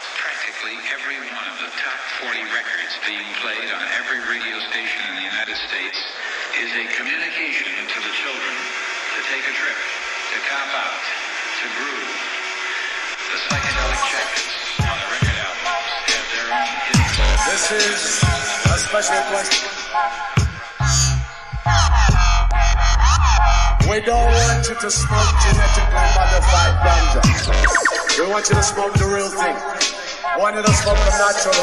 practically every one of the top 40 records being played on every radio station in the United States is a communication to the children to take a trip, to cop out, to groove. The psychedelic jackets on the record albums have their own hidden This is a special request. We don't want you to smoke genetically modified ganja. We want you to smoke the real thing. We want you to smoke the natural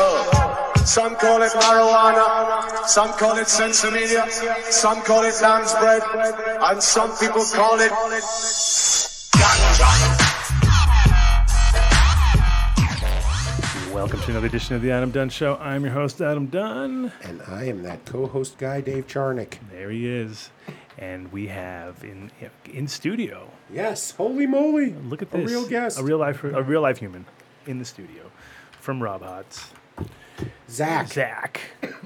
herb. Some call it marijuana, some call it sensimedia, some call it lamb's bread, and some people call it ganja. Welcome to another edition of the Adam Dunn Show. I'm your host, Adam Dunn. And I am that co-host guy, Dave Charnick. There he is, and we have in in studio. Yes, holy moly! Uh, Look at this, a real guest, a real life, a real life human in the studio from Rob Hots. Zach. Zach,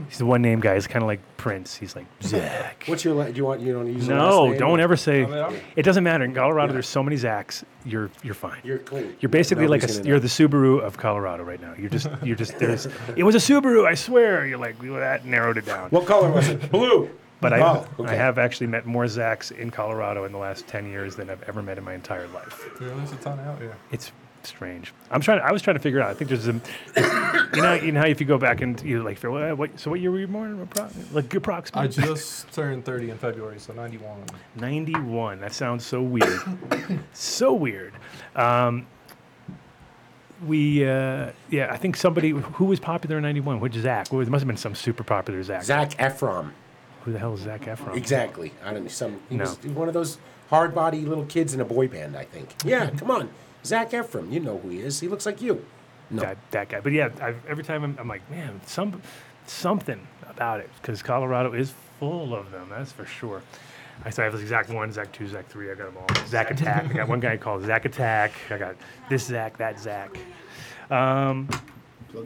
he's the one name guy. He's kind of like Prince. He's like Zach. What's your? La- do you want? You don't use. your last no, name? don't ever say. I'm- It doesn't matter. In Colorado, Yeah. there's so many Zachs. You're you're fine. You're clean. You're basically like Nobody's a, gonna you're know. the Subaru of Colorado right now. You're just you're just there's it was a Subaru, I swear. You're like well, that narrowed it down. What color was it? Blue. But I, Oh, I okay. have actually met more Zachs in Colorado in the last 10 years than I've ever met in my entire life. There is a ton out here. It's strange. I'm trying. I was trying to figure out. I think there's a, you know, you know, how if you go back and you like, well, what, so what year were you born? Appro- Like, good I approximate. just turned 30 in February, so 91. 91. That sounds so weird. so weird. Um, we, uh, yeah, I think somebody who was popular in 91, which Zach, well, it must have been some super popular Zach. Zach Ephraim. Who the hell is Zach Efron? Exactly. I don't know. Some. He No. was one of those hard body little kids in a boy band, I think. Yeah, come on, Zach Ephraim. You know who he is. He looks like you. No. that, that guy. But yeah, i every time I'm, I'm like, man, some something about it because Colorado is full of them. That's for sure. I so I have this exact one, Zach two, Zach three. I got them all. Zach attack. I got one guy called Zach attack. I got this Zach, that Zach. Um,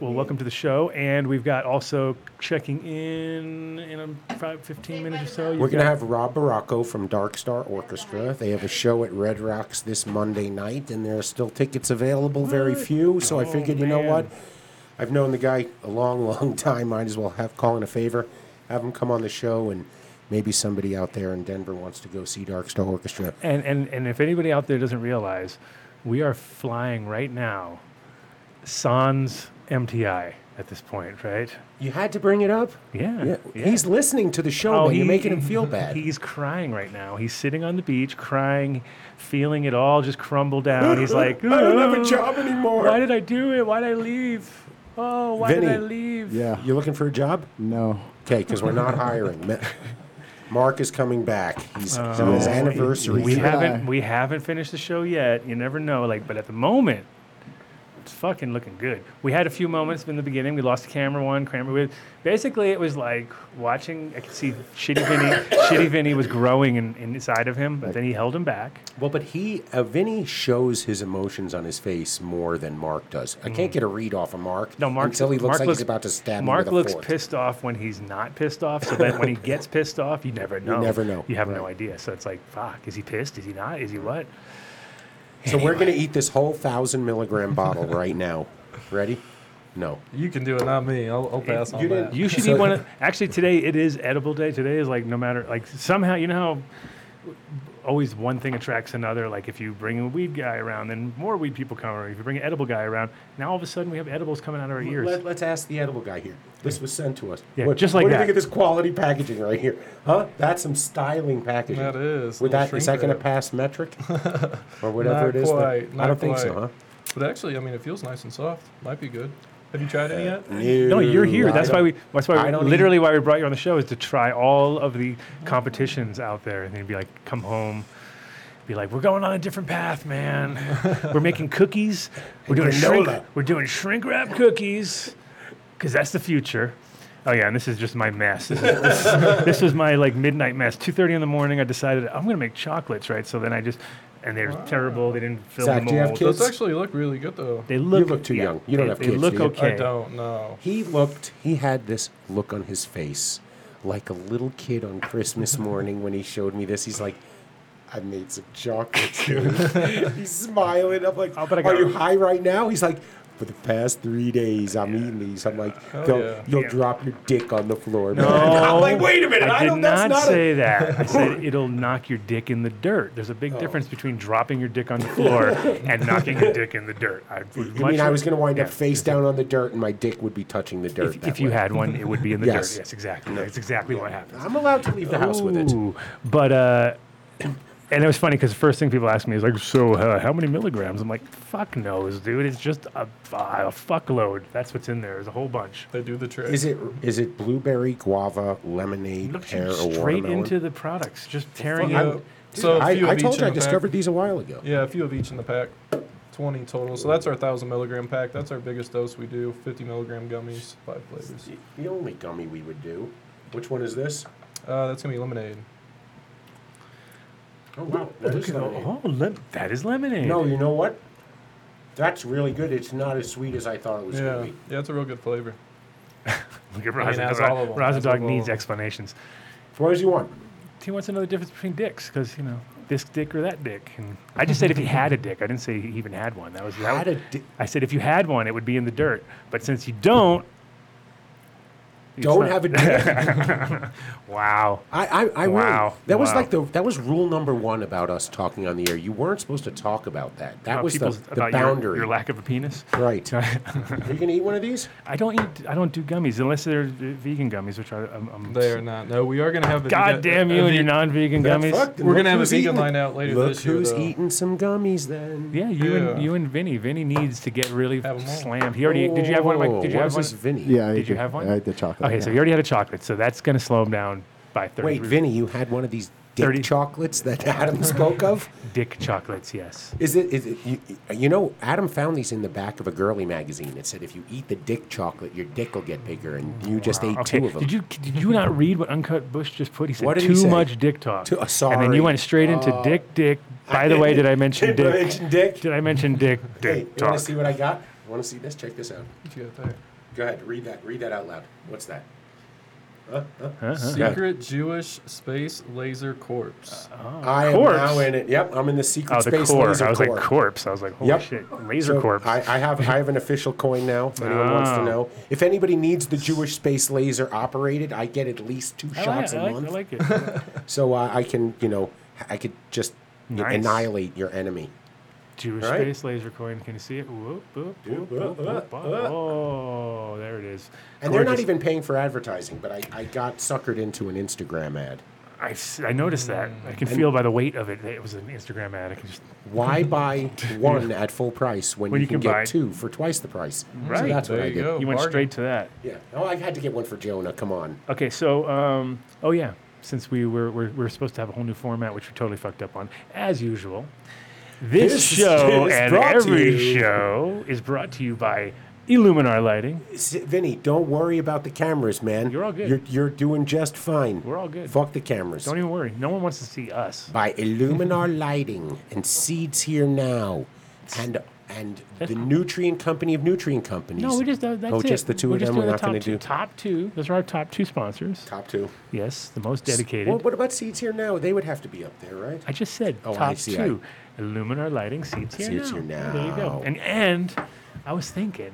well, welcome to the show, and we've got also checking in in a five, 15 minutes or so. We're going to have Rob Baracco from Dark Star Orchestra. They have a show at Red Rocks this Monday night, and there are still tickets available, very few. So I Oh, figured, you know man. what? I've known the guy a long, long time. Might as well have call in a favor, have him come on the show, and maybe somebody out there in Denver wants to go see Dark Star Orchestra. And, and, and if anybody out there doesn't realize, we are flying right now sans MTI at this point, right? You had to bring it up? Yeah. Oh, Yeah. yeah. He's listening to the show, man. You're making him feel bad. He's crying right now. He's sitting on the beach crying, feeling it all just crumble down. He's like, I don't have a "Oh, job anymore." Why did I do it? Why did I leave? Oh, why did I Vinny. leave? Yeah. You looking for a job? No. Okay, because we're not hiring. Ma- Mark is coming back. He's it's on his Oh, anniversary. We Yeah. haven't we haven't finished the show yet. You never know. Like, but at the moment, it's fucking looking good. We had a few moments in the beginning. We lost camera one, camera with. Basically, it was like watching. I could see Shitty Vinny. Shitty Vinny was growing in, inside of him, but then he held him back. Well, but he, uh, Vinny shows his emotions on his face more than Mark does. I can't get a read off of Mark. Mm. No, Mark. until he looks Mark like he's about to stab me Mark with a looks fork. pissed off when he's not pissed off. So that when he gets pissed off, you never know. never know, You have no idea. So it's like, fuck, is he pissed? Is he not? Is he what? So we're gonna eat this whole thousand milligram bottle right now. Ready? No. You can do it, not me. I'll, I'll pass on you that. didn't- You should So- eat one. Of, actually, today it is edible day. Today is like no matter like somehow you know how always one thing attracts another. Like if you bring a weed guy around, then more weed people come. Or if you bring an edible guy around, now all of a sudden we have edibles coming out of our ears. Let, us ask the edible guy here. This was sent to us. Yeah, what, just like what that. do you think of this quality packaging right here? Huh? That's some styling packaging. That is, With little that, is shrink that going to wrap. pass metric or whatever Not it is? that- quite, I not don't think so, quite. huh? But actually, I mean, it feels nice and soft. Might be good. Have you tried any yet? No, you're here. I That's why don't- we. That's why I we, don't literally why we brought you on the show is to try all of the competitions out there, and then be like, come home, be like, we're going on a different path, man. we're making cookies. We're doing shrink. granola. We're doing shrink wrap cookies, because that's the future. Oh yeah, and this is just my mess. This, is, this, this was my like midnight mess. Two thirty in the morning, I decided I'm gonna make chocolates, right? So then I just, and they're terrible. They didn't fill Zach, the mold. do you have Those It's- actually look really good, though. They look. look too yeah, young. You don't they- have They kids, look do you? okay. I don't know. He looked, he had this look on his face like a little kid on Christmas morning when he showed me this. He's like, I made some chocolate too. He's smiling. I'm like, Oh, but I Are got- you high right now? He's like, for the past three days, I'm eating these. I'm like, they'll, yeah. you'll Yeah. drop your dick on the floor. No, man. I'm like, wait a minute. I, I did don't, that's not, not a- say that. I said it'll knock your dick in the dirt. There's a big Oh. difference between dropping your dick on the floor and knocking your dick in the dirt. I would I much- mean, I was going to wind up yeah. face down on the dirt, and my dick would be touching the dirt. If, that if you way. had one, it would be in the Yes. dirt. Yes, exactly. That's exactly what happens. I'm allowed to leave the house with it. Ooh, But uh, and it was funny because the first thing people ask me is like, so uh, how many milligrams? I'm like, fuck knows, dude. It's just a, a fuckload. That's what's in there. There's a whole bunch. They do the trick. Is it is it blueberry, guava, lemonade, Look pear, you or straight watermelon? into the products, just tearing Yeah. it. so a I, few I of each told in you I the pack. discovered these a while ago. Yeah, a few of each in the pack. 20 total. So that's our 1,000 milligram pack. That's our biggest dose we do. 50 milligram gummies, five flavors. The only gummy we would do. Which one is this? Uh, that's going to be lemonade. Oh wow, Look at all- oh, lem- that is lemonade. No, you know what? That's really good. It's not as sweet as I thought it was Yeah. going to be. Yeah, it's a real good flavor. Look at I mean, Raza that's Dog. all of 'em. Raza That's Dog all of needs 'em. explanations. As far as you want. He wants to know the difference between dicks because you know this dick or that dick. And I just said if he had a dick, I didn't say he even had one. That was that Had was- a di- I said if you had one, it would be in the dirt. But since you don't, it's Don't not- have a dick. Wow. I, I, I Wow. really. That was Wow. like the that was rule number one about us talking on the air. You weren't supposed to talk about that. That About was the, people's- the Uh, about your- boundary. Your, lack of a penis. Right. Are you gonna eat one of these? I don't eat. I don't do gummies unless they're uh, vegan gummies, which I, I'm. I'm They are not. No, we are going to have a God damn you and your non-vegan gummies. Fuck, then We're look gonna have a who's vegan eating- line out later Look this year, who's though. eating some gummies then. Yeah, you Yeah. and you and Vinny. Vinny needs to get really Have 'em all. slammed. He already did. You have one of my. Whoa, Did you what have Oh, is one? this, Vinny? Yeah, I Did ate you the- have one? I ate the chocolate. Okay, so you already had a chocolate, so that's gonna slow him down by thirty. Wait, Vinny, you had one of these dick 30. chocolates that Adam spoke of? Dick chocolates, yes. Is it? Is it? You, you know, Adam found these in the back of a girly magazine. It said if you eat the dick chocolate, your dick will get bigger, and you just ate Okay. two of them. Did you did you not read what Uncut Bush just put? He said What did he too say? much dick talk. Too- uh, And then you sorry. went straight into dick dick. By the way, did I mention Did I dick? mention dick? Did I mention dick hey, dick you want talk? to see what I got? Want to see this? Check this out. non Go ahead, read that. Read that out loud. What's that? Secret Jewish Space Laser Corpse. Uh, I corpse. am now in it. Yep, I'm in the secret Oh, the space core. laser I was core. like corpse. I was like, holy Yep. shit, laser So corpse. I, I have I have an official coin now. If anyone wants to Ah. know, if anybody needs the Jewish space laser operated, I get at least two I like, shots a Oh, I like- month, I like it. so uh, I can you know I could just Nice. annihilate your enemy. Jewish All right. space laser coin. Can you see it? Whoop, whoop, whoop, uh, whoop, whoop, uh, whoop. Oh, there it is. And they're not Gorgeous. even paying for advertising, but I, I got suckered into an Instagram ad. I, s- I noticed that. I can Mm. feel by the weight of it that it was an Instagram ad. I can just Why buy one at full price when, you can, get buy- two for twice the price? So Right. that's there what I you did. go. you went Oh, bargain. straight to that. Yeah. Oh, I had to get one for Jonah. Come on. Okay, so um, oh yeah, since we were, were we were supposed to have a whole new format, which we totally fucked up on, as usual. This, This is- show is and brought to every you- show is brought to you by Illuminar Lighting. S- Vinny, don't worry about the cameras, man. You're all good. You're, you're doing just fine. We're all good. Fuck the cameras. Don't even worry, no one wants to see us. by Mm-hmm. Illuminar Lighting and Seeds Here Now, and and the Nutrient Company of Nutrient Companies. No, we just that- that's oh, it. just the 2 we're of just them. We're doing not the going top to do two- top two. Those are our top two sponsors. top two. Yes, the most Well, dedicated. what about Seeds Here Now? They would have to be up there, right? I just said Oh, I top see, I- two. Illuminar Lighting seats here Seats now. here There you now. go. And and I was thinking,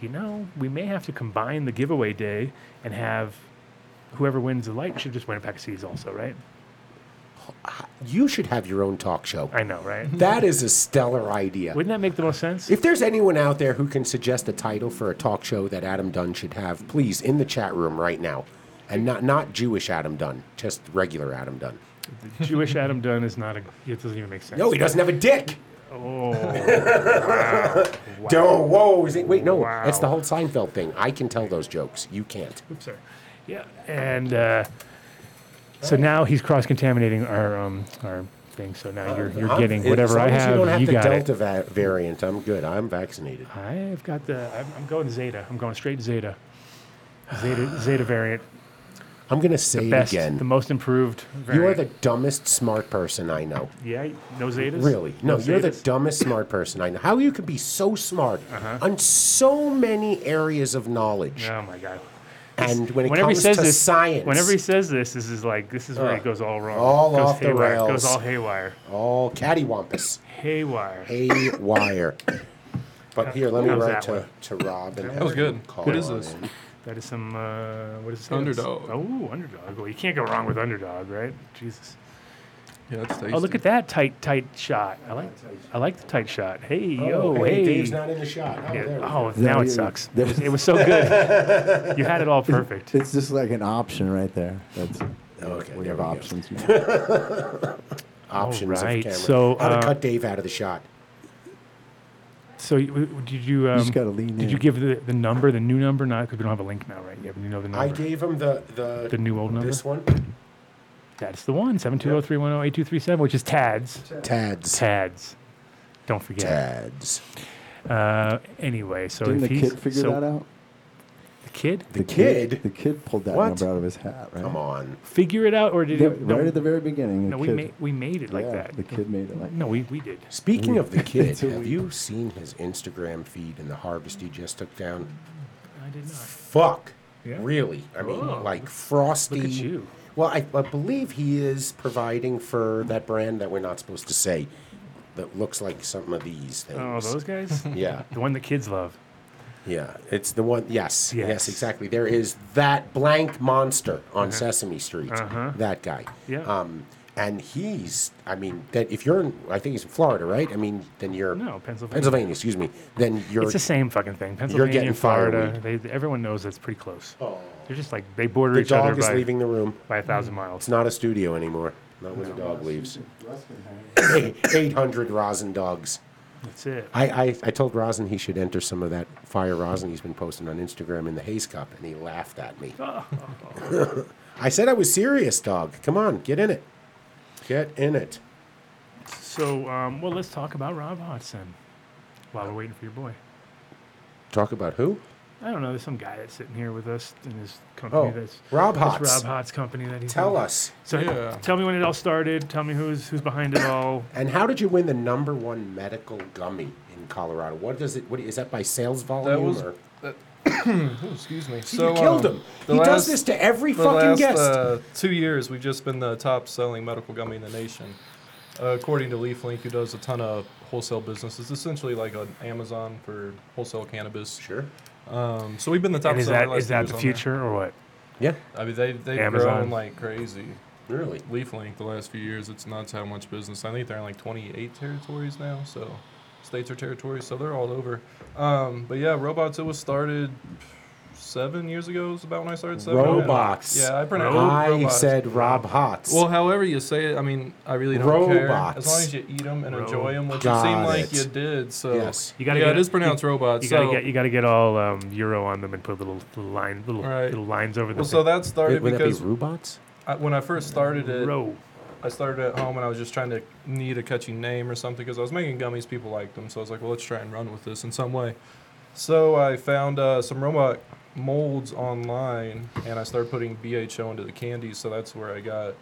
you know, we may have to combine the giveaway day and have whoever wins the light should just win a pack of seeds also, right? You should have your own talk show. I know, right? That is a stellar idea. Wouldn't that make the most sense? If there's anyone out there who can suggest a title for a talk show that Adam Dunn should have, please in the chat room right now, and not not Jewish Adam Dunn, just regular Adam Dunn. The Jewish Adam Dunn is not a it doesn't even make sense. No, he doesn't have a dick. Oh Don't. Whoa. Is it, wait, no. Wow. That's the whole Seinfeld thing. I can tell those jokes. You can't. sorry. Yeah. And uh, so now he's cross contaminating our um our thing. So Uh, now you're you're I'm- getting as whatever long I as have, You don't have the got it. Delta va- variant. I'm good. I'm vaccinated. I've got the. I'm, I'm going Zeta. I'm going straight Zeta. Zeta Zeta variant. I'm gonna say it Best. The again. most improved. Variant. You are the dumbest smart person I know. Yeah. No Zetas. Really? No, you're the Zetas? dumbest smart person I know. How you could be so smart Uh-huh. on so many areas of knowledge, Oh my god. and when it Whenever he comes says to this, science, whenever he says this, this is like this is where it goes all wrong. all goes off the haywire. rails. Goes all haywire. all cattywampus, Haywire. haywire. But here, let me How's write that to, one? to Rob and That was have him good. call What is on this? in. That is some uh, what is it? Underdog. Oh, underdog. Well, you can't go wrong with underdog, right? Jesus. Yeah, that's tasty. Oh, look at that tight, tight shot. I like, I like the tight shot. Hey, Oh, yo, hey. Dave's not in the shot. Oh, Yeah. there we Oh, go. now it you- sucks. It that was, was- it was so good. you had it all perfect. It's just like an option right there. That's Okay, we there have we go. options. now. Options Alright, of camera. so, How to uh, cut Dave out of the shot. So you- w- did you? Um, just gotta lean Did in. you give the, the number, the new number? Not because we don't have a link now, right? Yeah, but you know the number. I gave him the the, The new old number? This one, That's the one. Seven two zero three one zero eight two three seven, which is Tads. Tads. Tads. Don't forget. Tads. Uh, anyway, so Didn't if the he's, kid figure so that out? The kid The kid. The kid pulled that What? number out of his hat, right? Come on. figure it out, or did Yeah, it? right at the very beginning. no, the we kid, made we made it like yeah, that. The kid made it like No, we we did. Speaking of the kid, It's a have week. you seen his Instagram feed and the harvest he just took down? I did not. Fuck. Yeah. Really? I mean, Oh, like frosty. look at you. Well, I, I believe he is providing for that brand that we're not supposed to say. That looks like some of these things. Oh, those guys. Yeah, the one that kids love. yeah. It's the one. Yes, yes, Yes. exactly. There is that blank monster on Sesame Street. Uh-huh. That guy. Yeah. Um, and he's. I mean, that if you're in, I think he's in Florida, right? I mean, then you're No, Pennsylvania. Pennsylvania. Excuse me. Then you're. It's the same fucking thing. Pennsylvania, getting Florida. They, they- everyone knows that's pretty close. Oh. They're just like they border the each other dog is by, leaving the room. by a thousand miles. It's not a studio anymore. Not when the dog leaves. 800 rosin dogs. That's it. I, I, I told Rosin he should enter some of that fire rosin he's been posting on Instagram in the Haze Cup, and he laughed at me. I said I was serious, dog. Come on, get in it. Get in it. So, um, well, let's talk about Rob Hodgson while we're waiting for your boy. Talk about who? I don't know. There's some guy that's sitting here with us in his company. Oh, that's Rob that's Hotz. Rob Hotz company that he's. Tell in. us. So Yeah. tell me when it all started. Tell me who's who's behind it all. And how did you win the number one medical gummy in Colorado? What does it? What is that by sales volume? That was. or? That, Ooh, excuse me. See, so you killed um, him. the He does last- this to every the fucking last, guest. Uh, two years, we've just been the top-selling medical gummy in the nation, uh, according to LeafLink, who does a ton of wholesale business. It's essentially like an Amazon for wholesale cannabis. sure. Um, so we've been the top. And is seller that last is two that years the on there. future or what? Yeah. I mean, they they've Amazon. grown like crazy. Really. LeafLink the last few years, it's nuts how much business. I think they're in like 28 territories now, so states or territories, so they're all over. Um, but yeah, robots. It was started seven years ago. Is about when I started. Seven. Robots. Yeah, I pronounced it I robots. said Rob Hotz. Well, however you say it, I mean, I really don't care. Robots. As long as you eat them and enjoy them, which Got it seemed it. like you did. So Yes. You gotta yeah, get it it- is pronounced robots. You so, gotta get you gotta get all um, euro on them and put little little line little Right. little lines over them. well, so that started Would, would that be because robots? I, when I first started it, row. I started at home and I was just trying to need a catchy name or something because I was making gummies. People liked them, so I was like, well, let's try and run with this in some way. So I found uh, some robot molds online and I started putting BHO into the candies. So that's where I got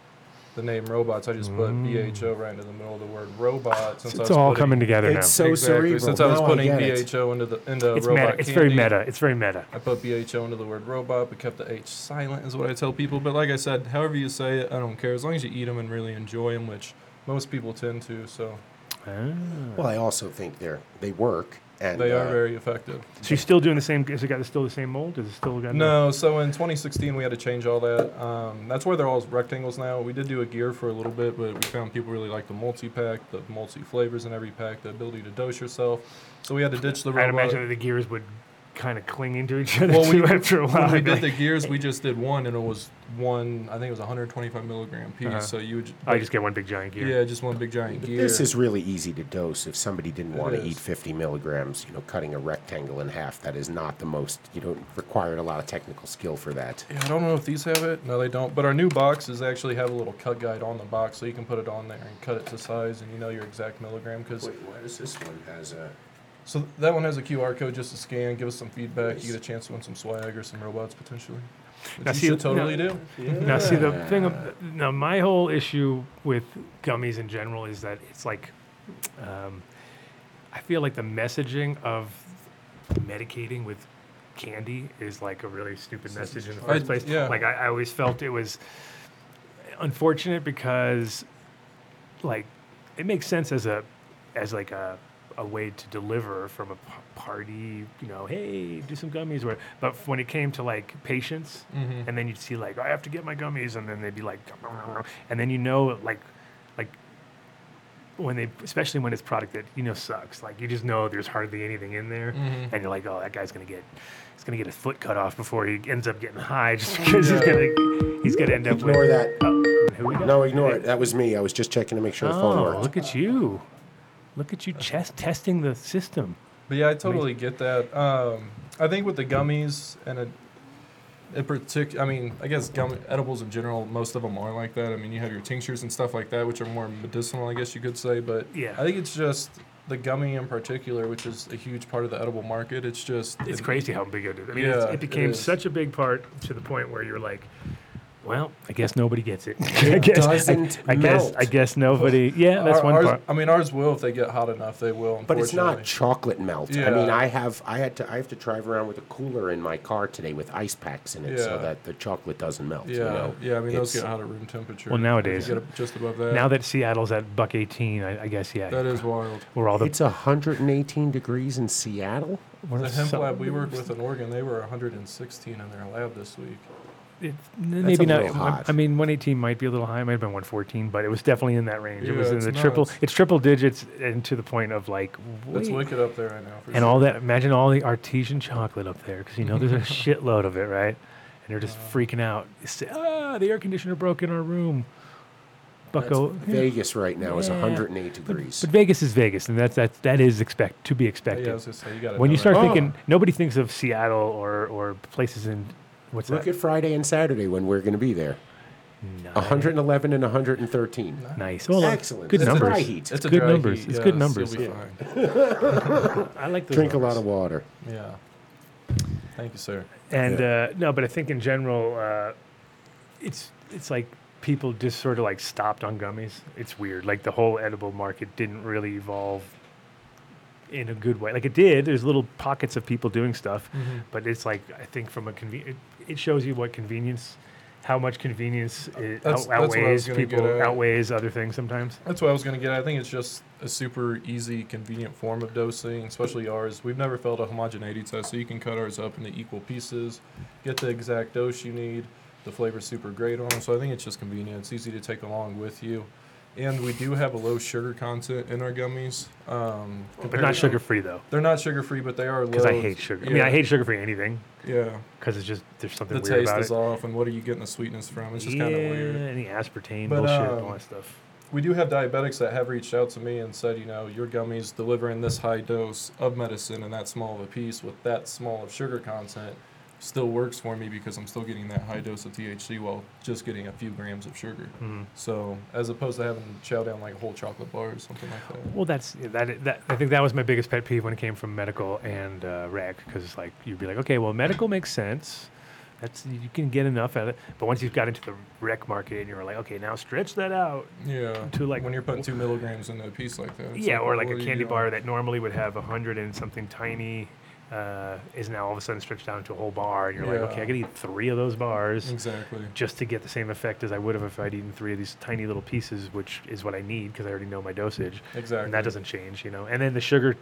the name robots. I just put BHO right into the middle of the word robot. Since I Mm. It's was all putting- coming together now. It's so cerebral. Since I was Now I putting get it. BHO into the into it's robot meta. candy, It's very meta. It's very meta. I put BHO into the word robot, but kept the H silent, is what I tell people. But like I said, however you say it, I don't care. As long as you eat them and really enjoy them, which most people tend to, so Well, I also think they're they work and they uh, are very effective. So you're still doing the same? Is it got still the same mold? Is it still got No, so in 2016 we had to change all that. Um, that's why they're all rectangles now. We did do a gear for a little bit, but we found people really like the multi pack, the multi flavors in every pack, the ability to dose yourself. So we had to ditch the I'd robot. imagine that the gears would kind of cling into each other Well, we- too after a while. when we I'd be did the like, gears, we just did one, and it was one. I think it was 125 milligram piece. Uh-huh. So you would, j- I just get one big giant gear. yeah, just one big giant gear. This is really easy to dose. If somebody didn't want to is. eat 50 milligrams, you know, cutting a rectangle in half, that is not the most. You don't require a lot of technical skill for that. Yeah, I don't know if these have it. No, they don't. But our new boxes actually have a little cut guide on the box, so you can put it on there and cut it to size, and you know your exact milligram. Because why does this one has a? so that one has a QR code just to scan. Give us some feedback. You get a chance to win some swag or some robots potentially. Which Now, you see, should totally now- do. Now, see the thing. Of, now, my whole issue with gummies in general is that it's like, um, I feel like the messaging of medicating with candy is like a really stupid message in the first I- place. yeah. Like I, I always felt it was unfortunate because, like, it makes sense as a, as like a, a way to deliver from a p- party, you know, hey, do some gummies. Or, but f- when it came to like patients, Mm-hmm. and then you'd see like, I have to get my gummies, and then they'd be like, and then you know, like, like when they, especially when it's product that you know sucks, like you just know there's hardly anything in there, Mm-hmm. and you're like, oh, that guy's gonna get, he's gonna get a foot cut off before he ends up getting high, just because he's gonna, he's gonna end up Ignore with. that. Oh, who we got? No, ignore it. That was me. I was just checking to make sure the phone Oh, worked. look at you. Look at you chest testing the system. But yeah, I totally get that. Um, I think with the gummies and a, in partic- I mean, I guess gum edibles in general, most of them are like that. I mean, you have your tinctures and stuff like that, which are more medicinal, I guess you could say. But Yeah. I think it's just the gummy in particular, which is a huge part of the edible market. It's just It's it- crazy how big it is. I mean, Yeah, it's, it it became is. such a big part to the point where you're like, well, I guess nobody gets it. I guess, doesn't I, I guess, I melt. guess nobody. Yeah, that's Our- one ours, part. I mean, ours will if they get hot enough. They will. But it's not unfortunately. chocolate melt. I mean, Yeah. I have I had to I have to drive around with a cooler in my car today with ice packs in it so Yeah. that the chocolate doesn't melt. Yeah, you know? yeah. I mean, It's- those get hot at room temperature. Well, If you nowadays- get up just above that. Now that Seattle's at buck 18, I, I guess, yeah. that is wild. where all the. It's 118 degrees in Seattle. where The hemp some- lab we work with in Oregon, they were 116 in their lab this week. it's- maybe a not. little I- hot. I mean, 118 might be a little high. It might have been 114, but it was definitely in that range. it Yeah, was in it's the triple. nuts. It's triple digits, and to the point of like, It's wait, wicked up there right now. For and all that. Imagine all the artesian chocolate up there, because you know there's a shitload of it, right? And they're just freaking out. They say, ah, the air conditioner broke in our room. Bucko. Yeah. Vegas right now is Yeah. 108 degrees. But Vegas is Vegas, and that's that's that is expect to be Yeah, expected. I was gonna say you got when you start Oh. thinking, nobody thinks of Seattle or or places in what's Look that? at Friday and Saturday when we're going to be there. Nice. 111 and 113. Nice. Well, uh, Excellent. Good It's a numbers. dry heat. It's a good dry numbers. heat, It's yeah, good so numbers. You'll be fine. I like those Drink a numbers. lot of water. Yeah. Thank you, sir. And uh, no, but I think in general, uh, it's it's like people just sort of like stopped on gummies. It's weird. Like the whole edible market didn't really evolve in a good way. Like it did. There's little pockets of people doing stuff, Mm-hmm. but it's like I think from a conven- it, it shows you what convenience. How much convenience it Uh, out- That's- that's what I was outweighs gonna people get at. outweighs other things sometimes. That's what I was gonna get. I think it's just a super easy, convenient form of dosing, especially ours. We've never failed a homogeneity test, so you can cut ours up into equal pieces, get the exact dose you need. The flavor's super great on them, so I think it's just convenient. It's easy to take along with you, and we do have a low sugar content in our gummies. Um, But compared not to- sugar free though, They're not sugar free, but they are low. because I hate sugar. I mean, I Yeah. hate sugar free anything Yeah. because it's just there's something the weird taste about is it. off, and what are you getting the sweetness from? It's just kind of weird. Any aspartame But, bullshit, and all um, that stuff. We do have diabetics that have reached out to me and said, you know, your gummies delivering this high dose of medicine and that small of a piece with that small of sugar content still works for me because I'm still getting that high dose of THC while just getting a few grams of sugar. Mm-hmm. So as opposed to having to chow down like a whole chocolate bar or something like that. Well, that's that, that. I think that was my biggest pet peeve when it came from medical and uh, rec, because like you'd be like, okay, well, medical makes sense. That's you can get enough out of it. But once you've got into the rec market and you're like, okay, now stretch that out. Yeah. To, like, when you're putting two milligrams in a piece like that. it's yeah, or like what a are you candy doing? bar that normally would have a hundred and something tiny. Uh, is now all of a sudden stretched down to a whole bar, and you're Yeah. like, okay, I could eat three of those bars Exactly. just to get the same effect as I would have if I'd eaten three of these tiny little pieces, which is what I need because I already know my dosage. Exactly. and that doesn't change, you know. And then the sugar, t-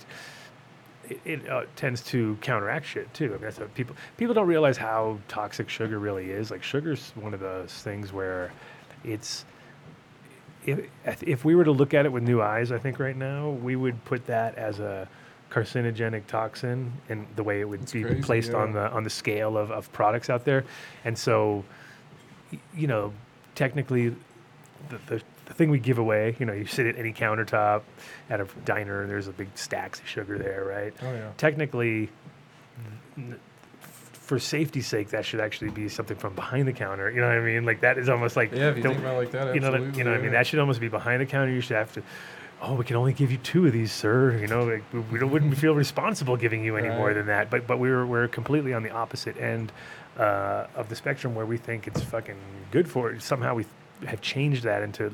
it, it uh, tends to counteract shit too. I mean, that's what people people don't realize how toxic sugar really is. Like sugar's one of those things where it's if I th- if we were to look at it with new eyes, I think right now we would put that as a carcinogenic toxin and the way it would be crazy, placed on yeah. the on the scale of, of products out there, and so y- you know technically the, the, the thing we give away, you know, you sit at any countertop at a diner and there's a big stacks of sugar there, right? Oh, yeah. Technically, n- f- for safety's sake, that should actually be something from behind the counter. You know what I mean? Like that is almost like Yeah, if you the- think about it like that, you know, that- absolutely. you know what I mean? yeah. That should almost be behind the counter. You should have to. Oh, we can only give you two of these, sir. You know, like we- we don't- wouldn't feel responsible giving you any more Right. than that. But but we were we're completely on the opposite end uh, of the spectrum where we think it's fucking good for it. Somehow we have changed that into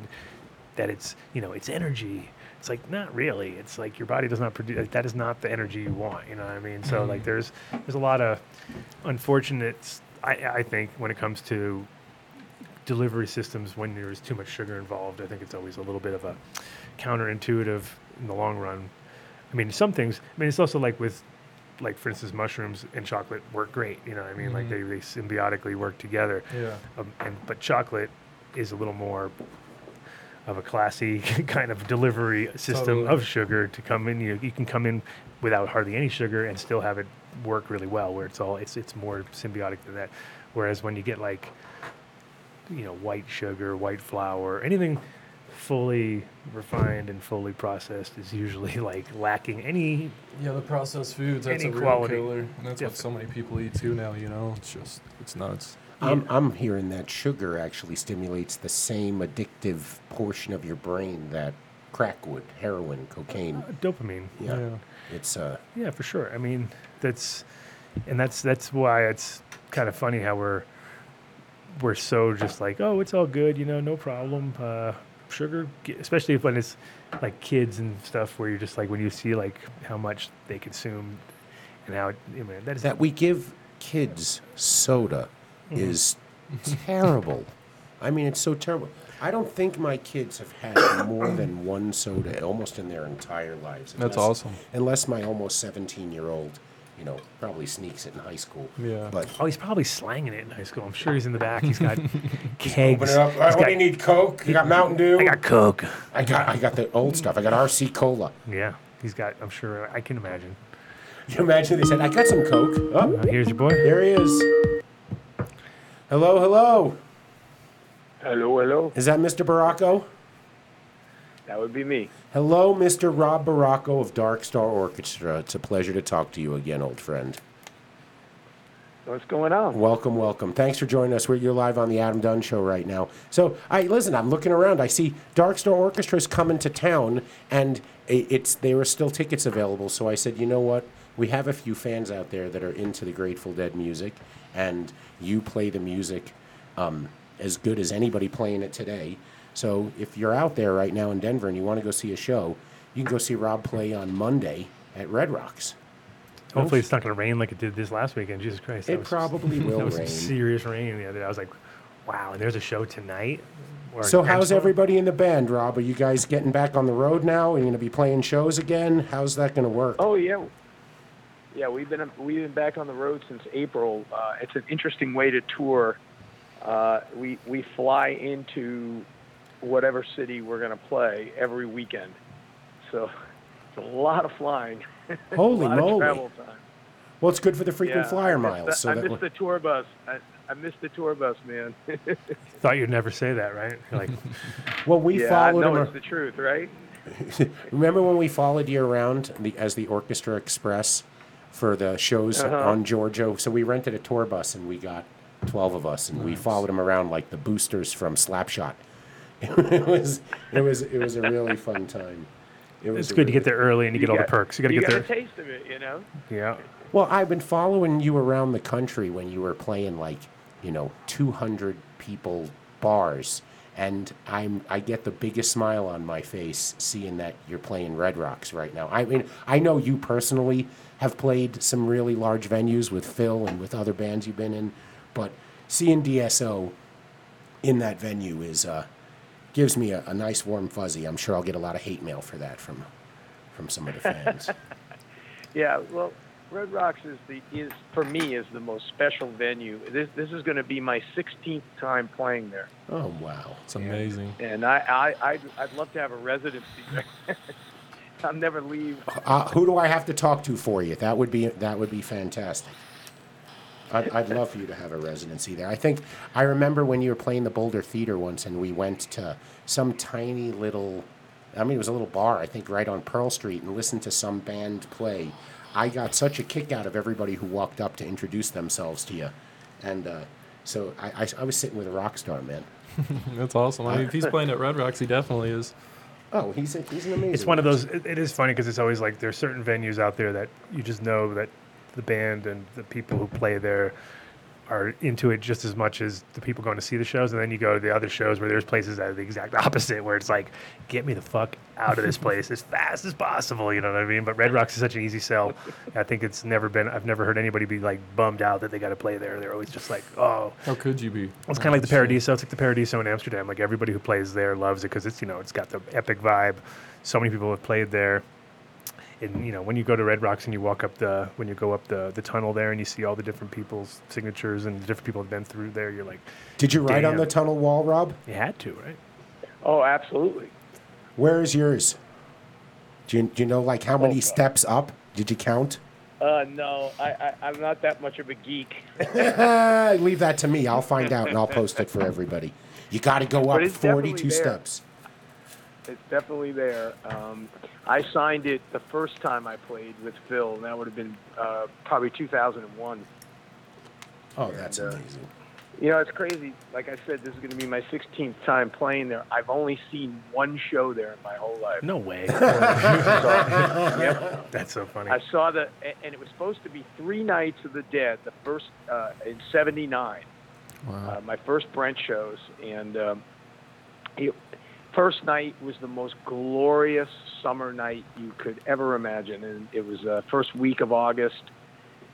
that it's you know it's energy. It's like not really. It's like your body does not produce. Like, that is not the energy you want. You know what I mean? So Mm-hmm. like there's there's a lot of unfortunate. s- I I think when it comes to delivery systems when there's too much sugar involved. I think it's always a little bit of a counterintuitive in the long run I mean, some things. I mean, it's also like with, like for instance, mushrooms and chocolate work great. You know, what I mean, like they, they symbiotically work together. Yeah. Um, and but chocolate is a little more of a classy kind of delivery system Totally. of sugar to come in. You, you can come in without hardly any sugar and still have it work really well. Where it's all it's it's more symbiotic than that. Whereas when you get like, you know, white sugar, white flour, anything fully refined and fully processed is usually like lacking any Yeah, the processed foods, that's Any a real quality. killer. And that's what Definitely. so many people eat too now, you know? It's just, it's nuts. I'm, I'm hearing that sugar actually stimulates the same addictive portion of your brain that crack would, heroin, Uh, cocaine. dopamine. Yeah. Yeah. It's uh, Yeah, for sure. I mean, that's and that's that's why it's kind of funny how we're we're so just like, oh, it's all good, you know, no problem. Uh, sugar, g- especially when it's like kids and stuff, where you're just like when you see like how much they consume and how I mean, that is that we give kids soda Mm-hmm. is terrible. I mean, it's so terrible. I don't think my kids have had more than one soda almost in their entire lives. That's awesome. Unless my almost 17 year old, you know, probably sneaks it in high school. Yeah. But Oh, he's probably slanging it in high school. I'm sure he's in the back. He's got kegs. All right, He's what do got- you need? Coke? You got Mountain Dew? I got Coke. I got I got the old stuff. I got RC Cola. Yeah, he's got. I'm sure. I can imagine. Can you imagine they said, I got some Coke. Oh, Uh, here's your boy. there he is. Hello, hello. Hello, hello. Is that Mr. Baracco? That would be me. Hello, Mr. Rob Baracco of Dark Star Orchestra. It's a pleasure to talk to you again, old friend. What's going on? Welcome, welcome. Thanks for joining us. We're you're live on the Adam Dunn Show right now. So, I listen. I'm looking around. I see Dark Star Orchestra is coming to town, and i- it's there are still tickets available. So I said, you know what? We have a few fans out there that are into the Grateful Dead music, and you play the music um, as good as anybody playing it today. So if you're out there right now in Denver and you want to go see a show, you can go see Rob play on Monday at Red Rocks. Hopefully, it's not going to rain like it did this last weekend. Jesus Christ! that It was- probably will That was some rain. serious rain the other day. I was like, wow, and there's a show tonight. Or So an how's expo? everybody in the band, Rob? Are you guys getting back on the road now? Are you going to be playing shows again? How's that going to work? Oh yeah, yeah. We've been we've been back on the road since April. Uh, it's an interesting way to tour. Uh, we we fly into whatever city we're going to play every weekend, so it's a lot of flying, a Holy lot of moly! travel time. Well, it's good for the frequent flyer I miss miles. The, so I that missed we- the tour bus. I, I missed the tour bus, man. Thought you'd never say that, right? You're like, well, we yeah, I followed know him. it's the truth, right? Remember when we followed you around the, as the Orchestra Express for the shows Uh-huh. on Giorgio? So we rented a tour bus and we got 12 of us and we followed him around like the boosters from Slapshot. it was it was it was a really fun time. It was it's a good to really- get there early and you, get all the perks. You got to get got there. a taste of it, you know. yeah. Well, I've been following you around the country when you were playing like, you know, 200 people bars and I'm I get the biggest smile on my face seeing that you're playing Red Rocks right now. I mean, I know you personally have played some really large venues with Phil and with other bands you've been in, but seeing DSO in that venue is uh gives me a, a nice warm fuzzy. I'm sure I'll get a lot of hate mail for that from from some of the fans. Yeah, well, Red Rocks is the is for me is the most special venue. This this is going to be my 16th time playing there, oh wow. It's amazing. and I I I'd, I'd love to have a residency there. I'll never leave. Uh, who do I have to talk to for you? That would be that would be fantastic. I'd, I'd love for you to have a residency there. I think I remember when you were playing the Boulder Theater once, and we went to some tiny little. I mean, it was a little bar, I think, right on Pearl Street, and listened to some band play. I got such a kick out of everybody who walked up to introduce themselves to you, and uh, so I, I, I was sitting with a rock star, man. That's awesome. I mean, if he's playing at Red Rocks, he definitely is. Oh, he's a, he's an amazing. It's one of those. It, it is funny because it's always like there's certain venues out there that you just know that the band and the people who play there are into it just as much as the people going to see the shows. And then you go to the other shows where there's places that are the exact opposite, where it's like, get me the fuck out of this place as fast as possible. You know what I mean? But Red Rocks is such an easy sell. I think it's never been. I've never heard anybody be like bummed out that they got to play there. They're always just like, oh. How could you be? It's kind of like the Paradiso. It's like the Paradiso in Amsterdam. Like everybody who plays there loves it because it's you know it's got the epic vibe. So many people have played there, and you know when you go to Red Rocks and you walk up the when you go up the the tunnel there and you see all the different people's signatures and the different people have been through there, you're like, Did you write on Damn. the tunnel wall, Rob? you had to, right? Oh, absolutely. Where is yours? Do you, do you know like how many steps up? Did you count? Uh, no, I, I, I'm not that much of a geek. Leave that to me. I'll find out and I'll post it for everybody. You got to go up it's definitely 42 there. steps. It's definitely there. Um, I signed it the first time I played with Phil, and that would have been uh, probably 2001. Oh, that's And, uh, amazing. You know, it's crazy. Like I said, this is going to be my 16th time playing there. I've only seen one show there in my whole life. No way. That's so funny. I saw the, a- and it was supposed to be three nights of the Dead, the first uh, in '79, uh, my first Brent shows, and um, it, first night was the most glorious summer night you could ever imagine, and it was uh, first week of August.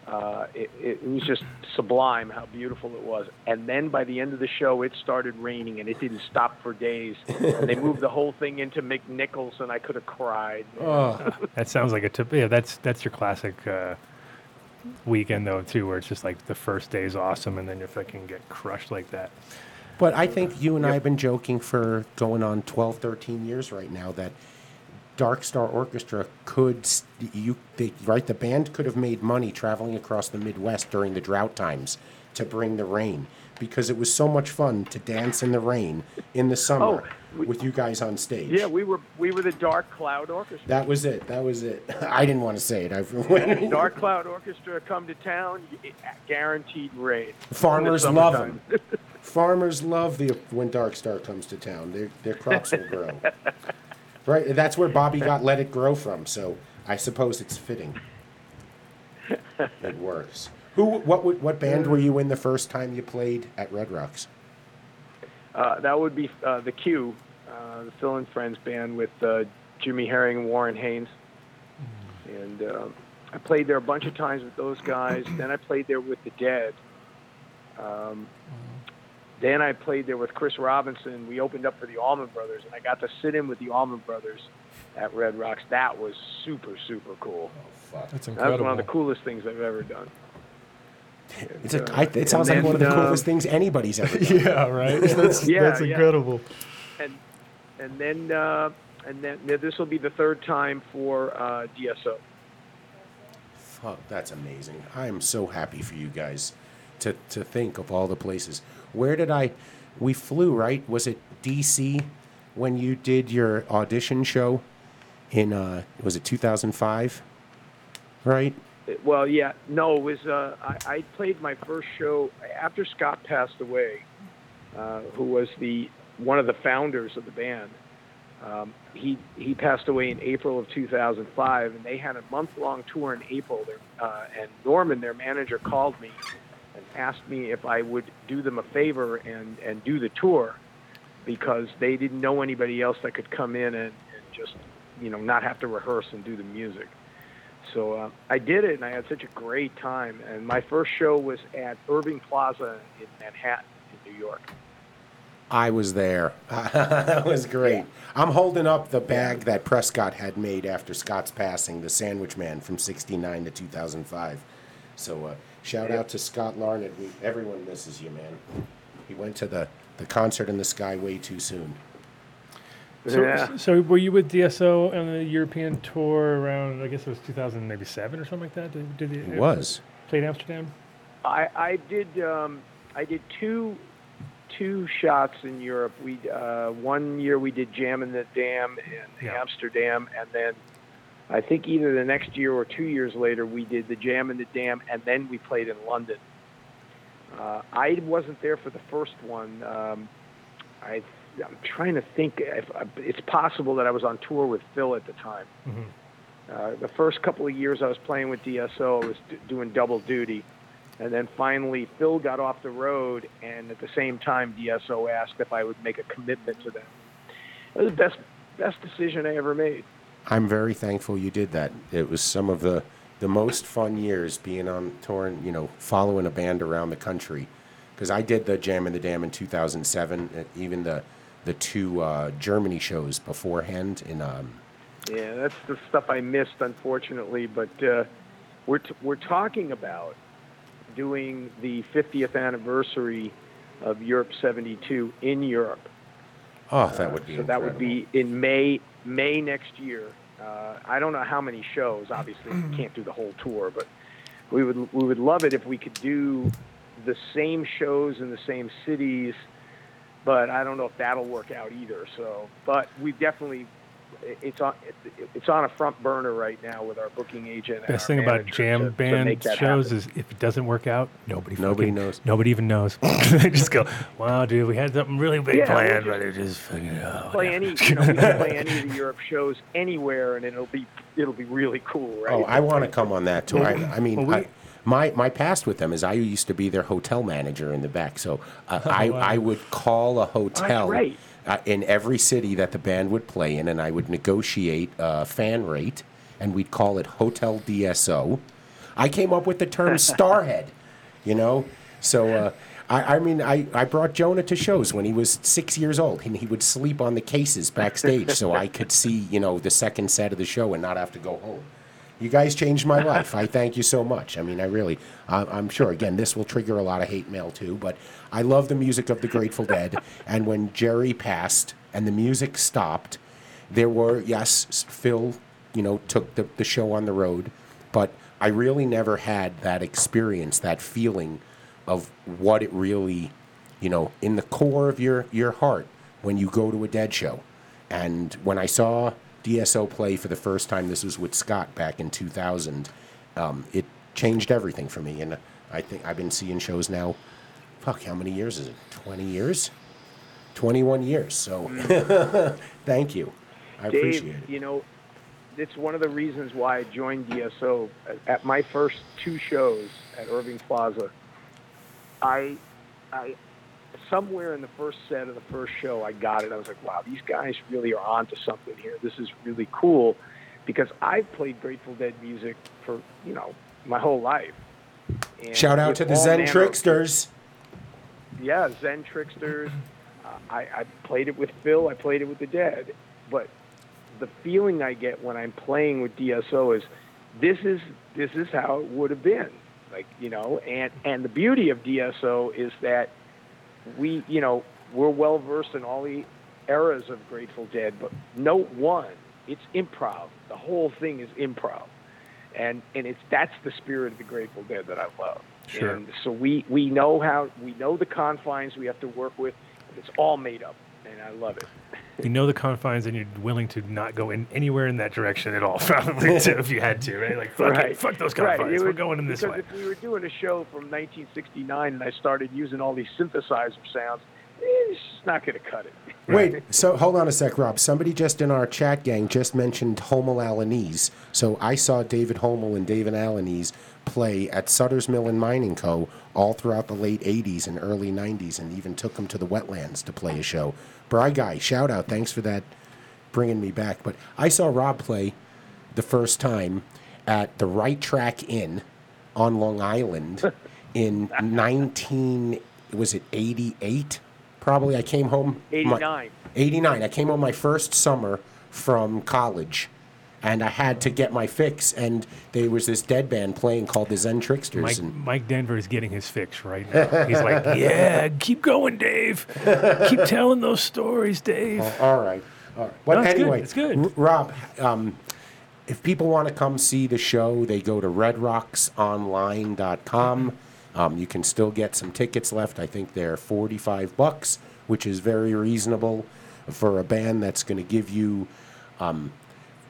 Uh, it, it was just sublime how beautiful it was. And then by the end of the show, it started raining and it didn't stop for days. and they moved the whole thing into McNichols, and I could have cried. Oh, That sounds like a tip. Yeah, that's that's your classic uh, weekend though too, where it's just like the first day is awesome, and then you fucking get crushed like that. But I think you and I have been joking for going on 12, 13 years right now that Dark Star Orchestra could s- you they, right the band could have made money traveling across the Midwest during the drought times to bring the rain because it was so much fun to dance in the rain in the summer Oh, we- with you guys on stage. Yeah, we were we were the Dark Cloud Orchestra. That was it. That was it. I didn't want to say it. I when, Dark Cloud Orchestra come to town, y- guaranteed raid. farmers In the love summertime. them. farmers love the when Dark Star comes to town. Their their crops will grow. Right. That's where Bobby got Let It Grow from. So I suppose it's fitting. It works. Who? What? would- What band were you in the first time you played at Red Rocks? Uh, that would be uh, the Q, uh, the Phil and Friends band with uh, Jimmy Herring and Warren Haynes. Hmm. And uh, I played there a bunch of times with those guys. Then I played there with the Dead. Hmm. Um, then I played there with Chris Robinson. We opened up for the Allman Brothers, and I got to sit in with the Allman Brothers at Red Rocks. That was super, super cool. that's That was incredible. one of the coolest things I've ever done. It's a, I, it sounds and like one of the then, uh, coolest things anybody's ever done. yeah, right. That's, Yeah, that's yeah. incredible. and and then uh, and then now this will be the third time for uh, DSO. Fuck, that's amazing. I am so happy for you guys to, to think of all the places. Where did I? We flew, right? Was it DC when you did your audition show in, uh, was it 2005? Right? Well, yeah, no, it was uh, I, I played my first show after Scott passed away, uh, who was the one of the founders of the band. Um, he he passed away in April of 2005, and they had a month long tour in April. Their, uh, and Norman, their manager, called me and asked me if I would do them a favor and and do the tour because they didn't know anybody else that could come in and, and just you know not have to rehearse and do the music. So uh, I did it, and I had such a great time. And my first show was at Irving Plaza in Manhattan, in New York. I was there. that was great. I'm holding up the bag that Prescott had made after Scott's passing, the Sandwich Man from 69 to 2005. So uh, shout out to Scott Larned. We, everyone misses you, man. He went to the, the concert in the sky way too soon. So, Yeah. so were you with DSO on the European tour around? I guess it was 2000, maybe seven or something like that. Did, did It was. played Amsterdam? I, I did um, I did two two shots in Europe. We uh, one year we did Jam in the Dam in Yeah. Amsterdam, and then I think either the next year or two years later we did the Jam in the Dam, and then we played in London. Uh, I wasn't there for the first one. Um, I I'm trying to think if uh, it's possible that I was on tour with Phil at the time. Uh, the first couple of years I was playing with DSO, I was d- doing double duty. And then finally, Phil got off the road, and at the same time, DSO asked if I would make a commitment to them. It was the best best decision I ever made. I'm very thankful you did that. It was some of the the most fun years being on tour and you know following a band around the country. Because I did the Jam in the Dam in 2007, uh, even the the two uh, Germany shows beforehand in um, Yeah, that's the stuff I missed, unfortunately. But uh, we're t- we're talking about doing the 50th anniversary of Europe '72 in Europe. Oh, that would be. so that would be in May May next year. Uh, I don't know how many shows. Obviously, we can't do the whole tour, but we would we would love it if we could do the same shows in the same cities. But I don't know if that'll work out either. So, but we definitely it- it's on it- it's on a front burner right now with our booking agent. and Best our thing about manager jam to- to make band that shows happen. is if it doesn't work out, nobody Nobody fucking- knows. Nobody even knows. they just go, wow, dude, we had something really big Yeah, we'll planned, just- but it just fucking. Oh, play any you know we can play any of the Europe shows anywhere, and it'll be it'll be really cool, right? Oh, I want to come on that too. I, I mean, well, we- I, my my past with them is I used to be their hotel manager in the back, so uh, Oh, I I would call a hotel right. uh, in every city that the band would play in, and I would negotiate a fan rate, and we'd call it Hotel DSO. I came up with the term Starhead, you know. So uh, I, I mean, I, I brought Jonah to shows when he was six years old, and he would sleep on the cases backstage, so I could see you know the second set of the show and not have to go home. You guys changed my life. I thank you so much. I mean, I really, I, I'm sure, again, this will trigger a lot of hate mail too, but I love the music of the Grateful Dead. And when Jerry passed and the music stopped, there were, yes, s- Phil, you know, took the, the show on the road, but I really never had that experience, that feeling of what it really, you know, in the core of your, your heart when you go to a Dead show. And when I saw DSO play for the first time, this was with Scott back in 2000, um, it changed everything for me. And I think I've been seeing shows now, fuck, how many years is it? 20 years? 21 years. So thank you. I Dave, appreciate it. you know, it's one of the reasons why I joined DSO. At my first two shows at Irving Plaza, I, I, somewhere in the first set of the first show, I got it. I was like, wow, these guys really are onto something here. This is really cool, because I've played Grateful Dead music for you know my whole life. And Shout out with to the all Zen manner of- Tricksters. yeah, Zen Tricksters. Uh, I, I played it with Phil. I played it with the Dead. But the feeling I get when I'm playing with DSO is, this is this is how it would have been. Like you know, and and the beauty of DSO is that we you know we're well versed in all the eras of Grateful Dead, but note one, it's improv. The whole thing is improv, and and it's that's the spirit of the Grateful Dead that I love. Sure. And so we we know how we know the confines we have to work with. And it's all made up, and I love it. You know the confines, and you're willing to not go in anywhere in that direction at all, probably too, if you had to, right? Like, fuck, it, fuck those Right. confines. It We're would- going in this because way. if we were doing a show from 1969 and I started using all these synthesizer sounds, eh, it's just not going to cut it. Wait, so hold on a sec, Rob. Somebody just in our chat gang just mentioned Homel Alanese. So I saw David Homel and David Alanese play at Sutter's Mill and Mining Co. all throughout the late 80s and early 90s and even took them to the wetlands to play a show. Bry Guy, shout out. Thanks for that bringing me back. But I saw Rob play the first time at the Right Track Inn on Long Island in 19 was it 88 probably I came home my- 89. 89 I came home my first summer from college and I had to get my fix and there was this dead band playing called the Zen Tricksters Mike, and Mike Denver is getting his fix right now. He's like, yeah, keep going, Dave. Keep telling those stories, Dave. Oh, all right all right but No, it's good, anyway it's good. R- Rob um, if people want to come see the show, they go to redrocksonline.com. Um, you can still get some tickets left. I think they're 45 bucks, which is very reasonable for a band that's going to give you um,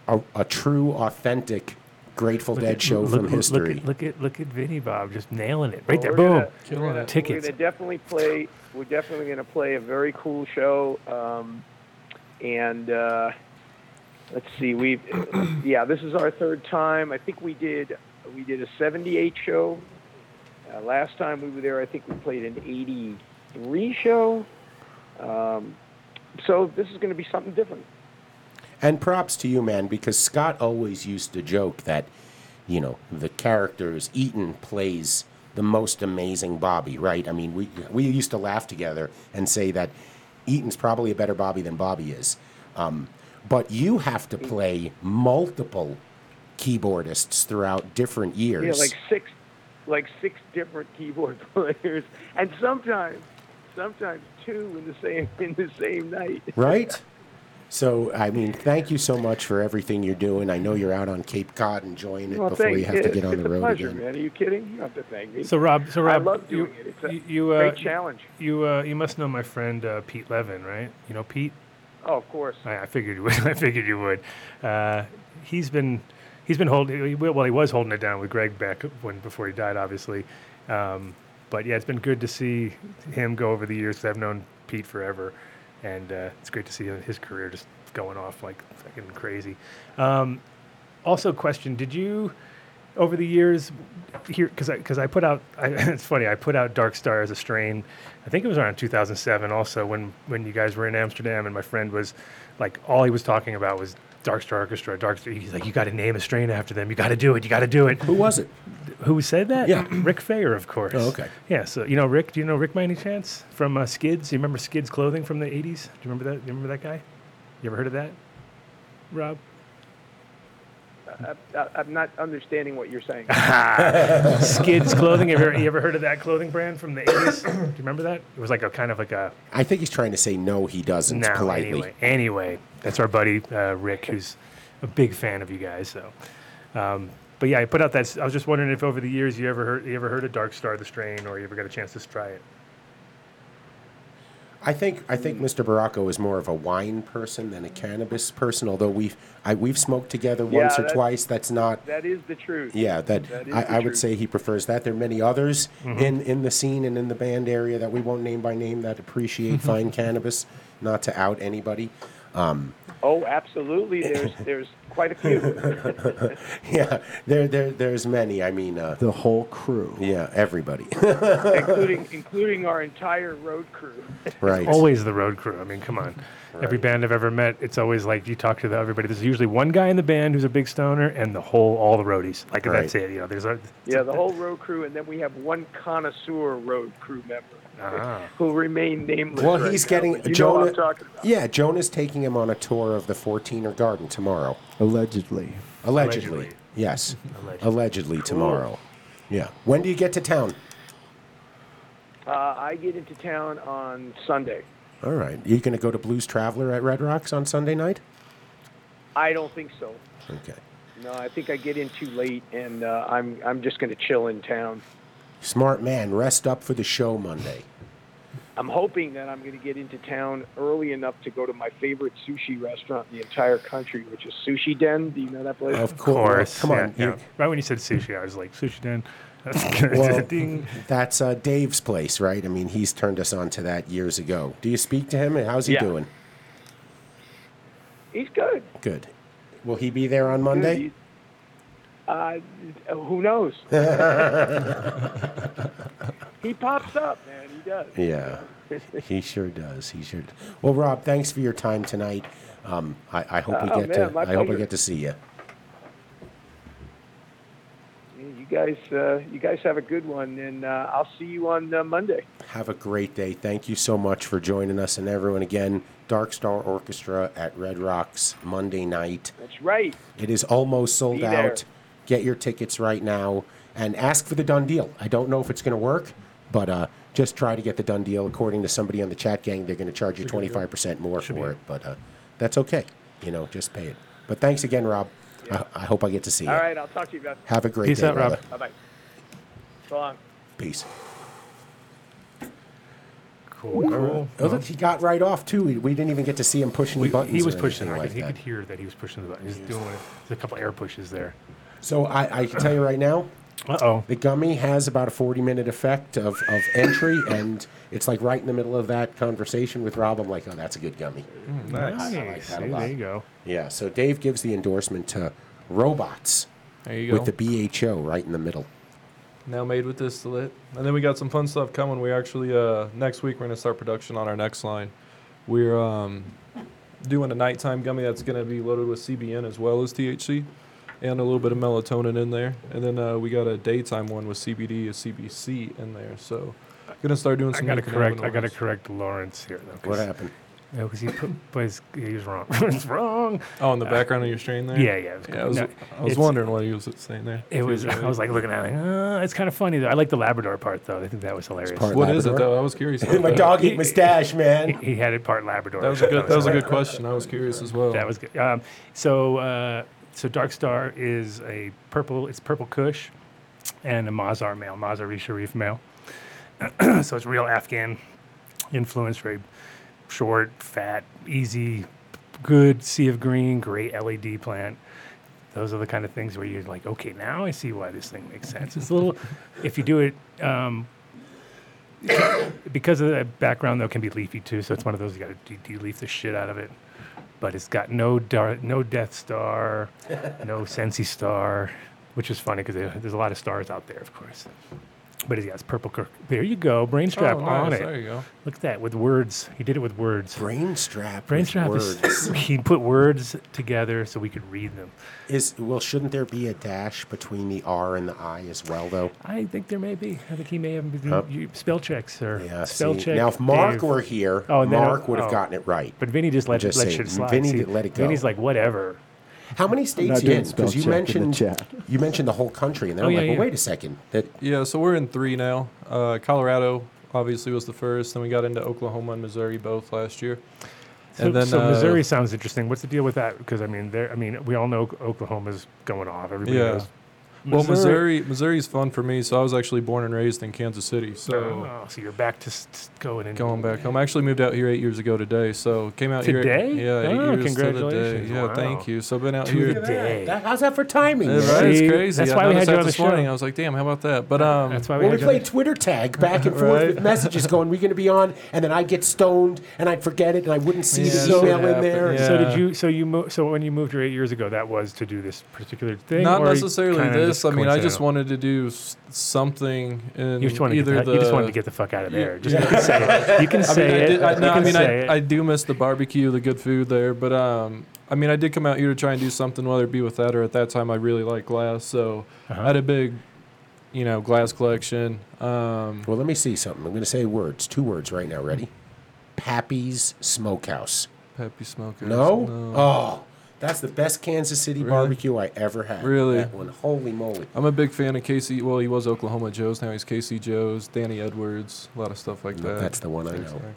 a, a true, authentic Grateful Look Dead at- show look- from look- history. Look at, look at look at Vinny Bob just nailing it right there. Oh, We're Boom. gonna- we're gonna- We're Tickets. going to definitely play. We're definitely going to play a very cool show. Um, and uh, let's see, we, yeah, this is our third time. I think we did we did a '78 show. Uh, last time we were there, I think we played an '83 show. Um, so this is going to be something different. And props to you, man, because Scott always used to joke that, you know, the characters Eaton plays the most amazing Bobby, right? I mean, we we used to laugh together and say that Eaton's probably a better Bobby than Bobby is. Um, but you have to play multiple keyboardists throughout different years. Yeah, like six, like six different keyboard players, and sometimes, sometimes two in the same in the same night. right? So, I mean, thank you so much for everything you're doing. I know you're out on Cape Cod enjoying it Well, before thank you have to it's- get on it's the a road pleasure, again. Man, are you kidding? You don't have to thank me. So Rob, so Rob, I love doing you, it. It's a you, you, uh, great challenge. You, uh, you must know my friend uh, Pete Levin, right? You know Pete. Oh, of course. I, I figured you would. I figured you would. Uh, he's been he's been holding well. He was holding it down with Greg Beck when before he died, obviously. Um, but yeah, it's been good to see him go over the years. 'cause I've known Pete forever, and uh, it's great to see his career just going off like fucking crazy. Um, also, question: Did you? over the years here because I because I put out I, it's funny I put out Dark Star as a strain. I think it was around 2007 also when when you guys were in Amsterdam and my friend was like all he was talking about was Dark Star Orchestra. Dark Star. He's like you got to name a strain after them. You got to do it. You got to do it. Who was it? Who said that? Yeah. Rick Fayer, of course. Oh, okay. Yeah. So you know Rick? Do you know Rick by any chance from uh, Skids? You remember Skids clothing from the 80s? Do you remember that? You remember that guy? You ever heard of that? Rob. I, I, I'm not understanding what you're saying. Skids clothing. Have you ever, you ever heard of that clothing brand from the 80s? Do you remember that? It was like a kind of like a I think he's trying to say no, he doesn't now. politely. Anyway, anyway, that's our buddy uh, Rick, who's a big fan of you guys. So, um, but yeah, I put out that. s- I was just wondering if over the years you ever heard you ever heard of Dark Star the Strain, or you ever got a chance to try it. I think I think Mr. Baracco is more of a wine person than a cannabis person. Although we've I, we've smoked together Yeah, once or that's- twice. That's not. that is the truth. Yeah, that, That is I, the I would truth. Mm-hmm. say he prefers that. There are many others in, in the scene and in the band area that we won't name by name that appreciate fine cannabis. Not to out anybody. Oh, absolutely. There's there's quite a few. Yeah, there there there's many. I mean, uh, The whole crew. yeah, everybody. including including our entire road crew. right. Always the road crew. I mean, come on. Every band I've ever met, it's always like you talk to the, everybody. There's usually one guy in the band who's a big stoner, and the whole all the roadies. Like that's Right. it. You know, there's a Yeah, the whole road crew, and then we have one connoisseur road crew member Ah. who'll remain nameless. Well, right he's now, getting but you know what Jonah. I'm talking about. Yeah, Jonah's taking him on a tour of the 14er Garden tomorrow. Allegedly. Allegedly. Allegedly. Yes. Allegedly, Allegedly. tomorrow. Yeah. When do you get to town? Uh, I get into town on Sunday. All right. You going to go to Blues Traveler at Red Rocks on Sunday night? I don't think so. Okay. No, I think I get in too late, and uh, I'm I'm just going to chill in town. Smart man, rest up for the show Monday. I'm hoping that I'm going to get into town early enough to go to my favorite sushi restaurant in the entire country, which is Sushi Den. Do you know that place? Of course. course. Come yeah, on. yeah. you- Right when you said sushi, I was like, sushi den. Well, Ding. that's uh, Dave's place, right? I mean, he's turned us on to that years ago. Do you speak to him? And How's he Yeah. doing? He's good. Good. Will he be there on Good. Monday? He's- Uh, who knows? he pops up, man. He does. Yeah, he sure does. He sure. d Well, Rob, thanks for your time tonight. Um, I, I hope we Oh, get man, to. my I hope I pleasure. get to see you. Yeah, You guys, uh, you guys have a good one, and uh, I'll see you on uh, Monday. Have a great day. Thank you so much for joining us and everyone again. Dark Star Orchestra at Red Rocks Monday night. That's right. It is almost sold Be there. out. Get your tickets right now and ask for the done deal. I don't know if it's going to work, but uh, just try to get the done deal. According to somebody on the chat gang, they're going to charge you 25% more for it, but uh, that's okay. You know, just pay it. But thanks again, Rob. I, I hope I get to see you. All right, I'll talk to you guys. Have a great Peace day. out, Rob. brother. Bye bye. So long. Peace. Cool. cool. Oh, look, he got right off, too. We, we didn't even get to see him pushing the buttons. he was or pushing. anything the I like could, he that. could hear that he was pushing the button. He was doing it. There's a couple air pushes there. So I, I can tell you right now, Uh oh. the gummy has about a 40 minute effect of, of entry, and it's like right in the middle of that conversation with Rob. I'm like, oh, that's a good gummy. Nice. that a there lot. you go. Yeah, so Dave gives the endorsement to robots There you go. with the BHO right in the middle. now made with distillate. And then we got some fun stuff coming. We actually uh, next week we're gonna start production on our next line. We're um, doing a nighttime gummy that's gonna be loaded with CBN as well as THC, and a little bit of melatonin in there. And then uh, we got a daytime one with CBD and CBC in there. So gonna start doing I some. gotta correct. I gotta endocannabinoids. correct Lawrence here though. 'cause What happened? No, because he put, but he's- he was wrong. it's wrong. Oh, in the background of your stream there. Uh, Yeah, yeah. It was, Yeah, I was, no, I was it's- wondering what he was saying there. It was. I was like looking at it. Like, uh, it's kind of funny though. I like the Labrador part though. I think that was hilarious. part- What is it Labrador. though? I was curious. about My that. dog eat mustache, man. he had it part Labrador. That was a good. That was a hilarious. good question. I was curious as well. That was good. Um, so, uh, so Dark Star is a purple. It's purple Kush, and a Mazar male, Mazari Sharif male. so it's real Afghan influence. Very short, fat, easy, good sea of green, great LED plant. Those are the kind of things where you're like, okay, now I see why this thing makes sense. It's a little, if you do it um, because of that background though it can be leafy too so it's one of those you gotta de- de-leaf the shit out of it but it's got no dar- no death star no sensi star which is funny because there's a lot of stars out there of course but it's- yeah, it's purple kirk there you go brainstrap Oh, on nice. it There you go. look at that with words he did it with words Brainstrap. brainstrap Brainstrap is, is he put words together so we could read them is well. Shouldn't there be a dash between the R and the I as well, though? i think there may be i think he may have been Huh? you, spell checks or Yeah. spell see. check Now, if Mark Dave. were here, Oh, and then- Mark would have oh. gotten it right. but Vinny just let, Just let say, shit slide. Vinny See, did- let it go. Vinny's like, whatever. How many states not you doing in? Because spell you check in the mentioned chat. you mentioned the whole country, and they're Oh, like, yeah, "Well, yeah. wait a second. That Yeah. So we're in three now. Uh, Colorado obviously was the first. Then we got into Oklahoma and Missouri both last year. So, And then so uh, Missouri sounds interesting. What's the deal with that? Because I mean, there. I mean, we all know Oklahoma's going off. Everybody Yeah. knows. Well, Missouri, Missouri's fun for me. So I was actually born and raised in Kansas City. So Oh, so you're back to s- s- going and going back home, I actually moved out here eight years ago today. So came out Today? here. Yeah, eight Oh, years to the congratulations. day. Yeah, Wow. thank you. So been out to here the day. That- how's that for timing? Yeah, man? right? See, It's crazy. that's I why we had noticed you that on this the morning. show. I was like, damn, how about that? But um, That's why we Well, we had you on played Twitter tag back and forth with Right. messages going, "We're going to be on," and then I'd get stoned, and I'd forget it, and I wouldn't see Yeah, the so- email in there. the- So Yeah. did you? So you? Mo- so when you moved here eight years ago, that was to do this particular thing. Not or you necessarily kinda this. I mean, I just coincidental? wanted to do s- something in You just wanted to either get the, the. you just wanted to get the fuck out of there. Just you can say it. You can I mean, say I, it. did, I, You no, I can mean, say I, it. I do miss the barbecue, the good food there, but um, I mean, I did come out here to try and do something, whether it be with that or at that time I really liked glass, so Uh-huh. I had a big, you know, glass collection. Um, Well, let me see something. I'm going to say words, two words right now. Ready? Pappy's Smokehouse. Peppy Smokers. No? Oh, that's the best Kansas City Really? barbecue I ever had. Really? That one. Holy moly. I'm a big fan of Casey. Well, he was Oklahoma Joe's. Now he's Casey Joe's, Danny Edwards, a lot of stuff like No, that. that's the one I know. Exactly.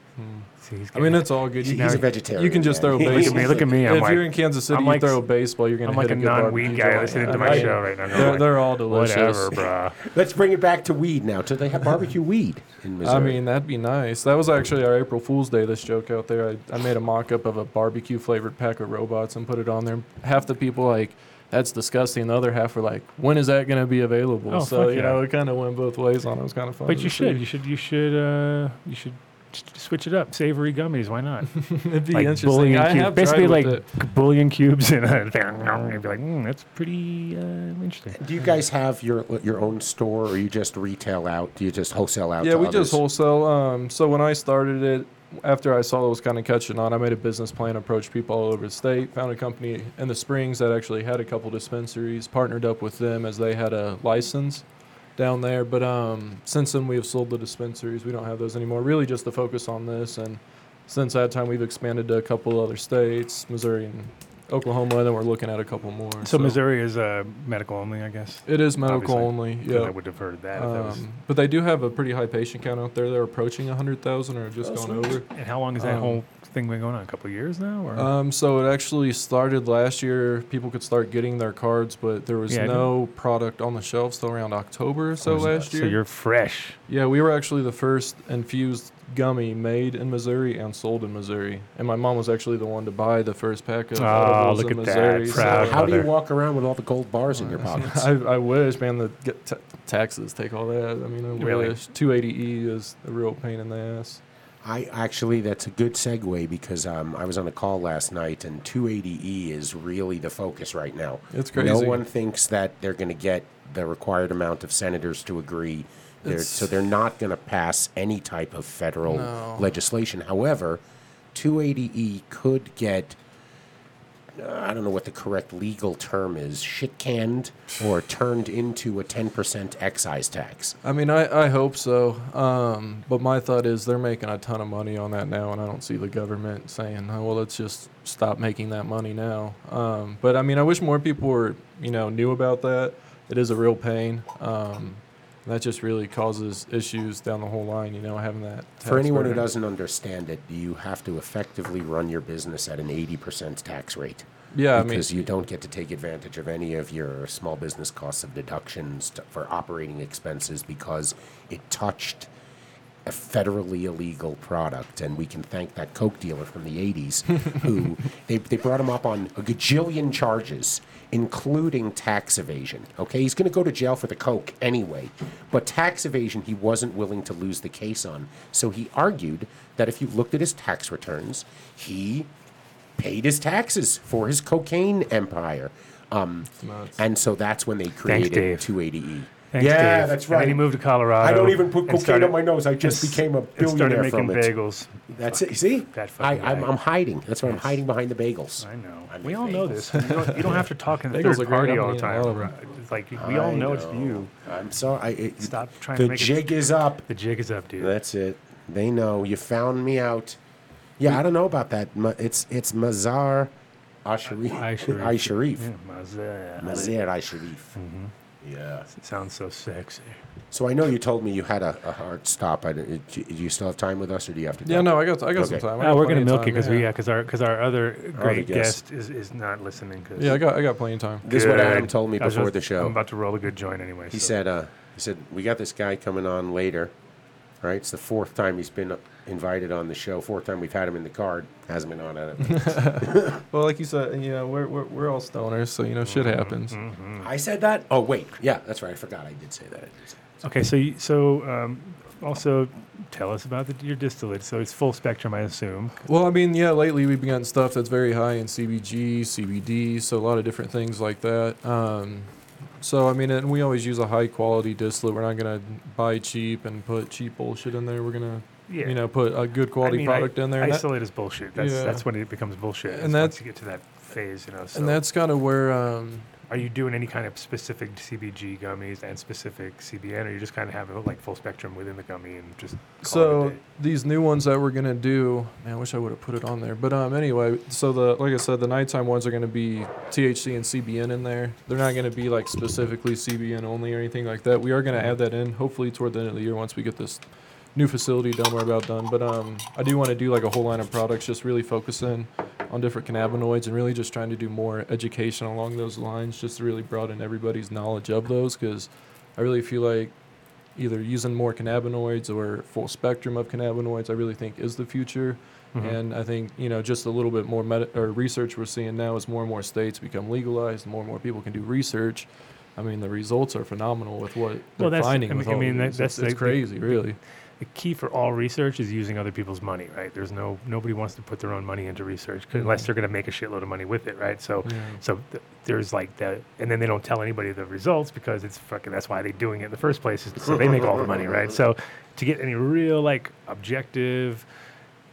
See, he's I mean, getting- it's all good. You, He's a you vegetarian. can just man. throw look at baseball. me. Look at me. I'm if like, you're in Kansas City, I'm you like- throw baseball, you're gonna I'm hit like a a good non-weed barbecue guy joint. listening to I my mean, show right now. They're, they're all delicious. Whatever, bruh. Let's bring it back to weed now. Do they have barbecue weed in Missouri? I mean, that'd be nice. That was actually our April Fool's Day. This joke out there. I, I made a mock-up of a barbecue flavored pack of robots and put it on there. Half the people like, "That's disgusting." The other half were like, "When is that gonna be available?" Oh, so fuck you know, yeah. it kind of went both ways on. It It was kind of fun. But to you see. should. You should. You should. Uh, you should s- switch it up. Savory gummies. Why not? It'd be like interesting. I cubes. have Basically, tried like with it. bullion cubes in a thing. You'd be like, mm, that's pretty uh, interesting. do you guys have your your own store, or you just retail out? Do you just wholesale out? Yeah, to we others? just wholesale. Um, so when I started it, after I saw it was kind of catching on, I made a business plan, approached people all over the state, found a company in the Springs that actually had a couple dispensaries, partnered up with them as they had a license down there. But um, since then, we have sold the dispensaries. We don't have those anymore. Really, just to focus on this. And since that time, we've expanded to a couple other states, Missouri and Oklahoma, and then we're looking at a couple more. So, Missouri is uh, medical only, I guess. It is medical Obviously. only. 'Cause Yeah. I would have heard that. if that was, Um, but they do have a pretty high patient count out there. They're approaching 100,000 or have just gone over. and how long has that um, whole thing been going on? A couple of years now, or Um, so it actually started last year. People could start getting their cards, but there was Yeah, I didn't- Oh, no product on the shelves till around October or so last so year. you're fresh. yeah, we were actually the first infused gummy made in Missouri and sold in Missouri. And my mom was actually the one to buy the first pack of Oh, edibles look in at that. Missouri. Proud How do you Mother. walk around with all the gold bars in your pockets? I, I wish, man. The get ta taxes take all that. I mean, I Really? wish. 280E is a real pain in the ass. I actually, that's a good segue because um, I was on a call last night, and 280e is really the focus right now. It's No crazy. one thinks that they're going to get the required amount of senators to agree, They're- It's- so they're not going to pass any type of federal No. legislation. However, 280e could get E uh, I don't know what the correct legal term is, shit canned or turned into a 10% excise tax. I mean, I, I hope so. Um, but my thought is they're making a ton of money on that now, and I don't see the government saying, oh, well, let's just stop making that money now. Um, but I mean, I wish more people were, you know, knew about that. It is a real pain. Um, and that just really causes issues down the whole line, you know, having that. For tax anyone who burden. doesn't understand it, you have to effectively run your business at an 80% tax rate. Yeah, I mean- because you don't get to take advantage of any of your small business costs of deductions t- for operating expenses because it touched a federally illegal product. And we can thank that Coke dealer from the 80s who they, they brought him up on a gajillion charges, including tax evasion. Okay, he's going to go to jail for the Coke anyway. But tax evasion, he wasn't willing to lose the case on. So he argued that if you looked at his tax returns, he paid his taxes for his cocaine empire. Um, nuts. and so that's when they created E. Dave. 280E. Thanks, yeah, Dave. that's And right. then he moved to Colorado. I don't even put and cocaine started- on my nose. I just and s- became a and billionaire started making from it. bagels. That's it. See, That I, fucking I'm, guy. I'm hiding. That's why I'm hiding behind the bagels. I know. I we make all know bagels. this. You don't, you don't have to talk in Bagels third are great party all company the in all time. of 'em. right? It's like we all I know, it's know. you. I'm sorry. I, it, Stop trying the to make it- jig is up. The jig is up, dude. That's it. They know you found me out. Yeah, I don't know about that. Ma- It's it's Mazar, Asharif. Asharif. Asharif. Yeah, Mm-hmm. Mazza. Mazar Asharif. Yeah. Sounds so sexy. So I know you told me you had a, a hard stop. I, do you still have time with us, or do you have to? Yeah, go? no, I got, I got Okay. some time. I Oh, got we're gonna plenty of milk time, it because we yeah, because our because our other great guest. guest, is, is not listening. Cause Yeah, I got, I got plenty of time. This is what Adam Good. told me I was before just- the show. I'm about to roll a good joint anyway. He so- said, uh, he said, we got this guy coming on later, right? It's the fourth time he's been invited on the show. Fourth time we've had him in the card. Hasn't been on at it. Well, like you said, you know, we're, we're, we're all stoners, so, you know, shit Mm-hmm. happens. I said that. Oh wait, yeah, that's right. I forgot. I did say that. I did say Okay, so you, so um, also tell us about the, your distillate. So it's full spectrum, I assume. Well, I mean, yeah, lately we've gotten stuff that's very high in CBG, CBD, so a lot of different things like that. Um, so, I mean, and we always use a high quality distillate. We're not going to buy cheap and put cheap bullshit in there. We're going to, Yeah. you know, put a good quality I mean, product I- in there. And, that, Isolate is bullshit. That's Yeah. that's when it becomes bullshit. And And that's- once you get to that phase, you know. So and that's kind of where, um, are you doing any kind of specific CBG gummies and specific CBN, or you just kind of have a, like full spectrum within the gummy and just call it a so day? these new ones that we're going to do, man, I wish I would have put it on there. But um, anyway, so the, like I said, the nighttime ones are going to be THC and CBN in there. They're not going to be like specifically CBN only or anything like that. We are going to add that in, hopefully toward the end of the year once we get this new facility done we're about done but um, i do want to do like a whole line of products just really focusing on different cannabinoids and really just trying to do more education along those lines just to really broaden everybody's knowledge of those because i really feel like either using more cannabinoids or full spectrum of cannabinoids i really think is the future Mm-hmm. and i think you know just a little bit more meta- or research we're seeing now as more and more states become legalized more and more people can do research i mean the results are phenomenal with what they're that's- finding I mean- with I all mean, that- these. that's it's, it's the- crazy really the key for all research is using other people's money, right? There's no nobody wants to put their own money into research Mm-hmm. 'cause- unless they're going to make a shitload of money with it, right? So, so th- there's like that, and then they don't tell anybody the results because it's fucking. That's why they're doing it in the first place. is So they make all the money, right? So, to get any real like objective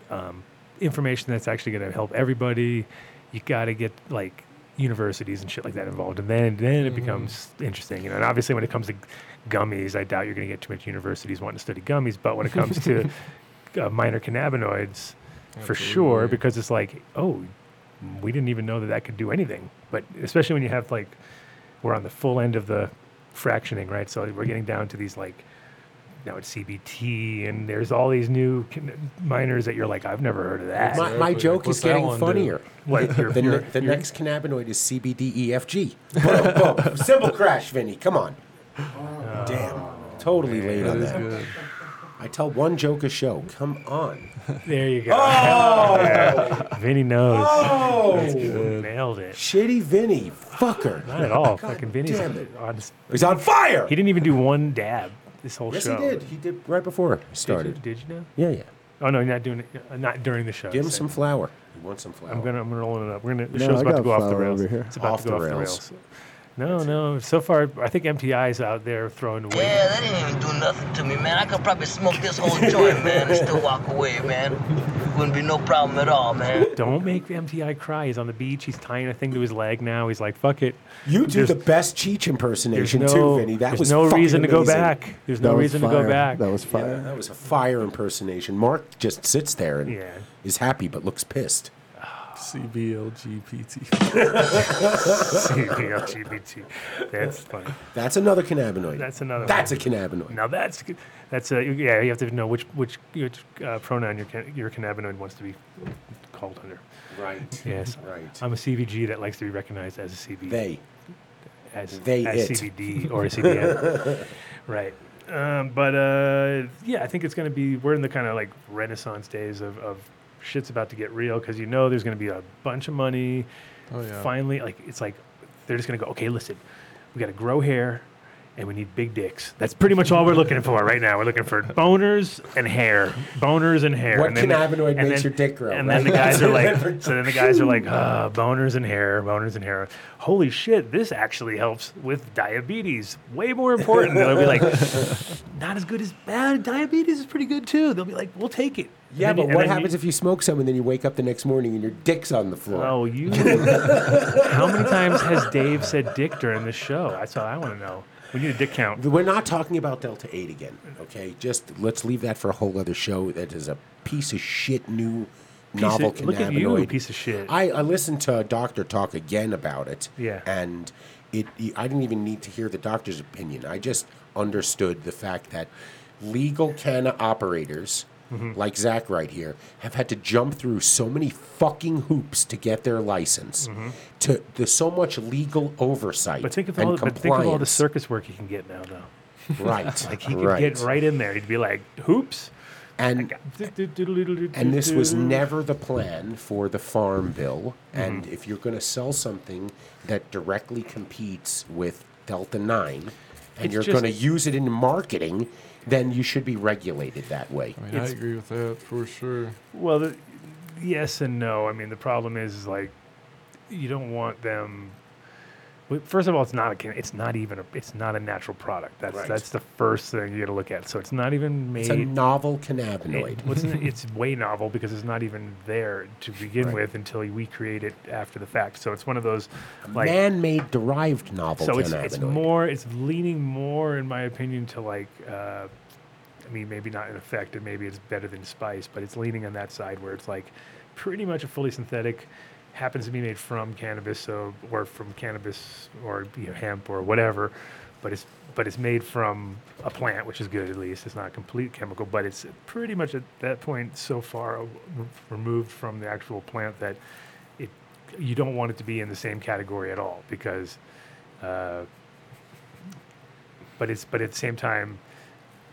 um, information that's actually going to help everybody, you got to get like universities and shit like that involved, and then then it becomes interesting. You know, and obviously when it comes to g- gummies, I doubt you're going to get too much universities wanting to study gummies, but when it comes to uh, minor cannabinoids, for sure, Absolutely. because it's like, oh, we didn't even know that that could do anything. But especially when you have like, we're on the full end of the fractioning, right? So we're getting down to these like now it's CBT, and there's all these new can- minors that you're like, I've never heard of that. that. My, my Exactly. joke What's is that getting one do? funnier. Like, you're- The, you're- ne- the next cannabinoid is CBDEFG. Boom, boom. Simple crash, Vinny. Come on. Damn. Totally late on that. good. I tell one joke a show. Come on. there you go. Oh! Yeah. Vinny knows. Nailed it. Shitty Vinny. Fucker. Not at all. God Fucking Vinny's damn it. on his- He's on fire. He didn't even do one dab this whole yes, show. he did. He did right before I Did you, started. did you know? Yeah, yeah. Oh no, you're not doing it. uh, Not during the show. Give him Same. some flour. You want some flour? I'm gonna I'm gonna roll it up. We're gonna the No, show's I about to got go off the flour rails. over here. It's about Off to the go off the rails. rails. No, no. So far, I think MTI's out there throwing away. Yeah, that didn't even do nothing to me, man. I could probably smoke this whole joint, man, and still walk away, man. Wouldn't be no problem at all, man. Don't make MTI cry. He's on the beach. He's tying a thing to his leg now. He's like, fuck it. You do There's- the best Cheech There's impersonation no, too, Vinny. That there's was no fucking reason to go amazing. Uh, back. There's That no was reason to fire. go back. That was fire. That was a fire impersonation. Mark just sits there and Yeah. is happy but looks pissed. CBLGPT. CBLGBT. That's funny. That's another cannabinoid. That's another one. That's a cannabinoid. Now that's good- that's a yeah. You have to know which which which uh, pronoun your can, your cannabinoid wants to be called under. Right. Yes. Right. I'm a CVG that likes to be recognized as a CB. They. as, They as it. CBD or a CBN. right. Um, but uh, yeah, I think it's going to be, we're in the kind of like renaissance days of, of shit's about to get real because you know there's going to be a bunch of money. Oh, yeah. Finally, like, it's like they're just going to go, okay, listen, we got to grow hair and we need big dicks. That's pretty much all we're looking for right now. We're looking for boners and hair. Boners and hair. What and then- cannabinoid and makes your dick grow, And right? then the guys are like, so then the guys are like, uh, boners and hair, boners and hair. Holy shit, this actually helps with diabetes. Way more important. They'll be like, not as good as bad. Diabetes is pretty good too. They'll be like, we'll take it. And Yeah, then you- but and what then happens you, if you smoke some and then you wake up the next morning and your dick's on the floor? Oh, you. how many times has Dave said dick during this show? That's all I want to know. We need a dick count. We're not talking about Delta 8 again, okay? Just let's leave that for a whole other show that is a piece of shit new Piece of- novel look at cannabinoid. you, piece of shit. I, I listened to a doctor talk again about it. Yeah. And it, I didn't even need to hear the doctor's opinion. I just understood the fact that legal canna operators, Mm-hmm. like Zach right here, have had to jump through so many fucking hoops to get their license. To there's so much legal oversight. Mm-hmm. but think of and all. But think of all the compliance. circus work he can get now, though. Right. Like he could right. get right in there. He'd be like, hoops. And and this was never the plan for the farm bill. And if you're going to sell something that directly competes with Delta 9 and It's you're just- going to use it in marketing, then you should be regulated that way. I mean, I agree with that for sure. Well, the, yes and no. I mean, the problem is, is like you don't want them. well, First of all, it's not a. can- It's not even a. It's not a natural product. That's Right. that's the first thing you got to look at. So it's not even made. It's a novel it- cannabinoid. what's n- it's way novel because it's not even there to begin with until we create it after the fact. So it's one of those like Man-made derived novel so it's cannabinoid. it's more it's leaning more in my opinion to like uh, I mean maybe not in effect and maybe it's better than spice but it's leaning on that side where it's like pretty much a fully synthetic happens to be made from cannabis so or from cannabis or you know, hemp or whatever but it's but it's made from a plant which is good at least it's not complete chemical but it's pretty much at that point so far w- removed from the actual plant that it you don't want it to be in the same category at all because uh, but it's but at the same time,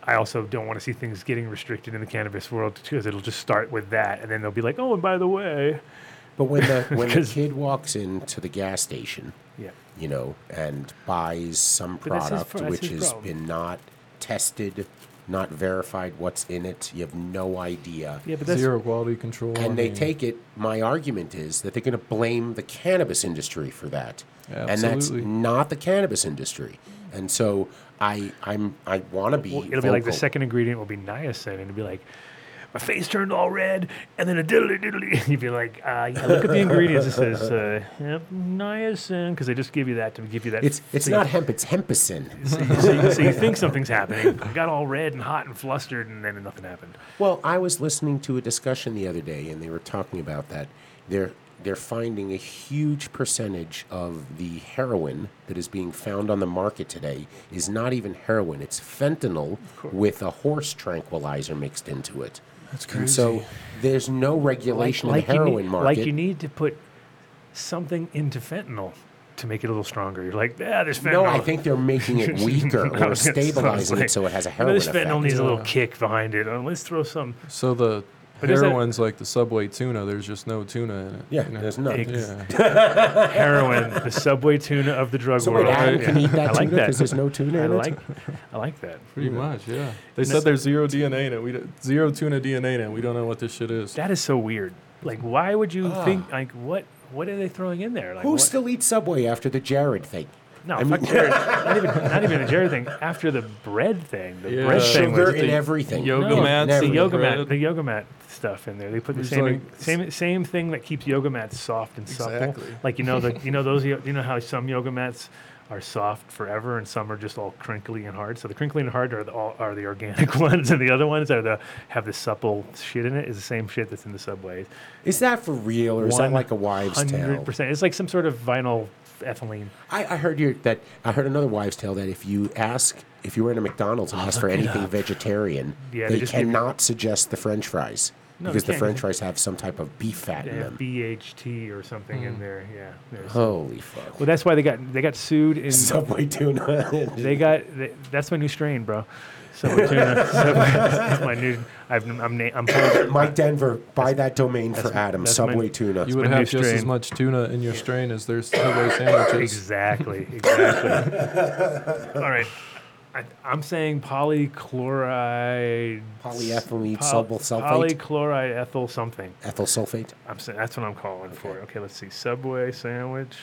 I also don't want to see things getting restricted in the cannabis world because it'll just start with that, and then they'll be like, oh, and by the way, But when the, when the 'Cause- kid walks into the gas station, yeah, you know, and buys some But that's his product pro- that's which his has problem. been not tested, not verified what's in it. You have no idea. yeah, but that's Zero quality control. I And they mean, take it. My argument is that they're going to blame the cannabis industry for that, and that's Absolutely. not the cannabis industry. And so I, I'm, I want to be. well, it'll be like the vocal. second ingredient will be niacin, and it'll be like. My face turned all red, and then a diddly diddly. You'd be like, uh, yeah, look at the ingredients. It says uh, hemp niacin, because they just give you that to give you that. It's it's so you- not hemp. It's hempicin. So you, so, you, so you think something's happening. I got all red and hot and flustered, and then nothing happened. Well, I was listening to a discussion the other day, and they were talking about that. They're they're finding a huge percentage of the heroin that is being found on the market today is not even heroin; it's fentanyl with a horse tranquilizer mixed into it. That's crazy. And so there's no regulation in the you heroin need, market. Like you need to put something into fentanyl to make it a little stronger. You're like, yeah, there's fentanyl. no, I think they're making it weaker I was or gonna- I was stabilizing like, it so it has a "No, heroin This fentanyl effect. needs a little kick behind it. Uh, Let's throw some. So the But is that- heroin's like the Subway tuna. There's just no tuna in it. Yeah, you know? there's none. Ex- Yeah. Heroin, the subway tuna of the drug So wait, world. Adam Yeah. can eat I that like tuna that. because there's no tuna I in it. like, I like that. Pretty much, yeah. They said there's zero DNA in it. We d- zero tuna DNA in it. We don't know what this shit is. That is so weird. Like, why would you think? Like, what? What are they throwing in there? Like, Who what- still eats Subway after the Jared thing? No, fuck Jared. not even not even a Jared thing. After the bread thing, the Yeah. bread thing Sugar was in the everything. yoga No, mats never. the and yoga bread. mat, the yoga mat stuff in there. They put the It's same like- same same thing that keeps yoga mats soft and supple. Exactly. Like you know the you know those yo- you know how some yoga mats are soft forever and some are just all crinkly and hard. So the crinkly and hard are the all, are the organic ones, and the other ones are the have the supple shit in it. Is the same shit that's in the subways. Is that for real or is that like a wives' Hundred tale? percent. It's like some sort of vinyl ethylene. I, I heard you that I heard another wives' tale that if you ask if you were in a McDonald's Oh, and ask for anything vegetarian, Yeah, they they just give you- cannot suggest the French fries No, because they the can't. French fries have some type of beef fat They in have them. BHT or something Mm. in there. Yeah. there's- Holy fuck! Well, that's why they got they got sued in Subway tuna. They got they, that's my new strain, bro. Subway tuna. Subway, that's my new. I've, I'm na- I'm pulling- Mike Denver, buy that domain for Adam. that's my- Subway tuna. You would my new have just as strain. much tuna in your strain as there's Subway sandwiches. exactly. Exactly. All right. I, I'm saying polychloride. poly- Polyethylene subble sulfate. Polychloride ethyl something. Ethyl sulfate. I'm saying that's what I'm calling for. Okay, let's see. Subway sandwich.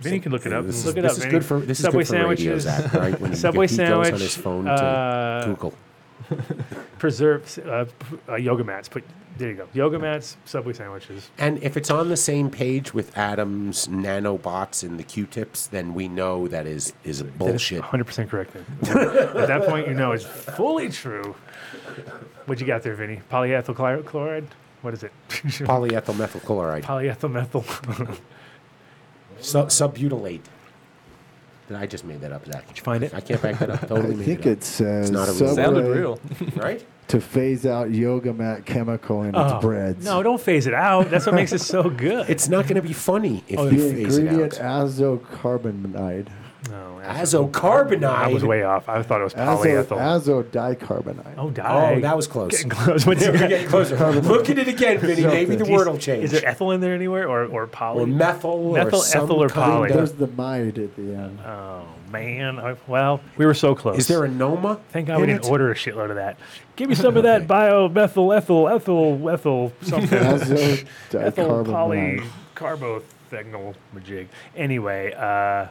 Vinny can look it up. This is, look it this up. is Vinny. good for this Subway is good for radio, sandwiches. Zach, right? When he- Subway he goes on sandwich, his phone to uh, Google. preserves uh, p- uh, yoga mats. Put there you go. Yoga mats, subway sandwiches. And if it's on the same page with Adam's nanobots in the Q-tips, then we know that is is bullshit. Hundred percent correct. Then. At that point, you know it's fully true. What you got there, Vinny? Polyethyl chlor- chloride. What is it? Polyethyl methyl chloride, Polyethyl methyl. Did Su- subbutylate. Did I just made that up, Zach? you find it? I can't back that up. Totally I made it think it says not a real- Sounded Subway real. up, right? to phase out yoga mat chemical in Oh, its breads. No, don't phase it out. That's what makes it so good. It's not going to be funny if Oh, the you phase it ingredient out. azocarbonide. no, that's- Azocarbonide. I was way off. I thought it was Azo, polyethyl. azodicarbonide. oh, die. Oh, that was close. getting close. What's We're getting closer. Look at it again, Vinny. Maybe the Do you- word will change. Is there ethyl in there anywhere, or or poly? or methyl, Methyl, or some ethyl, or kind poly. of- There's the mide at the end. oh man. I- well, we were so close. Is there a NOMA? Thank God we in didn't it? order a shitload of that. Give me some of that biomethyl ethyl ethyl ethyl something ethyl poly Azodicarbonide. carbothegnal majig. Anyway, uh,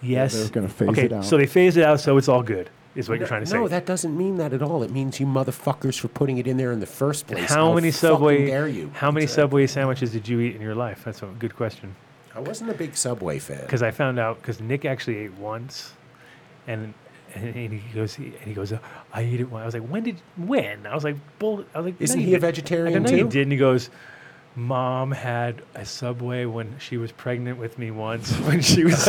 yes. they're gonna phase okay, it out. so they phase it out, so it's all good. Is what you're trying to No, say? that doesn't mean that at all. It means you motherfuckers for putting it in there in the first place. how many fucking subway? Dare you? How many subway sandwiches did you eat in your life? That's a good question. I wasn't a big Subway fan. because I found out because Nick actually ate once, and and he goes and he goes, I ate it. Once. I was like, when did when? I was like, bull. I was like, "No, Isn't you he a didn't." I go, vegetarian no, you too? didn't. He goes. Mom had a Subway when she was pregnant with me once when she was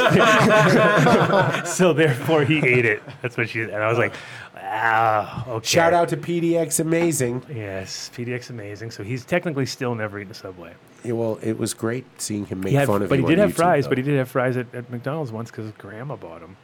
so therefore he ate it. That's what she and I was like, ah, okay. Shout out to PDX Amazing. Yes, PDX amazing. So he's technically still never eaten a Subway. Yeah, well, it was great seeing him make He had, fun of but you he did on have YouTube, fries. though. But he did have fries at, at McDonald's once because Grandma bought them.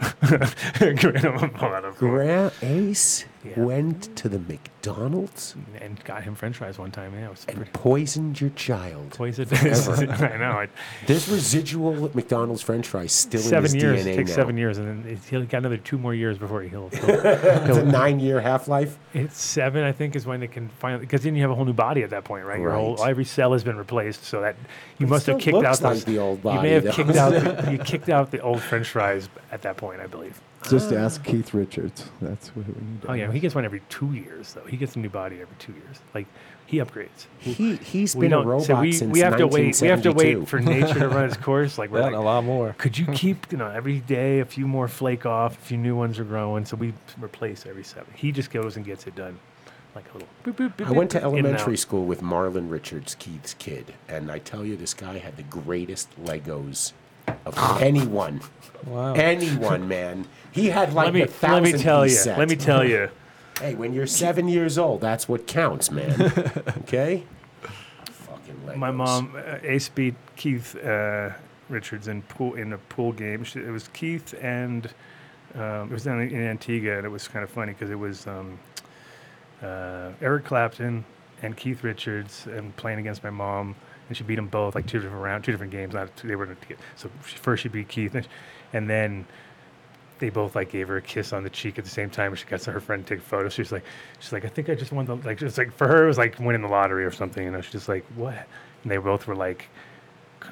grandma bought them Gra- Ace Yeah. went to the McDonald's and got him French fries one time. Yeah, it was and pretty poisoned your child. poisoned. I know. It, There's residual McDonald's French fries still in seven his years. DNA It takes now. seven years, and then he got another two more years before he'll. he'll It's a nine-year half-life. it's seven, I think, is when it can finally. Because then you have a whole new body at that point, right? Your whole Right. every cell has been replaced, so that you It must have still kicked out looks like those- the old You body, may have though. kicked out. The, you kicked out the old French fries at that point, I believe. Just ask Keith Richards. That's what we need. to Oh yeah, ask. he gets one every two years though. He gets a new body every two years. Like he upgrades. He he's We been a don't. robot so we, since we have to wait. We have to 1972. wait for nature to run its course. Like we're That and a like, lot more. could you keep you know every day a few more flake off, a few new ones are growing. So we replace every seven. He just goes and gets it done, like a little. Boop, boop, boop, I went boop, to in and out. elementary school with Marlon Richards, Keith's kid, and I tell you, this guy had the greatest Legos of Ah. anyone. Wow. Anyone, man. He had like Let me a let thousand me tell you. piece set. Let me tell you. hey, when you're seven years old, that's what counts, man. okay? Fucking Legos. My mom, uh, Ace beat Keith uh, Richards in pool in a pool game. She, it was Keith and um, it was down in Antigua, and it was kind of funny because it was um, uh, Eric Clapton and Keith Richards and playing against my mom, and she beat them both like two different rounds, two different games. Not they were so she, first she beat Keith, and, and then they both like gave her a kiss on the cheek at the same time. She got her friend to take photos. She's like, she's like, I think I just won the like. It's like for her, it was like winning the lottery or something. You know, she's just like, what? And they both were like,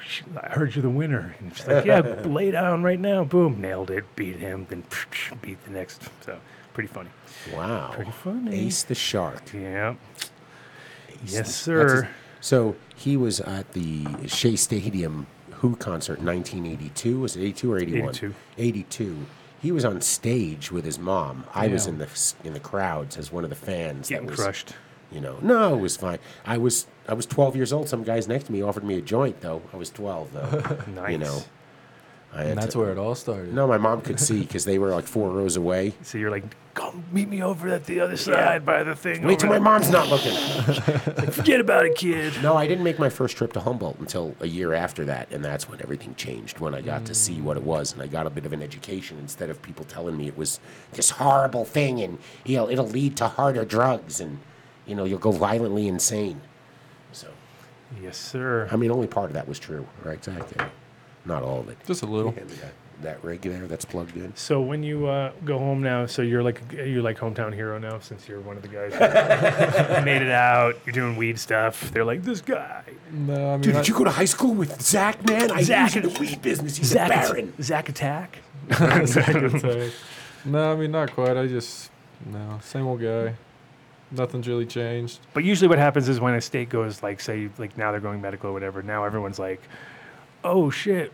"Sh- I heard you're the winner. And she's like, yeah, lay down right now. Boom, nailed it. Beat him, then beat the next. So pretty funny. Wow. Pretty funny. Ace the Shark. Yeah. Yes, That's his- sir. so he was at the Shea Stadium Who concert in 1982. Was it 82 or 81? 82. 82. He was on stage with his mom. I was Yeah. in the s- in the crowds as one of the fans. that Getting was, crushed. You know, no, it was fine. I was I was 12 years old. Some guys next to me offered me a joint though. I was 12 though. You Nice. know, I had And that's to- where it all started. no, my mom could see because they were like four rows away. So you're like, come meet me over at the other side by the thing. Wait till my over mom's not looking. there." Forget about it, kid. No, I didn't make my first trip to Humboldt until a year after that, and that's when everything changed. When I got to see what it was, and I got a bit of an education instead of people telling me it was this horrible thing, and you know it'll lead to harder drugs, and you know you'll go violently insane. So, Yes, sir. I mean, only part of that was true, right? Exactly, not all of it. Just a little. And that, that rig there that's plugged in. So when you uh, go home now, so you're like you're like hometown hero now since you're one of the guys that made it out. You're doing weed stuff. They're like this guy, No, I mean, Dude, I- did you go to high school with Zach, man? I Zach- Zach in the weed business. He's Zach. a baron. Zach Attack. no, I mean, not quite. I just, no, same old guy. Nothing's really changed. But usually, what happens is when a state goes like, say, like now they're going medical or whatever. Now everyone's like, "Oh shit,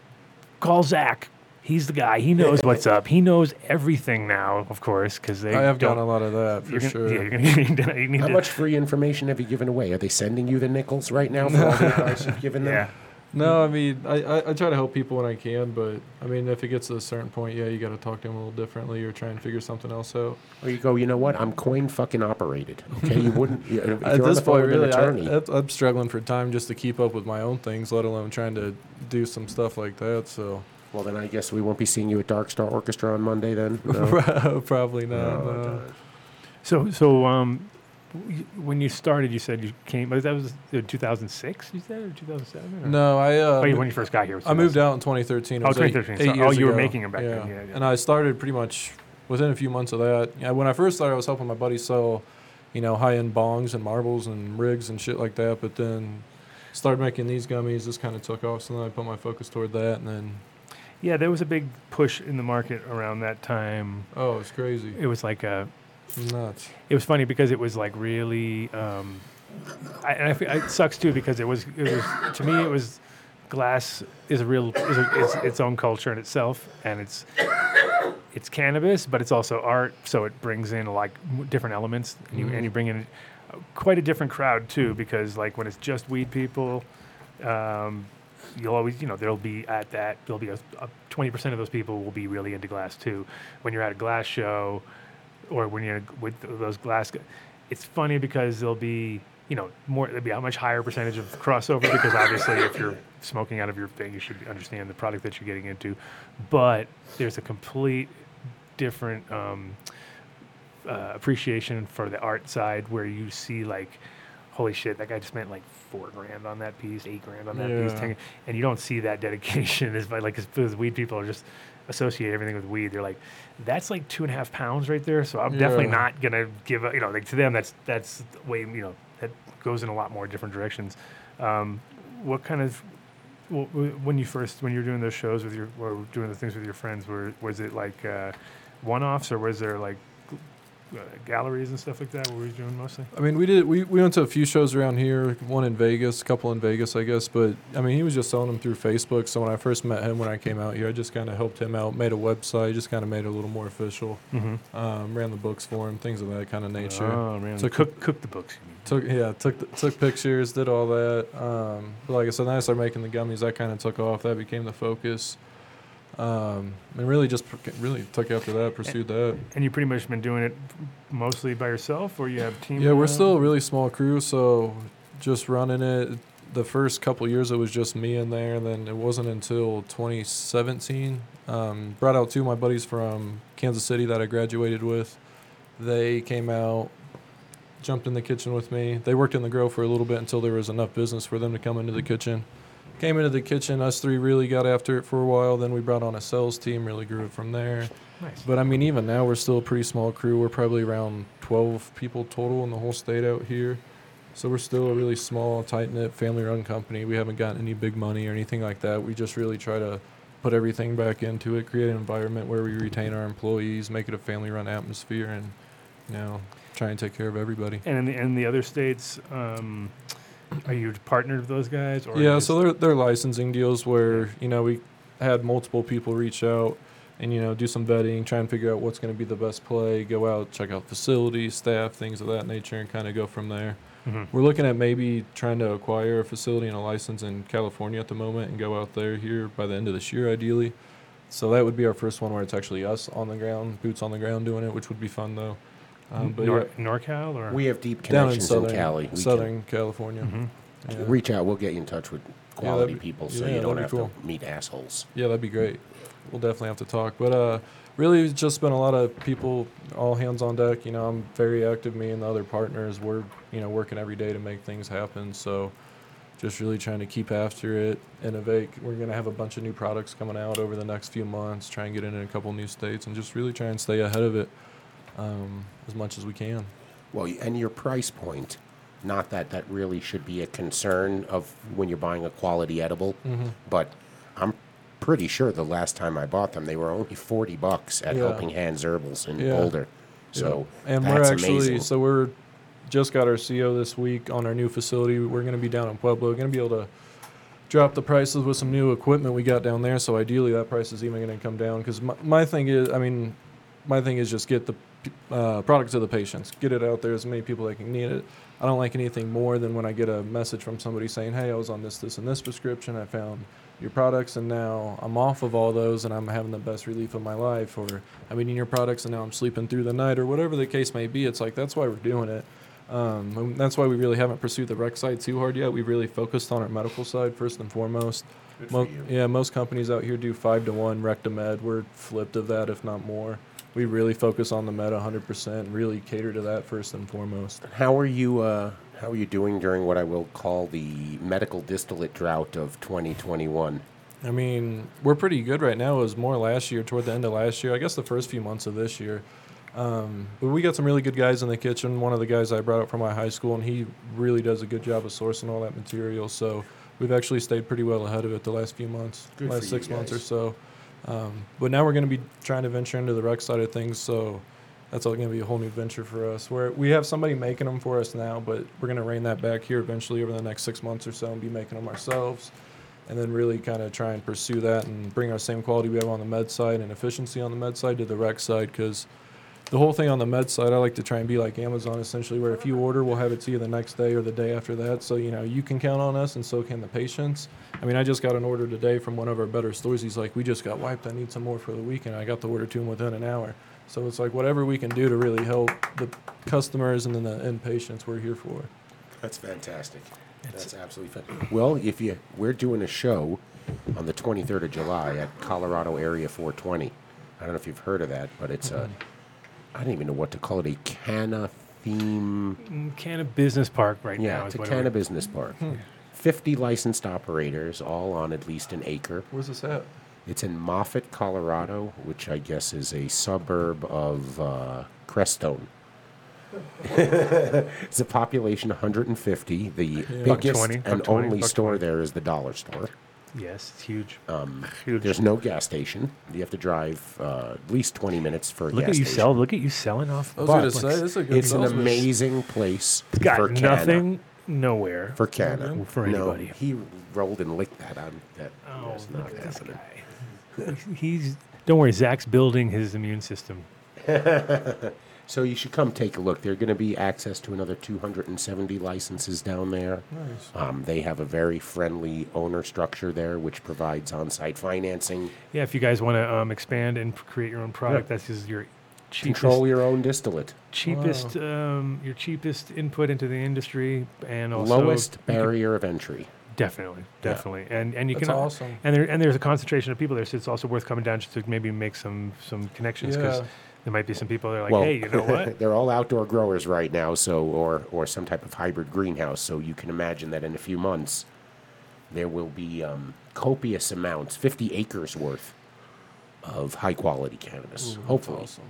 call Zach. He's the guy. He knows what's up. He knows everything now, of course, because they I have don't, done a lot of that for you're gonna- sure. Yeah, you're gonna need to, you need How to- much free information have you given away? Are they sending you the nickels right now for all the advice you've given them? Yeah, No, I mean, I, I, I try to help people when I can, but I mean, if it gets to a certain point, yeah, you got to talk to them a little differently or try and figure something else out. Or you go, you know what? I'm coin fucking operated. Okay, you wouldn't. You, if you're At on this the phone point, with an really, I, attorney, I'm- I'm struggling for time just to keep up with my own things, let alone trying to do some stuff like that. So well, then I guess we won't be seeing you at Dark Star Orchestra on Monday. Then No? Oh. probably not. No, it no. So, so um, w- when you started, you said you came. That was in 2006. You said or 2007. Or? No, I uh, Oh, yeah, when you first got here. it was I moved 2006. out in 2013. It Oh, was eight- 2013, Eight, sorry. Oh, years you were ago. making 'em back then. Yeah, yeah. And I started pretty much within a few months of that. Yeah, when I first started, I was helping my buddy sell, you know, high-end bongs and marbles and rigs and shit like that. But then started making these gummies. This kind of took off. So then I put my focus toward that. And then Yeah, there was a big push in the market around that time. oh, it's crazy, It was like a. nuts. It was funny because it was like really. Um, I, and I, fe- it sucks too because it was. It was to me. It was. Glass is a real is a, it's its own culture in itself, and it's it's cannabis, but it's also art. So it brings in like m- different elements, and you and you bring in uh, quite a different crowd too, because like when it's just weed people, um, you'll always you know there'll be at that there'll be a twenty percent of those people will be really into glass too. When you're at a glass show, or when you're with those glass, g- it's funny because there'll be you know more there'll be a much higher percentage of crossover because obviously if you're smoking out of your thing, you should understand the product that you're getting into. But there's a complete different um, uh, appreciation for the art side where you see like holy shit that guy just spent like four grand on that piece eight grand on that piece Yeah. 10, and you don't see that dedication as by like as, as weed people are just associate everything with weed they're like that's like two and a half pounds right there so i'm definitely Yeah. not gonna give a, you know like to them that's that's way you know that goes in a lot more different directions um, what kind of well, wh- when you first when you were doing those shows with your or doing the things with your friends were was it like uh, one-offs or was there like uh, galleries and stuff like that what were you doing mostly I mean, we did. We, we went to a few shows around here. One in Vegas, a couple in Vegas, I guess. But I mean, he was just selling them through Facebook. So when I first met him, when I came out here, I just kind of helped him out, made a website, just kind of made it a little more official. Mm-hmm. Um, ran the books for him, things of that kind of nature. Oh, man So so cook cook the books you mean. Took yeah, took the, took pictures, did all that. Um, but like I said, then I started making the gummies. That kind of took off. That became the focus. Um, and really just pr- really took after that, pursued that. and you pretty much been doing it mostly by yourself or you have team Yeah, we're around? still a really small crew, so just running it. The first couple years, it was just me in there, and then it wasn't until 2017. Um, brought out two of my buddies from Kansas City that I graduated with. They came out, jumped in the kitchen with me. They worked in the grow for a little bit until there was enough business for them to come into the kitchen. Came into the kitchen, us three really got after it for a while. Then we brought on a sales team, really grew it from there. nice But I mean, even now we're still a pretty small crew. We're probably around 12 people total in the whole state out here. So we're still a really small, tight knit, family run company. We haven't gotten any big money or anything like that. We just really try to put everything back into it, create an environment where we retain our employees, make it a family run atmosphere, and you know, try and take care of everybody. And in the, and the other states, um, are you partnered with those guys? Or yeah, is- so they're, they're licensing deals where, you know, we had multiple people reach out and, you know, do some vetting, try and figure out what's going to be the best play, go out, check out facilities, staff, things of that nature, and kind of go from Mhm. there. Mm-hmm. We're looking at maybe trying to acquire a facility and a license in California at the moment and go out there here by the end of this year, ideally. So that would be our first one where it's actually us on the ground, boots on the ground doing it, which would be fun though. Um, but Nor- yeah, NorCal or We have deep down in connections in, Southern, Cali. We Mm-hmm. Southern California. can Yeah. reach out. We'll get you in touch with quality be- people, yeah, so you that'd don't be have cool. to meet assholes. Yeah, that'd be great. We'll definitely have to talk. But uh, really, it's just been a lot of people, all hands on deck. You know, I'm very active. Me and the other partners, we're you know working every day to make things happen. So, just really trying to keep after it, innovate. We're gonna have a bunch of new products coming out over the next few months. Try and get in a couple new states, and just really try and stay ahead of it um, as much as we can. Well, y- and your price point. Not that that really should be a concern of when you're buying a quality edible, Mm-hmm. but I'm pretty sure the last time I bought them, they were only 40 bucks at Yeah. Helping Hands Herbals in Yeah. Boulder. So and we're that's actually amazing. so we're just got our CO this week on our new facility. We're going to be down in Pueblo. Going to be able to drop the prices with some new equipment we got down there. So ideally, that price is even going to come down. Because my, my thing is, I mean, my thing is just get the p- uh, product to the patients, get it out there as many people that can need it. I don't like anything more than when I get a message from somebody saying, "Hey, I was on this, this, and this prescription. I found your products, and now I'm off of all those, and I'm having the best relief of my life." Or I'm eating your products, and now I'm sleeping through the night, or whatever the case may be. It's like that's why we're doing it. Um, and that's why we really haven't pursued the rec side too hard yet. We've really focused on our medical side first and foremost. Mo- yeah, most companies out here do five to one rec to med. We're flipped of that, if not more. We really focus on the med 100% and really cater to that first and foremost. How are you? Uh, how are you doing during what I will call the medical distillate drought of 2021? I mean, we're pretty good right now. It was more last year, toward the end of last year. I guess the first few months of this year. Um, but we got some really good guys in the kitchen. One of the guys I brought up from my high school, and he really does a good job of sourcing all that material. So we've actually stayed pretty well ahead of it the last few months, Good for last you six months or guys. so. Um, but now we're going to be trying to venture into the rec side of things. So that's all going to be a whole new venture for us. Where we have somebody making them for us now, but we're going to rein that back here eventually over the next six months or so and be making them ourselves and then really kind of try and pursue that and bring our same quality we have on the med side and efficiency on the med side to the rec side because the whole thing on the med side i like to try and be like amazon essentially where if you order we'll have it to you the next day or the day after that so you know you can count on us and so can the patients i mean i just got an order today from one of our better stores he's like we just got wiped i need some more for the weekend i got the order to him within an hour so it's like whatever we can do to really help the customers and then the end patients we're here for That's fantastic. That's absolutely fantastic. Well, if you, we're doing a show on the 23rd of July at Colorado Area 420. I don't know if you've heard of that, but it's a, I don't even know what to call it, a canna theme. Mm, Canna Business Park right now Yeah, is it's a what it Hmm. would- canna business park. 50 licensed operators, all on at least an acre. where's this at It's in Moffat, Colorado, which I guess is a suburb of uh, Crestone. it's a population 150. The biggest 20, buck and 20, only buck store there is the dollar store. Yes, it's huge. huge. um, There's no gas station. You have to drive uh, at least 20 minutes for a look gas at you station. sell. Look at you selling off. I was gonna Bucks. say this is a good It's an sales pitch. amazing place It's got for Canna- nothing, nowhere. For Canada. For anybody. No, he rolled and licked that on. That, oh, that's look not at this happening. guy. He's don't worry. Zach's building his immune system. So you should come take a look. They're going to be access to another 270 licenses down there. Nice. Um, they have a very friendly owner structure there, which provides on-site financing. Yeah, if you guys want to um, expand and p- create your own product, that's just your cheapest, Control your own distillate. cheapest, um, your cheapest input into the industry, and also Lowest barrier of entry. Definitely, definitely, and and you That's can al- awesome. And there and there's a concentration of people there, so it's also worth coming down just to maybe make some some connections because Yeah. there might be some people that are like, well, hey, you know what? they're all outdoor growers right now, so or or some type of hybrid greenhouse. So you can imagine that in a few months, there will be um, copious amounts, 50 acres worth of high-quality cannabis. Ooh, that's hopefully, awesome.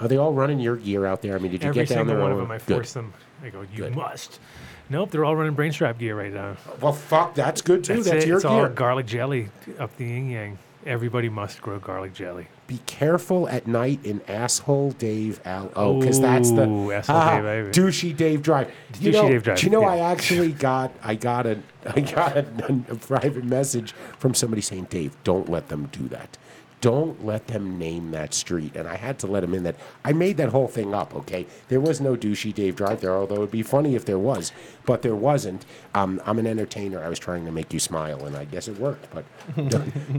Are they all running your gear out there? I mean, did you Every get down single there? one of or- them, I Good. force them. I go, you Good. must. Nope, they're all running Brainstrap gear right now. Well, fuck, that's good too. That's, it. your it's all gear. garlic jelly up the yin yang. Everybody must grow garlic jelly. Be careful at night in asshole Dave Al O, because that's the Ah, Ooh, Asshole Dave, baby. douchey Dave Drive. You Douchey know, Dave Drive, do you know, yeah. I actually got I got a I got a, a private message from somebody saying, Dave, don't let them do that. Don't let them name that street. And I had to let him in that. I made that whole thing up, okay? There was no douchey Dave Drive there, although it would be funny if there was, but there wasn't. Um, I'm an entertainer. I was trying to make you smile, and I guess it worked, but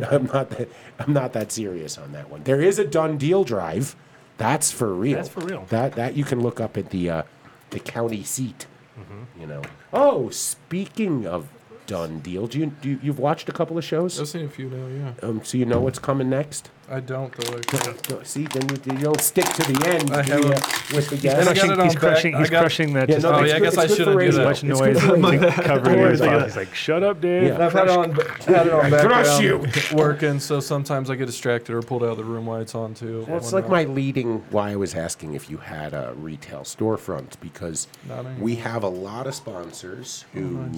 I'm, not that, I'm not that serious on that one. There is a done deal drive. That's for real. That's for real. That, that you can look up at the, uh, the county seat Mm-hmm. you know. Oh, speaking of done deal, do you, do you you've watched a couple of I've shows? seen a few now, yeah. Um, so you know what's coming next. I don't though. I can't. No, See, then you, you don't stick to the end I do have you, a- uh, with the I guest. got Crushing- it on he's back. crushing, I he's got- crushing that. Yeah, just no, Oh it's yeah, I good- guess it's I good for shouldn't do radio. that. much it's good noise for like, radio. covering Don't worry his about mouth. it. He's like, shut up, Dave. Yeah. I've had it on, had it Crush on background you. working, so sometimes I get distracted or pulled out of the room while it's on too. Well, it's like my leading why I was asking if you had a retail storefront because Not anymore. Oh, we have a lot of sponsors who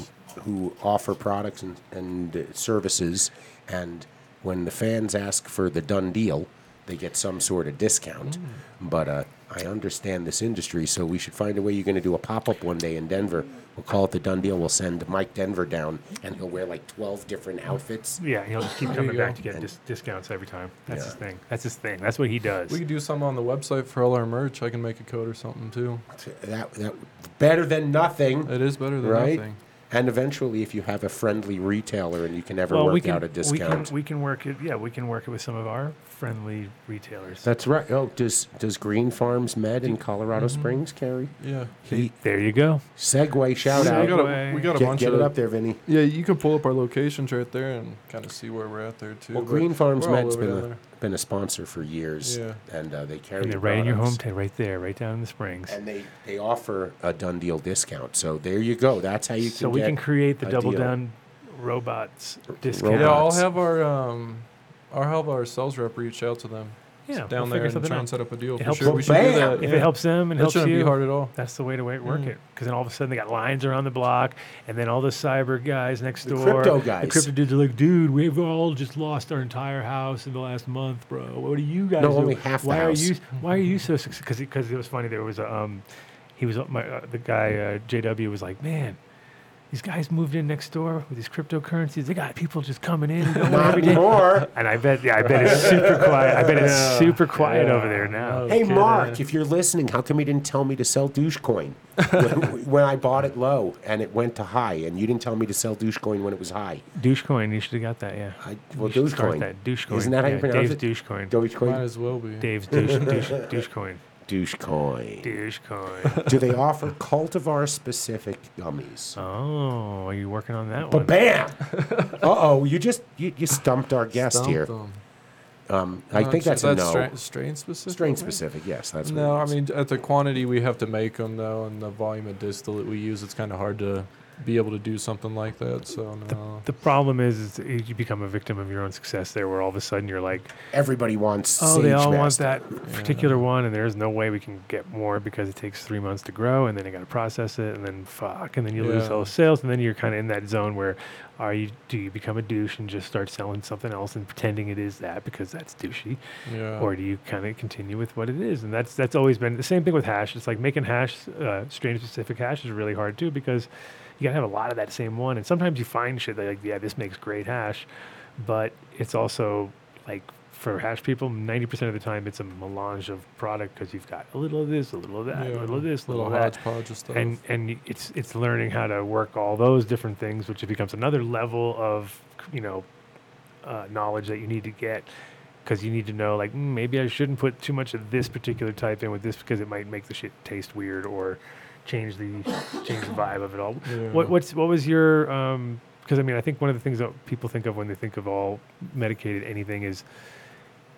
who offer products and, and uh, services, and when the fans ask for the done deal, they get some sort of discount. Mm. But uh, I understand this industry, so we should find a way. You're going to do a pop up one day in Denver. We'll call it the done deal. We'll send Mike Denver down, and he'll wear like 12 different outfits. Yeah, he'll just keep There coming you back go. to get dis- discounts every time. That's Yeah. his thing. That's his thing. That's what he does. We could do something on the website for all our merch. I can make a code or something too. That that better than nothing. It is better than right? nothing. And eventually, if you have a friendly retailer and you can ever work out a We discount, can, we can work it. Yeah, we can work it with some of our friendly retailers. that's right. Oh, does does Green Farms Med in Colorado Mm-hmm. Springs carry? Yeah. He there you go. Segway shout we out. got a, we got a Get, bunch get it of up there, Vinny. Yeah, you can pull up our locations right there and kind of see where we're at there too. Well, but Green Farms we're all Med's over been down a, been a sponsor for years, Yeah. and uh, they carry. And the they're right in your products. hometown, right there, right down in the springs. and they they offer a done deal discount. So there you go. That's how you can. so we get can create the a double deal. down robots there. discount. Yeah, I'll robots. have our um, I'll have our sales rep reach out to them Yeah, we'll down figure there and something try out. and set up a deal. It for helps sure. us. We should do Bam! that. If yeah. it helps them and That helps shouldn't you, be hard at all. that's the way to wa- work Hmm. it. Because then all of a sudden they got lines around the block, and then all the cyber guys next door, crypto the guys. crypto dudes are like, "Dude, we've all just lost our entire house in the last month, bro. What do you guys? No, do? only half the Why house." Mm-hmm. are you? Why are you so successful? Because because it was funny. There was a um, he was my uh, the guy uh, JW was like, man. These guys moved in next door with these cryptocurrencies. They got people just coming in and going every Not day. more. And I bet, yeah, I bet it's super quiet. I bet it's super quiet yeah. over there now. No Hey, kidding. Mark, if you're listening, how come you didn't tell me to sell Douchecoin when, when I bought it low and it went to high, and you didn't tell me to sell Douchecoin when it was high? Douchecoin, you should have got that, yeah. I, well, You should start Dogecoin. that. Douchecoin. Isn't that how you Yeah, pronounce Dave's it? Douchecoin. Might Dogecoin? as well be. Dave's douche, douche, douchecoin. Douchecoin. Douchecoin. Do they offer cultivar specific gummies? Oh, are you working on that But one? bam! uh oh, you just you, you stumped our guest Stomp here. them. I Uh, think so that's a no. stra- strain specific. Strain maybe? specific, yes. That's No, what I it is. mean at the quantity we have to make them though, and the volume of distillate we use, it's kind of hard to be able to do something like that. So no. the problem is, is you become a victim of your own success there, where all of a sudden you're like, everybody wants. oh, they all want Sagemaster. that particular one, and there's no way we can get more because it takes three months to grow, and then you got to process it, and then fuck, and then you lose Yeah. all sales, and then you're kind of in that zone where, are you do you become a douche and just start selling something else and pretending it is that because that's douchey, yeah. or do you kind of continue with what it is? And that's that's always been the same thing with hash. It's like making hash, uh, strain specific hash is really hard too because you gotta have a lot of that same one. And sometimes you find shit that like, yeah, this makes great hash, but it's also like for hash people, ninety percent of the time it's a melange of product because you've got a little of this, a little of that, a Yeah. little of this, a little, little of that hodgepodge of stuff. and and y- it's it's learning how to work all those different things, which it becomes another level of you know uh, knowledge that you need to get because you need to know like mm, maybe I shouldn't put too much of this particular type in with this because it might make the shit taste weird or change the change the vibe of it all. Yeah. What what's what was your because I mean I think one of the things that people think of when they think of all medicated anything is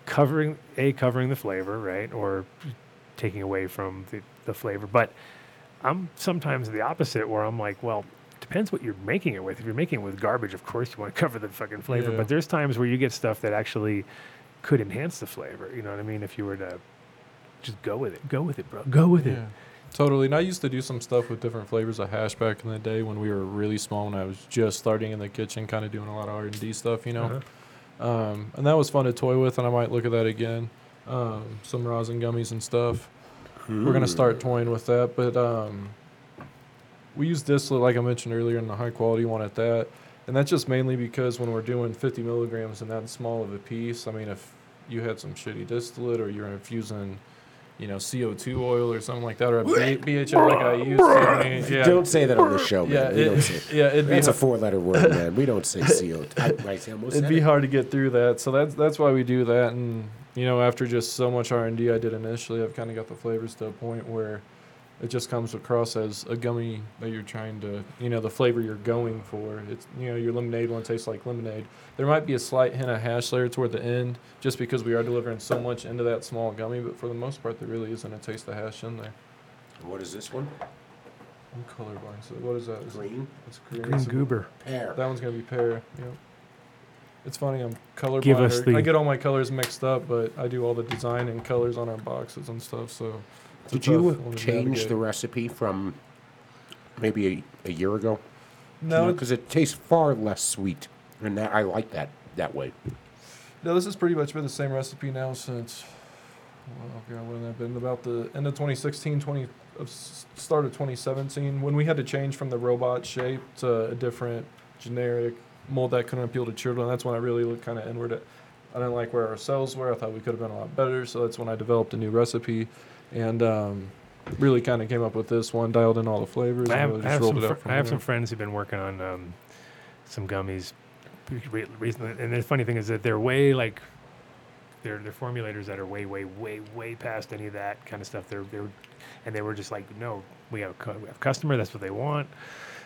covering a covering the flavor right or taking away from the, the flavor but i'm sometimes the opposite where i'm like well depends what you're making it with if you're making it with garbage of course you want to cover the fucking flavor Yeah. but there's times where you get stuff that actually could enhance the flavor you know what i mean if you were to just go with it. Go with it, bro. Go with it. Yeah, totally. And I used to do some stuff with different flavors of hash back in the day when we were really small, and I was just starting in the kitchen, kind of doing a lot of R and D stuff, you know. Uh-huh. Um, and that was fun to toy with, and I might look at that again. Um, some rosin gummies and stuff. We're gonna start toying with that, but um, we use distillate, like I mentioned earlier, and the high quality one at that. And that's just mainly because when we're doing 50 milligrams and that small of a piece, I mean, if you had some shitty distillate or you're infusing, you know, CO2 oil or something like that, or a B- BHA like I used, to, I mean, yeah, Don't say that on the show, man. yeah, we don't say it, yeah, it'd be It's a four-letter word, man. We don't say CO. I, I almost It'd said be it. hard to get through that, so that's that's why we do that. And you know, after just so much R and D I did initially, I've kind of got the flavors to a point where it just comes across as a gummy that you're trying to, you know, the flavor you're going for. It's you know, your lemonade one tastes like lemonade. There might be a slight hint of hash layer toward the end, just because we are delivering so much into that small gummy. But for the most part, there really isn't a taste of hash in there. What is this one? I'm colorblind, so what is that? Is it- Green It's green. Green It's a- goober. pear. That one's gonna be pear. Yep. It's funny. I'm colorblind. Give us or- the- I get all my colors mixed up, but I do all the design and colors on our boxes and stuff. So. it's a Did tough one you to change the navigate. recipe from maybe a, a year ago? No, it's- because it tastes far less sweet, and that, I like that that way. no. This has pretty much been the same recipe now since. Well, God, when that been about the end of 2016, 20 of s- start of 2017, when we had to change from the robot shape to a different generic mold that couldn't appeal to children. That's when I really looked kind of inward at I didn't like where our cells were. I thought we could have been a lot better. So that's when I developed a new recipe and um, really kind of came up with this one, dialed in all the flavors, I and have, really I just have, rolled some, it out fr- from I have there. some friends who've been working on um, some gummies re- re- recently, and the funny thing is that they're way like they're they're formulators that are way way way way past any of that kind of stuff. They're they're and they were just like, no, we have a, cu- we have a customer, that's what they want.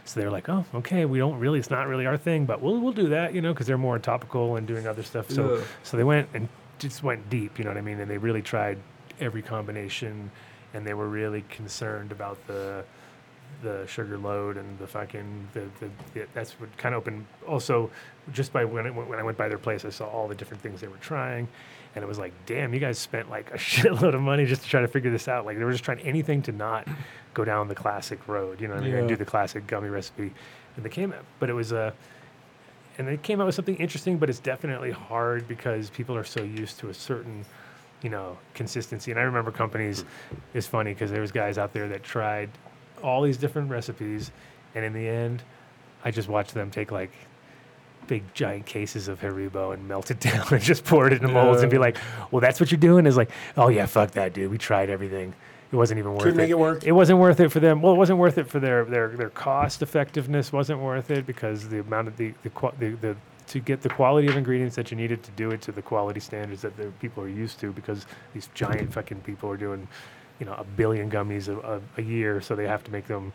So they're like, oh, okay, we don't really, it's not really our thing, but we'll we'll do that, you know, because they're more topical and doing other stuff. So Yeah. so they went and just went deep, you know what I mean? And they really tried every combination, and they were really concerned about the the sugar load and the fucking the, the, the that's what kind of opened. Also, just by when I, went- when I went by their place, I saw all the different things they were trying, and it was like, damn, you guys spent like a shitload of money just to try to figure this out. Like they were just trying anything to not go down the classic road, you know what I mean, and Yeah. do the classic gummy recipe. And they came out, but it was uh, a and they came out with something interesting, but it's definitely hard because people are so used to a certain, you know, consistency. And I remember companies, it's funny because there was guys out there that tried all these different recipes, and in the end, I just watched them take like big giant cases of Haribo and melt it down and just pour it in the molds and be Yeah. like, "Well, that's what you're doing." Is like, "Oh yeah, fuck that, dude. We tried everything. It wasn't even worth Couldn't it. make it work. It wasn't worth it for them. Well, it wasn't worth it for their their their cost effectiveness wasn't worth it because the amount of the the qua- the, the to get the quality of ingredients that you needed to do it to the quality standards that the people are used to because these giant fucking people are doing, you know, a billion gummies a, a, a year, so they have to make them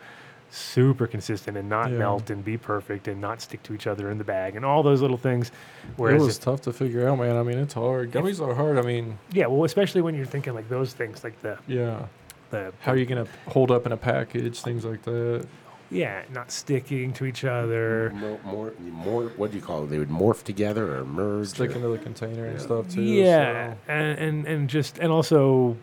super consistent and not Yeah. melt and be perfect and not stick to each other in the bag and all those little things. It Whereas, was tough to figure out, man. I mean, it's hard. Gummies are hard. I mean, if- yeah, well, especially when you're thinking like those things, like the yeah. the How are you gonna hold up in a package? Things like that. yeah, not sticking to each other. More, more, more what do you call it? They would morph together or merge. Stick or- into the container and stuff too. yeah, so- and, and and just and also,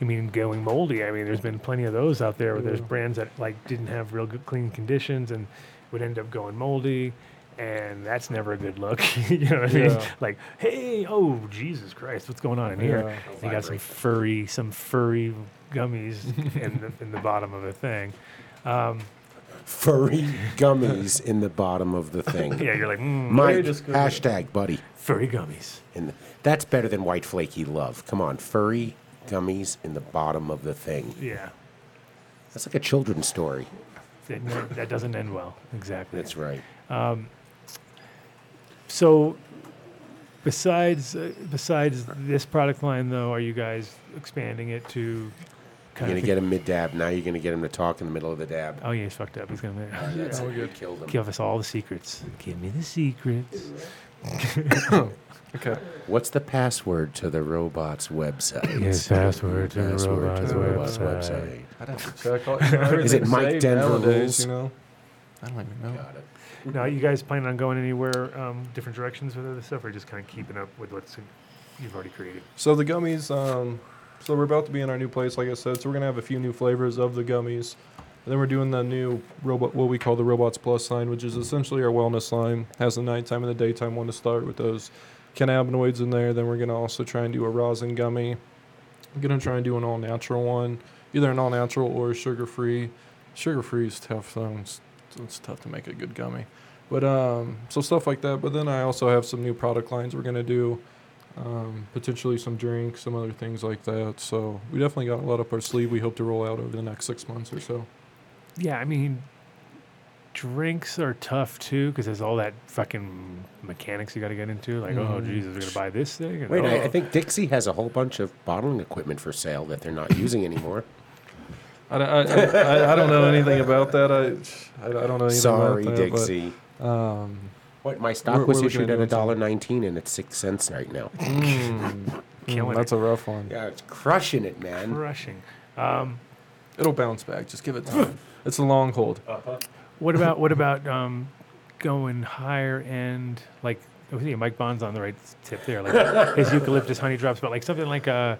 I mean, going moldy. I mean, there's been plenty of those out there where there's Yeah. brands that like didn't have real good clean conditions and would end up going moldy. And that's never a good look. you know what I mean? Yeah. Like, hey, oh Jesus Christ, what's going on in here? Yeah. You got some furry, some furry gummies in the, in the bottom of a thing. furry gummies in the bottom of the thing. Yeah, you're like, mm, Mike, descriptive. hashtag buddy. furry gummies. In the, that's better than white flaky love. Come on, furry gummies in the bottom of the thing. Yeah, That's like a children's story. that, no, that doesn't end well. Exactly. That's right. So, besides uh, besides this product line, though, are you guys expanding it to You're kind gonna of? get him mid dab. Now you're gonna get him to talk in the middle of the dab. oh yeah, he's fucked up. He's gonna That's Yeah. how you killed him. give us all the secrets. Give me the secrets. Okay. What's the password to the robot's website? His password to the Password robot's to the robot's website. website. I'd have to check. All, you know, Is it everything's Mike saved Denver nowadays, rules? You know. I don't even know. Got it. Now, you guys planning on going anywhere um, different directions with other stuff, or just kind of keeping up with what's in, you've already created? So the gummies, um, So we're about to be in our new place, like I said. So we're gonna have a few new flavors of the gummies, and then we're doing the new robot, what we call the Robots Plus line, which is essentially our wellness line. Has the nighttime and the daytime one to start with those cannabinoids in there. Then we're gonna also try and do a rosin gummy. I'm gonna try and do an all natural one, either an all natural or sugar free. Sugar free is tough though. It's, it's tough to make a good gummy. But um, so stuff like that. But then I also have some new product lines we're gonna do, um, potentially some drinks, some other things like that. So we definitely got a lot up our sleeve. We hope to roll out over the next six months or so. Yeah, I mean, drinks are tough too because there's all that fucking mechanics you got to get into. Like, oh Jesus, we're gonna buy this thing. and, Wait, I, oh. I think Dixie has a whole bunch of bottling equipment for sale that they're not using anymore. I, don't- I, I, I- I don't know anything about that. I I, I don't know anything Sorry, about that. but, Dixie. um, What my stock we're was looking issued at at doing something. $1.19 and it's six cents right now. Killing mm, that's it. a rough one. yeah, it's crushing it, man. crushing. It'll bounce back. Just give it time. it's a long hold. What about what about um, going higher end? Like, oh, yeah, Mike Bond's on the right tip there. Like his eucalyptus honey drops, but like something like a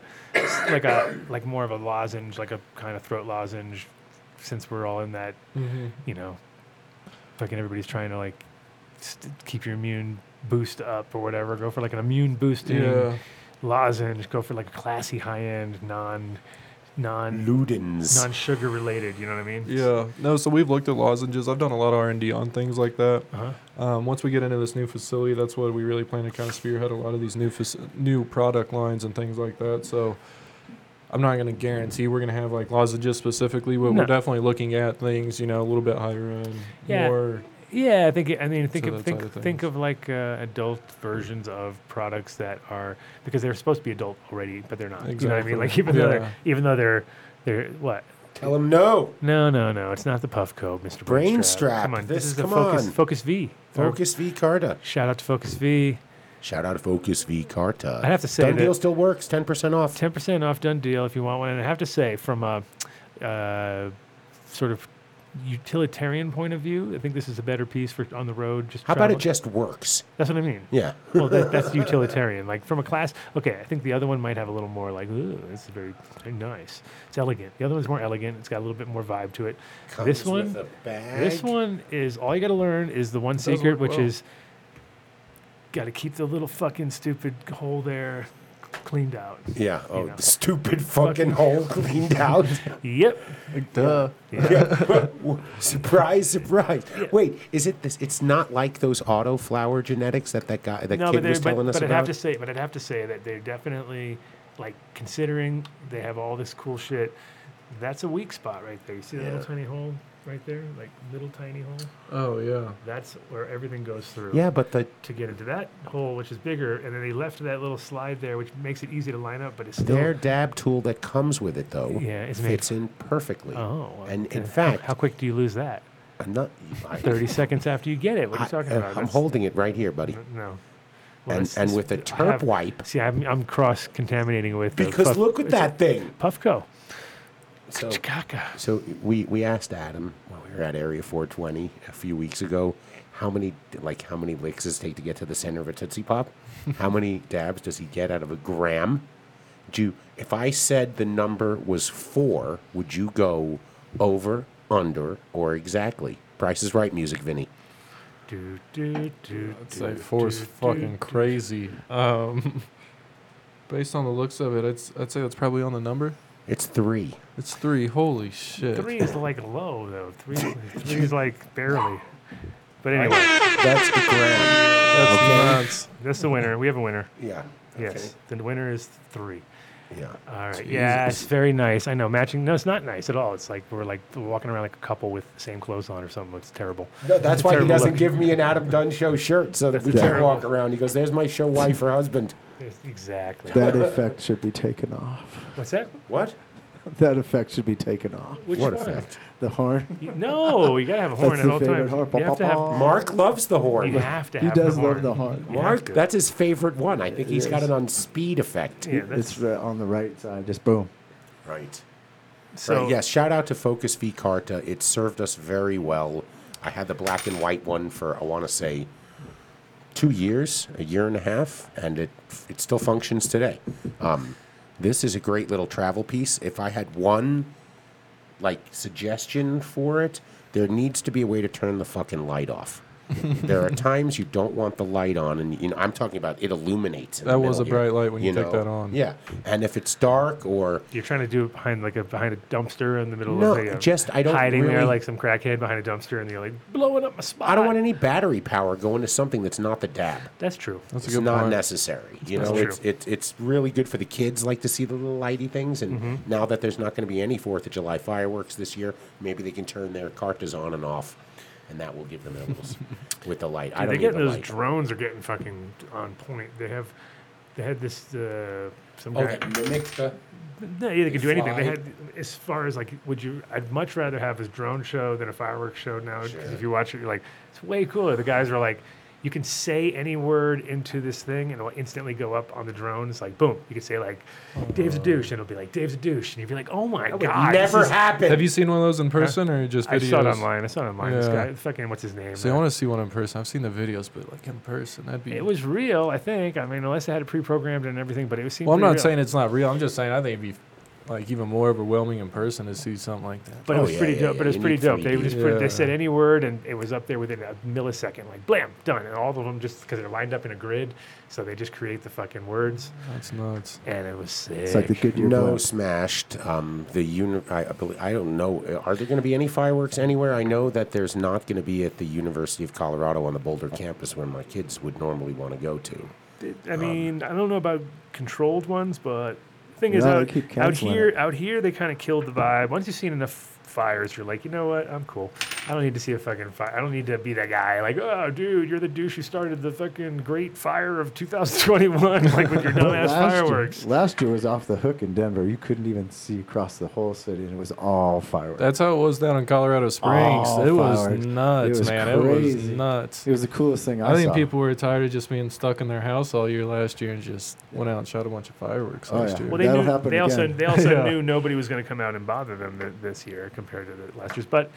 like a like more of a lozenge, like a kind of throat lozenge. Since we're all in that, Mm-hmm. you know, fucking everybody's trying to like st- keep your immune boost up or whatever. Go for like an immune boosting Yeah. lozenge. Go for like a classy high end, non non Ludens. non sugar related. You know what I mean? Yeah. No, so we've looked at lozenges. I've done a lot of R&D on things like that. Uh-huh. Um, once we get into this new facility, that's what we really plan to kind of spearhead a lot of these new fac- new product lines and things like that. So I'm not going to guarantee we're going to have like lozenges specifically, but No. we're definitely looking at things, you know, a little bit higher end, Yeah. more Yeah, I think it- I mean think So of that's think other things. think of like uh, adult versions of products that are because they're supposed to be adult already, but they're not. You know what I mean? Like Exactly. even though Yeah. they're even though they're they're what? Tell him no. No, no, no. It's not the Puffco, Mr. Brain strap. Come on, this, This- is come a Focus on. Focus V. Or- Focus V Carta. Shout out to Focus V. Shout out to Focus V Carta. I have to say Done that- deal still works. 10% off. Ten percent off done deal if you want one. And I have to say, from a uh, sort of utilitarian point of view, I think this is a better piece for on the road. Just How about it traveling. just works? That's what I mean. Yeah. well, that, that's utilitarian. Like from a class, okay, I think the other one might have a little more like, ooh, this is very, very nice. It's elegant. The other one's more elegant. It's got a little bit more vibe to it. this one, this one is all you got to learn is the one does secret, work which well. is got to keep the little fucking stupid hole there cleaned out. Yeah. Oh, know. stupid fucking hole cleaned out. Yep. duh. surprise, surprise. Wait, is it this? It's not like those auto flower genetics that that guy, that no, kid but, they- was but, telling us but I'd about. have to say, but I'd have to say that they're definitely like considering they have all this cool shit. That's a weak spot right there. You see that little tiny hole right there, like little tiny hole. Oh yeah. That's where everything goes through. yeah, but the To get into that hole, which is bigger, and then they left that little slide there, which makes it easy to line up, but it's still. Their dab tool that comes with it, though, Yeah, it's made fits in perfectly. Oh, well, and in okay. fact, How quick do you lose that? I'm not. I, Thirty seconds after you get it. What are I, you talking about? am That's- holding it right here, buddy. No. and it's- and it's- with a I turp have- wipe, See, I'm, I'm cross contaminating with the because Puff- look at it's a that thing. Puffco. So, Oh. Chikaka. so we we asked Adam when we were at Area 420 a few weeks ago, how many like how many licks does it take to get to the center of a tootsie pop? how many dabs does he get out of a gram? Do you, if I said the number was four, would you go over, under, or exactly? Price is right, music, Vinny. Do, do, do, I'd do, say four's do, fucking do, crazy. Um, based on the looks of it, I'd, s- I'd say that's probably on the number. It's three. It's three. Holy shit. Three is like low though. Three, three is like barely. But anyway, That's the gram. That's Okay. nuts. that's the winner. We have a winner. Yeah. Yes, the winner is three. Yeah. All right. Yeah, it's very nice. I know matching. No, it's not nice at all. It's like we're like walking around like a couple with the same clothes on or something. It's terrible. No, that's why he Terrible doesn't look. give me an Adam Dunn show shirt so that we can't terrible. walk around. He goes, "There's my show wife or husband." It's- Exactly. That effect should be taken off. What's that? What? That effect should be taken off. Which What one? effect? The horn. You- No, you gotta have a horn That's at the all favorite times. horn. You have to have. Mark loves the You horn. have to He have. does the love horn. the horn. You have Mark, to. that's his favorite one. I think he's got is. it on speed effect. Yeah, It's that's the- on the right side. Just boom. Right. so. right. Yes. Shout out to Focus V Carta. It served us very well. I had the black and white one for I want to say two years, a year and a half, and it it still functions today. Um, This is a great little travel piece. If I had one like suggestion for it, there needs to be a way to turn the fucking light off. there are times you don't want the light on, and you know I'm talking about it illuminates. in the That was middle a here, bright light when you took that on. Yeah, and if it's dark or You're trying to do it behind like a behind a dumpster in the middle No, of a um, just- I don't hiding there really- like some crackhead behind a dumpster and you're like blowing up my spot. I don't want any battery power going to something that's not the dab. That's true. That's a it's good not point. necessary. You That's know, true. it's it, it's really good for the kids. Like to see the little lighty things, and Mm-hmm. now that there's not going to be any Fourth of July fireworks this year, maybe they can turn their cartas on and off, and that will give them edibles with the light. Dude, I don't they need get the those light. drones are getting fucking on point. They have they had this uh, some oh, guy. that mimic the. No, yeah, they could do anything. They fly. had as far as like, would you? I'd much rather have this drone show than a fireworks show now. Because Sure. if you watch it, you're like, it's way cooler. The guys are like, you can say any word into this thing, and it'll instantly go up on the drone. It's like, boom. You could say like, Dave's a douche, and it'll be like, Dave's a douche, and you'd be like, oh my god, this Oh. never is- happened. Have you seen one of those in person or just I videos? saw it online. I saw it online. This Yeah. guy, fucking, what's his name? See, I uh, want to see one in person. I've seen the videos, but like in person, that'd be. It was real, I think. I mean, unless they had it pre-programmed and everything, but it was. seemed well, I'm pretty not real. saying it's not real. I'm just saying I think it'd be like even more overwhelming in person to see something like that. But it Oh, was yeah, pretty yeah, dope. yeah. But it was You pretty need dope. They 3D. just put, Yeah. they said any word, and it was up there within a millisecond. Like blam, done, and all of them just because they're lined up in a grid, so they just create the fucking words, That's nuts. and it was sick. It's like the Goodyear No, blimp. smashed. Um, the uni- I, I believe, I don't know. uh, Are there going to be any fireworks anywhere? I know that there's not going to be at the University of Colorado on the Boulder campus where my kids would normally want to go to. I Um, mean, I don't know about controlled ones, but thing is, No, out, they keep out canceling here, it. out here, they kind of killed the vibe. Once you've seen enough fires, you're like, you know what? I'm cool. I don't need to see a fucking fire. I don't need to be that guy. Like, oh, dude, you're the douche who started the fucking great fire of 2021, like with your dumbass fireworks. Year, last year was off the hook in Denver. You couldn't even see across the whole city, and it was all fireworks. That's how it was down in Colorado Springs. Oh, it was fireworks. nuts, It was man. It was crazy. nuts. it was the coolest thing I, I think saw. people were tired of just being stuck in their house all year last year and just went out and shot a bunch of fireworks Oh, last yeah. year. Well, they That'll knew, happen they also again. they also Yeah. knew nobody was going to come out and bother them th- this year compared to the last year's. But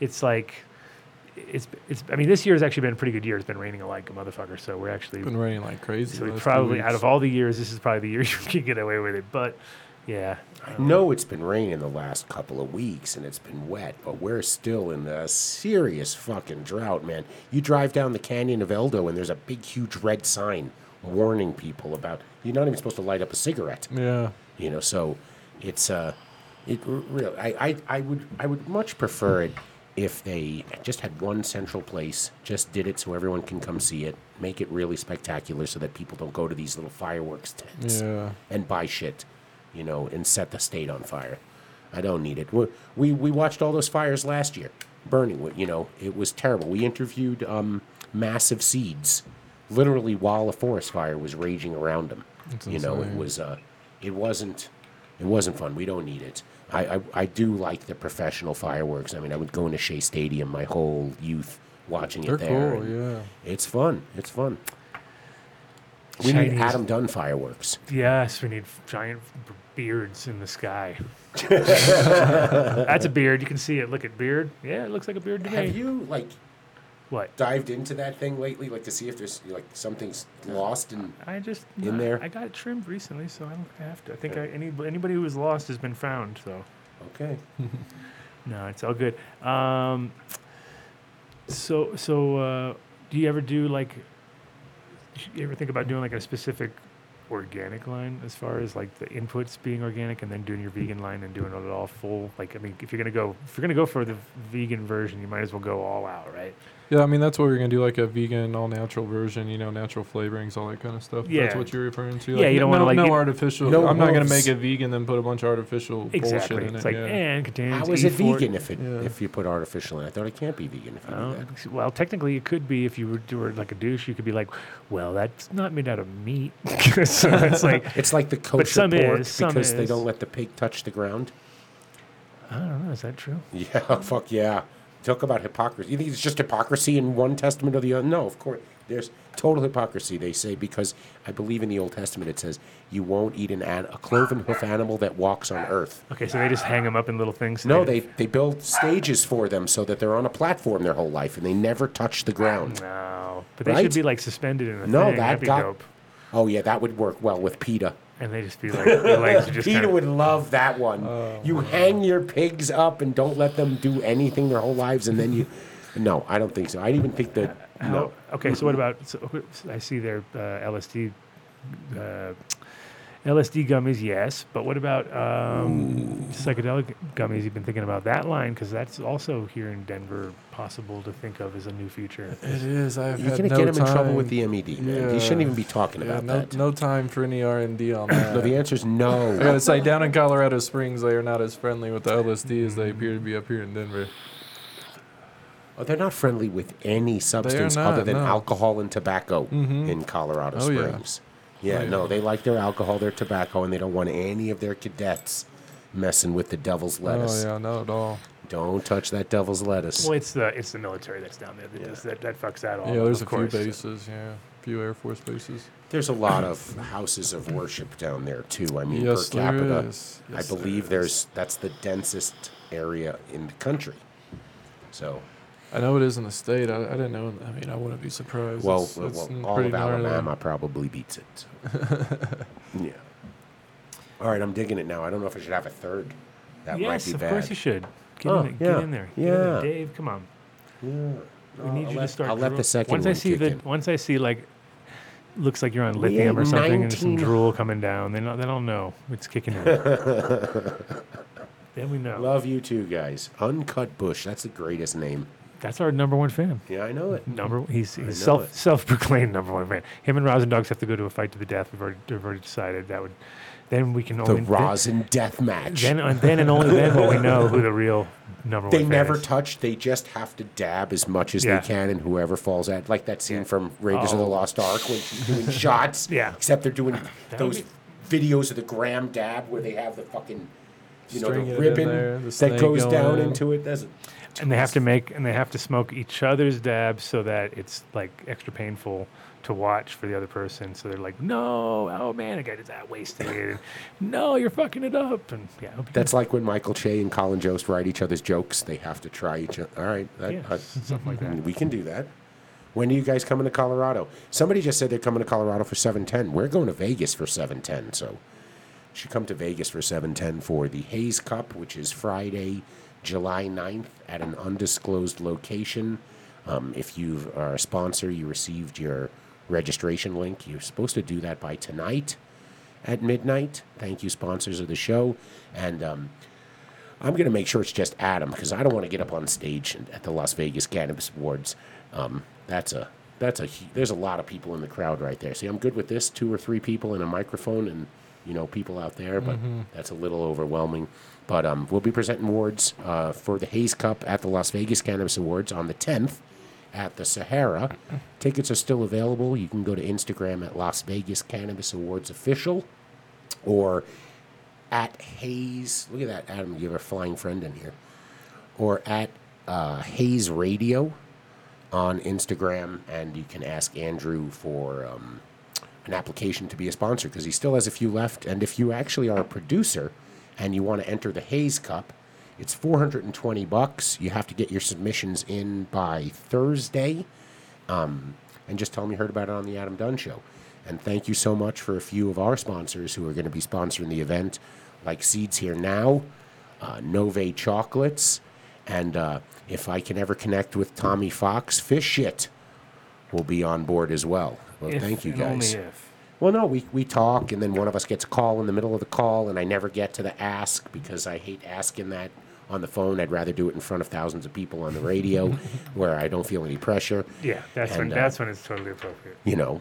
it's like it's it's. I mean, this year has actually been a pretty good year. It's been raining like a motherfucker, so we're actually been raining like crazy. so we last two probably out weeks. of all the years, this is probably the year you can get away with it. But yeah, I know it's been raining the last couple of weeks and it's been wet, but we're still in a serious fucking drought, man. You drive down the canyon of Eldo and there's a big, huge red sign warning people about you're not even supposed to light up a cigarette. Yeah. you know so it's uh it r- real I, I i would i would much prefer it if they just had one central place just did it so everyone can come see it make it really spectacular so that people don't go to these little fireworks tents Yeah. and buy shit you know and set the state on fire i don't need it we we, we watched all those fires last year burning wa- you know it was terrible we interviewed um massive seeds literally while a forest fire was raging around them you know it insane. was uh it wasn't it wasn't fun we don't need it I, I i do like the professional fireworks i mean i would go into shea stadium my whole youth watching They're it there cool. and Yeah. it's fun it's fun we need Chinese- adam dunn fireworks yes, we need giant b- beards in the sky. That's a beard. You can see it. Look at beard. Yeah, it looks like a beard to me. have you like what? dived into that thing lately like to see if there's like something's lost and I just In there? I got it trimmed recently, so I don't have to. I think I, any anybody who was lost has been found. So okay no, it's all good. Um, so so uh, do you ever do like? You ever think about doing like a specific organic line as far as like the inputs being organic and then doing your vegan line and doing it all full? Like I mean, if you're gonna go if you're gonna go for the vegan version, you might as well go all out, right? Yeah, I mean that's what we're gonna do, like a vegan, all natural version, you know, natural flavorings, all that kind of stuff. Yeah. That's what you're referring to. Yeah, you don't no, wanna, like, no you- artificial. No I'm not gonna make wolves. it vegan, then put a bunch of artificial Exactly. bullshit in It's it. like eh. yeah. and contains. E how is it E40 vegan if it Yeah. if you put artificial in i thought it can't be vegan if you do Oh, that well, technically, it could be if you were, you were like a douche, you could be like, well, that's not made out of meat. so it's like, It's like the kosher some pork is, some because they is. don't let the pig touch the ground. I don't know, "Oh, is that true? Yeah, fuck yeah. Talk about hypocrisy. You think it's just hypocrisy in one testament or the other? No, of course. There's total hypocrisy, they say, because I believe in the Old Testament it says, you won't eat an an- a cloven hoof animal that walks on earth. Okay, so they just hang them up in little things. so No, they, they build stages for them so that they're on a platform their whole life and they never touch the Mm, ground. No, but they Right? should be like suspended in a No, thing. that That'd be got. dope. Oh, yeah, that would work well with PETA. and they just be like, their legs are just Peter kinda- would love that one. Oh, you hang your pigs up and don't let them do anything their whole lives, and then you. No, I don't think so. I even think that. How- No. Okay, so what about? So wh- I see their uh, LSD, uh, LSD gummies. Yes, but what about um, psychedelic gummies? You've been thinking about that line because that's also here in Denver possible to think of as a new future. It is. I've You're had gonna no get him in trouble time. with the MED, man. He Yeah. shouldn't even be talking Yeah, about no, that. no time for any R and D on So the that. answer is I gotta no. say, down in Colorado Springs, they are not as friendly with the LSD as they appear to be up here in Denver. Oh, they're not friendly with any substance not, other than no. alcohol and tobacco in Colorado Oh, yeah. Springs. Yeah, no, they like their alcohol, their tobacco, and they don't want any of their cadets messing with the devil's Oh lettuce. yeah, not at all. Don't touch that devil's lettuce. Well, it's the it's the military that's down there that does, that, that fucks that all. Yeah, up, there's Oh, of a few course. bases. Yeah, a few Air Force bases. There's a lot of houses of worship down there too. I mean, Yes, per there capita, is. I Yes, there believe is. there's that's the densest area in the country. So, I know it is in the state. I, I didn't know. I mean, I wouldn't be surprised. well, It's- well, it's well, n- all pretty of gnarly. Alabama probably beats it. so. yeah. All right, I'm digging it now. I don't know if I should have a third. That Yes, might be of bad. course you should. Get, Oh, in, it- yeah, get in there. Get in there. yeah. Dave, come on. We need I'll you let- to start. I'll let the drool- second once I one see kick the in. once I see like looks like you're on We lithium or ain't something and there's some 19. drool coming down, then I- then I'll know it's kicking in. then we know. Love you too, guys. Uncut Bush. That's the greatest name. That's our number one fan. Yeah, I know it. Number he's, he's know self it. self proclaimed number one fan. Him and Rosin Dogs have to go to a fight to the death. We've already, we've already decided that would. Then we can The only Rosin Death Match. Then, then, then and only then will we know who the real number they one. fan never is. touch. They just have to dab as much as Yeah. they can, and whoever falls at like that scene from Raiders of the Oh. Lost Ark when she's doing shots. Yeah. Ah, Except they're doing That would those videos of the gram dab where they have the fucking you know String it the in ribbon there, the that snake goes going down in. into it. That's and they have to make and they have to smoke each other's dabs so that it's like extra painful to watch for the other person. So they're like, "No, oh man, I got it that wasted. And, no, you're fucking it up." And yeah, I hope you that's like when Michael Che and Colin Jost write each other's jokes. They have to try each other. All right, that, Yeah, I- something like that. we can do that. When are you guys coming to Colorado? Somebody just said they're coming to Colorado for seven ten. We're going to Vegas for seven ten, so you should come to Vegas for seven ten for the Hayes Cup, which is Friday, July 9th at an undisclosed location. Um, if you are a sponsor, you received your registration link. You're supposed to do that by tonight at midnight. Thank you, sponsors of the show, and. Um, I'm going to make sure it's just Adam because I don't want to get up on stage and- at the Las Vegas Cannabis Awards. Um, that's a that's a hu- there's a lot of people in the crowd right there. See, I'm good with this two or three people and a microphone and you know people out there, but that's a little overwhelming. But um, we'll be presenting awards uh, for the Hayes Cup at the Las Vegas Cannabis Awards on the 10th at the Sahara. Tickets are still available. You can go to Instagram at Las Vegas Cannabis Awards Official or at Hayes. Look at that, Adam. You have a flying friend in here. Or at uh, Hayes Radio on Instagram, and you can ask Andrew for um, an application to be a sponsor because he still has a few left. And if you actually are a producer and you want to enter the Hayes Cup, it's 420 bucks. You have to get your submissions in by Thursday and just tell them you heard about it on the Adam Dunn Show. And thank you so much for a few of our sponsors who are going to be sponsoring the event, like Seeds Here Now, uh, Nove Chocolates, and uh, if I can ever connect with Tommy Fox, Fish Shit will be on board as well. Well, If thank you and only guys. if. Well, no, we, we talk, and then one of us gets a call in the middle of the call, and I never get to the ask because I hate asking that on the phone. I'd rather do it in front of thousands of people on the radio where I don't feel any pressure. Yeah, that's when And, uh, that's when it's totally appropriate. you know.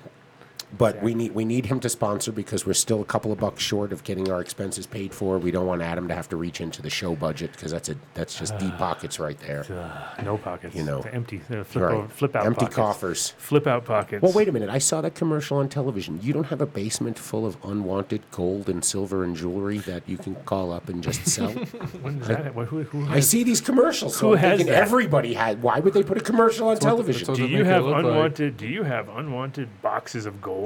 But we need we need him to sponsor because we're still a couple of bucks short of getting our expenses paid for. We don't want Adam to have to reach into the show budget because that's a that's just Ah, deep pockets right there. Uh, no pockets. You know. They're empty. They're flip, Right. over, flip out. empty pockets. coffers. Flip out pockets. Well, wait a minute. I saw that commercial on television. You don't have a basement full of unwanted gold and silver and jewelry that you can call up and just sell. When is that? Who, who, who I has- see these commercials. So Who I'm has thinking that? everybody had. Why would they put a commercial on what- television? that's what- Do Doesn't you make it have look like- unwanted? Do you have unwanted boxes of gold?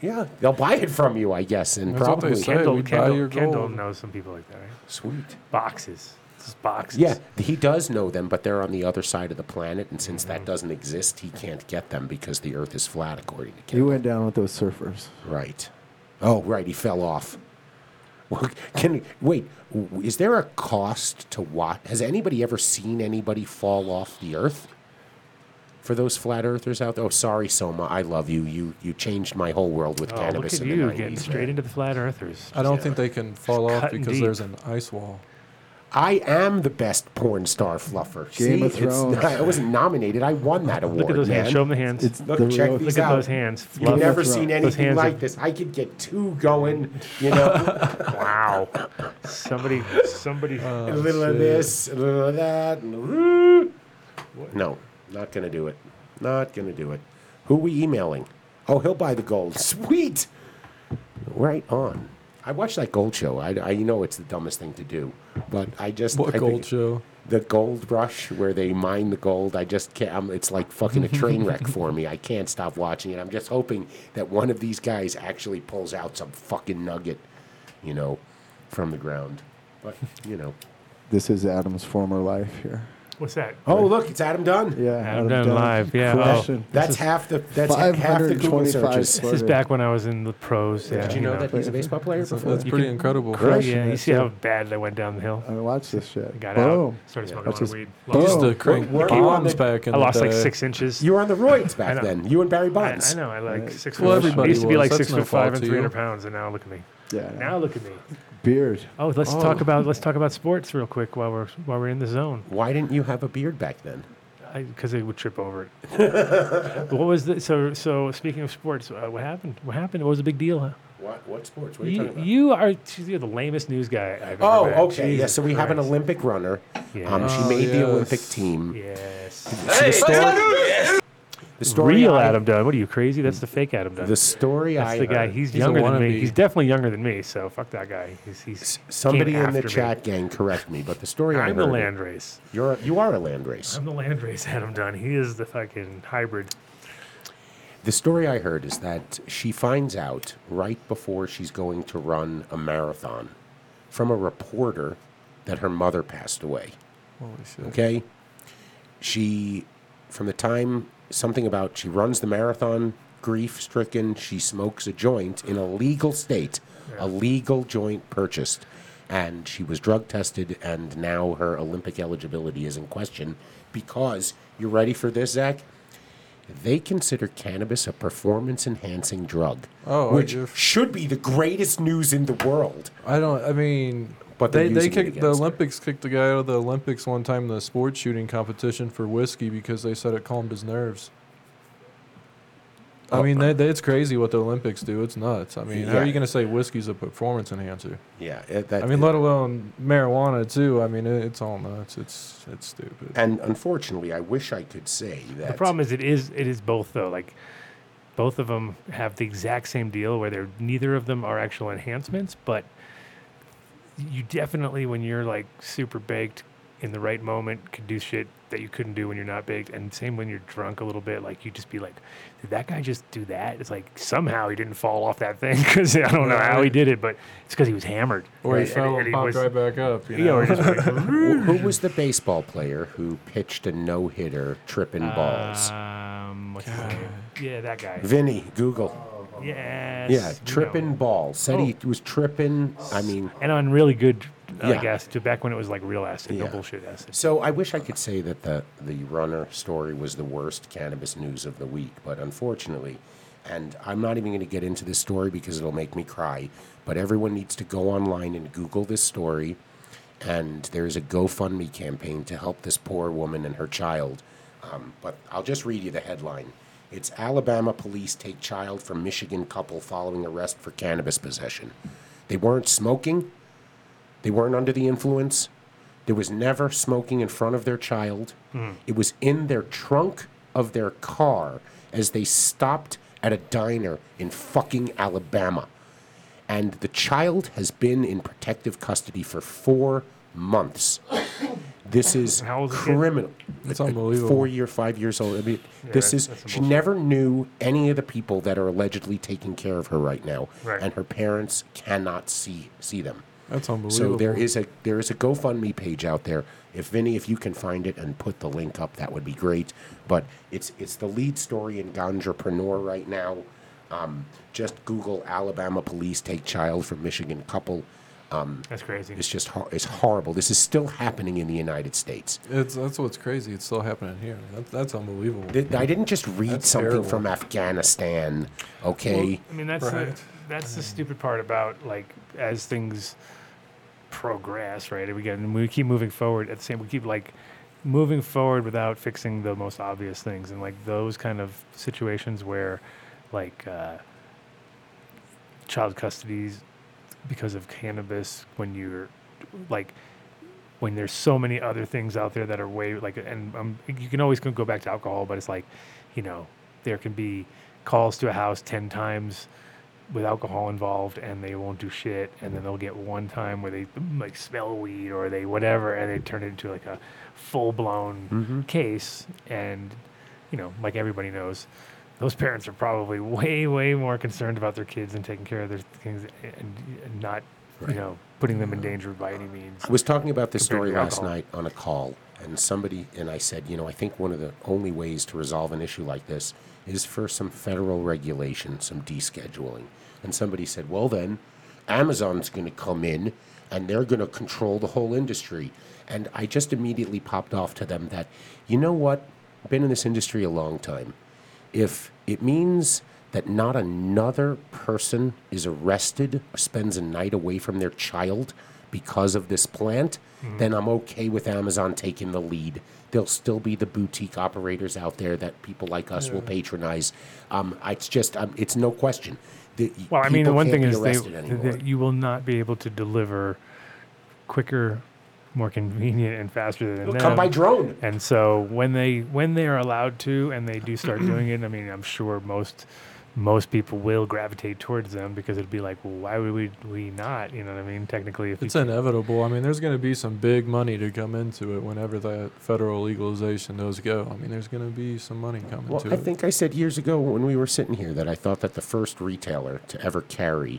yeah, they'll buy it from you, I guess, and That's what they probably say. Hey, Kendall, we'd buy Kendall, your Kendall gold. knows some people like that, right? sweet. Boxes. Just boxes. Yeah, he does know them, but they're on the other side of the planet, and since Mm-hmm. that doesn't exist, he can't get them because the Earth is flat, according to You Kevin. went down with those surfers. Right. Oh, right, he fell off. Well, Can wait? w- Is there a cost to what? Has anybody ever seen anybody fall off the Earth? For those flat Earthers out there. Oh, sorry, Soma. I love you. You you changed my whole world with Oh, look cannabis at in the you 90s, getting man. straight into the flat earthers. I don't think they can fall off cutting because deep. there's an ice wall. I am the best porn star fluffer. Game See, of it's- Thrones. I wasn't nominated. I won that award. Look at those man. hands. Show them the hands. It's Look, the check real. these Look at out. those hands. You've Love never it. seen Those anything hands like are- this. I could get two going, you know, Wow. Somebody, somebody. a little of this, a little of that. and woo. No, not going to do it. Not going to do it. Who we emailing? Oh, he'll buy the gold. Sweet. Right on. I watched that gold show. I, I you know it's the dumbest thing to do, but I just What I think- gold show? the gold rush where they mine the gold. I just can't. I'm, it's like fucking a train wreck for me. I can't stop watching it. I'm just hoping that one of these guys actually pulls out some fucking nugget, you know, from the ground. But you know. This is Adam's former life here. What's that? Oh look, it's Adam Dunn. Yeah, Adam Dunn live, yeah, oh. Question. That's half the that's ha- half the Google 525 searches. This is back when I was in the pros. Yeah, Did you know that he's a baseball player So before? that's pretty incredible. Oh, Crush yeah, you this see how shit. bad I went down the hill. I mean, watch this shit. Got out, Boom. started smoking That's a lot of just- weed. He used Lost- to crank we're on bombs the- back in I lost the day. like six inches. You were on the roids I back know. then. You and Barry I, Bonds. I know. I like six. Well, foot- everybody I used to be like was. That's six no foot five fault and to you. three hundred pounds, and now look at me. Yeah. Now look at me. Beard. Oh, let's talk about let's talk about sports real quick while we're while we're in the zone, Why didn't you have a beard back then? because they would trip over it. But what was the so so? Speaking of sports, uh, what happened? What happened? What was the big deal? Huh? What what sports? What are you, You, talking about? you are you're the lamest news guy. I've ever Oh, met. okay. Jesus yeah, so we have an Christ. Olympic runner. Yeah. Um, she Oh, made the yes. Olympic team. Yes. The story, the story Real I, Adam Dunn. What are you crazy? That's the fake Adam Dunn. The story That's I the guy. heard- He's, He's a younger than wannabe. me. He's definitely younger than me. So fuck that guy. He's, he's came somebody in after the me. chat gang correct me, but the story I I'm the heard- land race. You're a, you are a land race. I'm the land race Adam Dunn. He is the fucking hybrid. The story I heard is that she finds out right before she's going to run a marathon from a reporter that her mother passed away. Holy shit. Okay. She, from the time something about she runs the marathon, grief stricken, she smokes a joint in a legal state, a legal joint purchased. And she was drug tested, and now her Olympic eligibility is in question because you're ready for this, Zach? They consider cannabis a performance enhancing drug, Oh, I which give- should be the greatest news in the world. I don't. I mean, But they're they they using it kicked the against her. Olympics kicked the guy out of the Olympics one time in the sports shooting competition for whiskey because they said it calmed his nerves. I mean, they, they, it's crazy what the Olympics do. It's nuts. I mean, how Oh. Yeah. are you going to say whiskey's a performance enhancer? Yeah. it- that- I mean, let alone marijuana too. I mean, it, it's all nuts. It's it's stupid. and unfortunately, I wish I could say that. The problem is it is it is both though. Like both of them have the exact same deal where they're neither of them are actual enhancements, but you definitely when you're like super baked in the right moment could do shit that you couldn't do when you're not baked and same when you're drunk a little bit like you just be like did that guy just do that it's like somehow he didn't fall off that thing because i don't know how he did it but it's because he was hammered Or he And- fell and, he popped was- right back up. You know? yeah, or just like, Wh- Who was the baseball player who pitched a no hitter tripping Uh, balls? um, what's his name? yeah that guy Vinny, Google. Yes. Yeah, you tripping know. balls. Said he Oh. was tripping. I mean, And on really good, uh, Yeah. I guess, to back when it was like real acid, Yeah. no bullshit acid. so I wish I could say that the, the runner story was the worst cannabis news of the week, but unfortunately, and I'm not even going to get into this story because it'll make me cry, but everyone needs to go online and Google this story. And there's a GoFundMe campaign to help this poor woman and her child. Um, but I'll just read you the headline. It's Alabama police take child from Michigan couple following arrest for cannabis possession. They weren't smoking, they weren't under the influence. There was never smoking in front of their child. Hmm. It was in their trunk of their car as they stopped at a diner in fucking Alabama. And the child has been in protective custody for four months. This is How old is the kid? criminal. It's Uh, unbelievable. Four year, five years old. I mean, this that's- is. that's some She bullshit. never knew any of the people that are allegedly taking care of her right now, Right. and her parents cannot see see them. That's unbelievable. So there is a there is a GoFundMe page out there. If Vinny, if you can find it and put the link up, that would be great. But it's it's the lead story in Ganjapreneur right now. Um, just Google Alabama police take child from Michigan couple. That's crazy. It's just hor- it's horrible. This is still happening in the United States. It's that's what's crazy. It's still happening here. That, that's unbelievable. Th- I didn't just read That's something terrible. from Afghanistan. Okay. I mean, that's Right. the, that's the stupid part about like as things progress, right? We get we keep moving forward at the same. We keep like moving forward without fixing the most obvious things, and like those kind of situations where like uh, child custody's because of cannabis when you're like when there's so many other things out there that are way like and um, you can always go- go back to alcohol but it's like you know there can be calls to a house 10 times with alcohol involved and they won't do shit and then they'll get one time where they mm, like smell weed or they whatever and they turn it into like a full-blown case and you know like everybody knows those parents are probably way way more concerned about their kids and taking care of their things and, and not you know putting them in danger by any means I was talking about this Compared story to last alcohol. night on a call, and somebody and I said, you know, I think one of the only ways to resolve an issue like this is for some federal regulation, some descheduling. And somebody said, well, then Amazon's going to come in and they're going to control the whole industry. And I just immediately popped off to them that, you know what? I've been in this industry a long time. If it means that not another person is arrested or spends a night away from their child because of this plant, Mm-hmm. then I'm okay with Amazon taking the lead. There'll still be the boutique operators out there that people like us will patronize. Um, it's just, um, it's no question. The, Well, I mean, the people one can't thing be is they, arrested anymore. that you will not be able to deliver quicker, more convenient, and faster than them. Come by drone. And so when they when they are allowed to and they do start doing it, I mean, I'm sure most most people will gravitate towards them because it'd be like, well, why would we we not? You know what I mean? Technically, if you It's inevitable. I mean, there's going to be some big money to come into it whenever that federal legalization does go. I mean, there's going to be some money coming Well, to I it. think I said years ago when we were sitting here that I thought that the first retailer to ever carry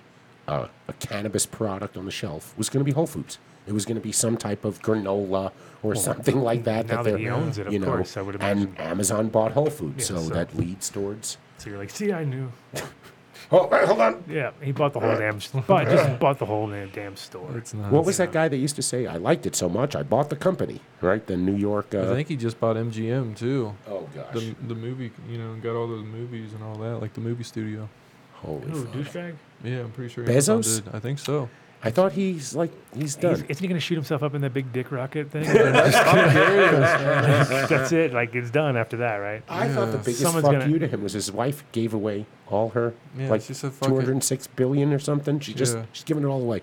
uh, a cannabis product on the shelf was going to be Whole Foods. It was going to be some type of granola or something like that. now that, that he they're- owns it, of you know, course, I would And imagine. Amazon bought Whole Foods, Yeah, so so- that leads towards. so you're like, see, I knew. Oh, wait, hold on. Yeah, he bought the whole damn, s- but just bought the whole damn damn store. It's not. What was that guy that used to say, "I liked it so much, I bought the company"? Right, the New York. Uh, I think he just bought MGM too. oh gosh, The the movie, you know, and got all those movies and all that, like the movie studio. holy! Ooh, fuck. douchebag! Yeah, I'm pretty sure. Amazon Bezos? did. I think so. I thought he's like he's done. He's, isn't he gonna shoot himself up in that big dick rocket thing? That's it. Like it's done after that, right? I thought the biggest Someone's fuck gonna- you to him was his wife gave away all her Yeah, like she said, "Fuck it." two hundred and six billion or something. She just Yeah. she's giving it all away.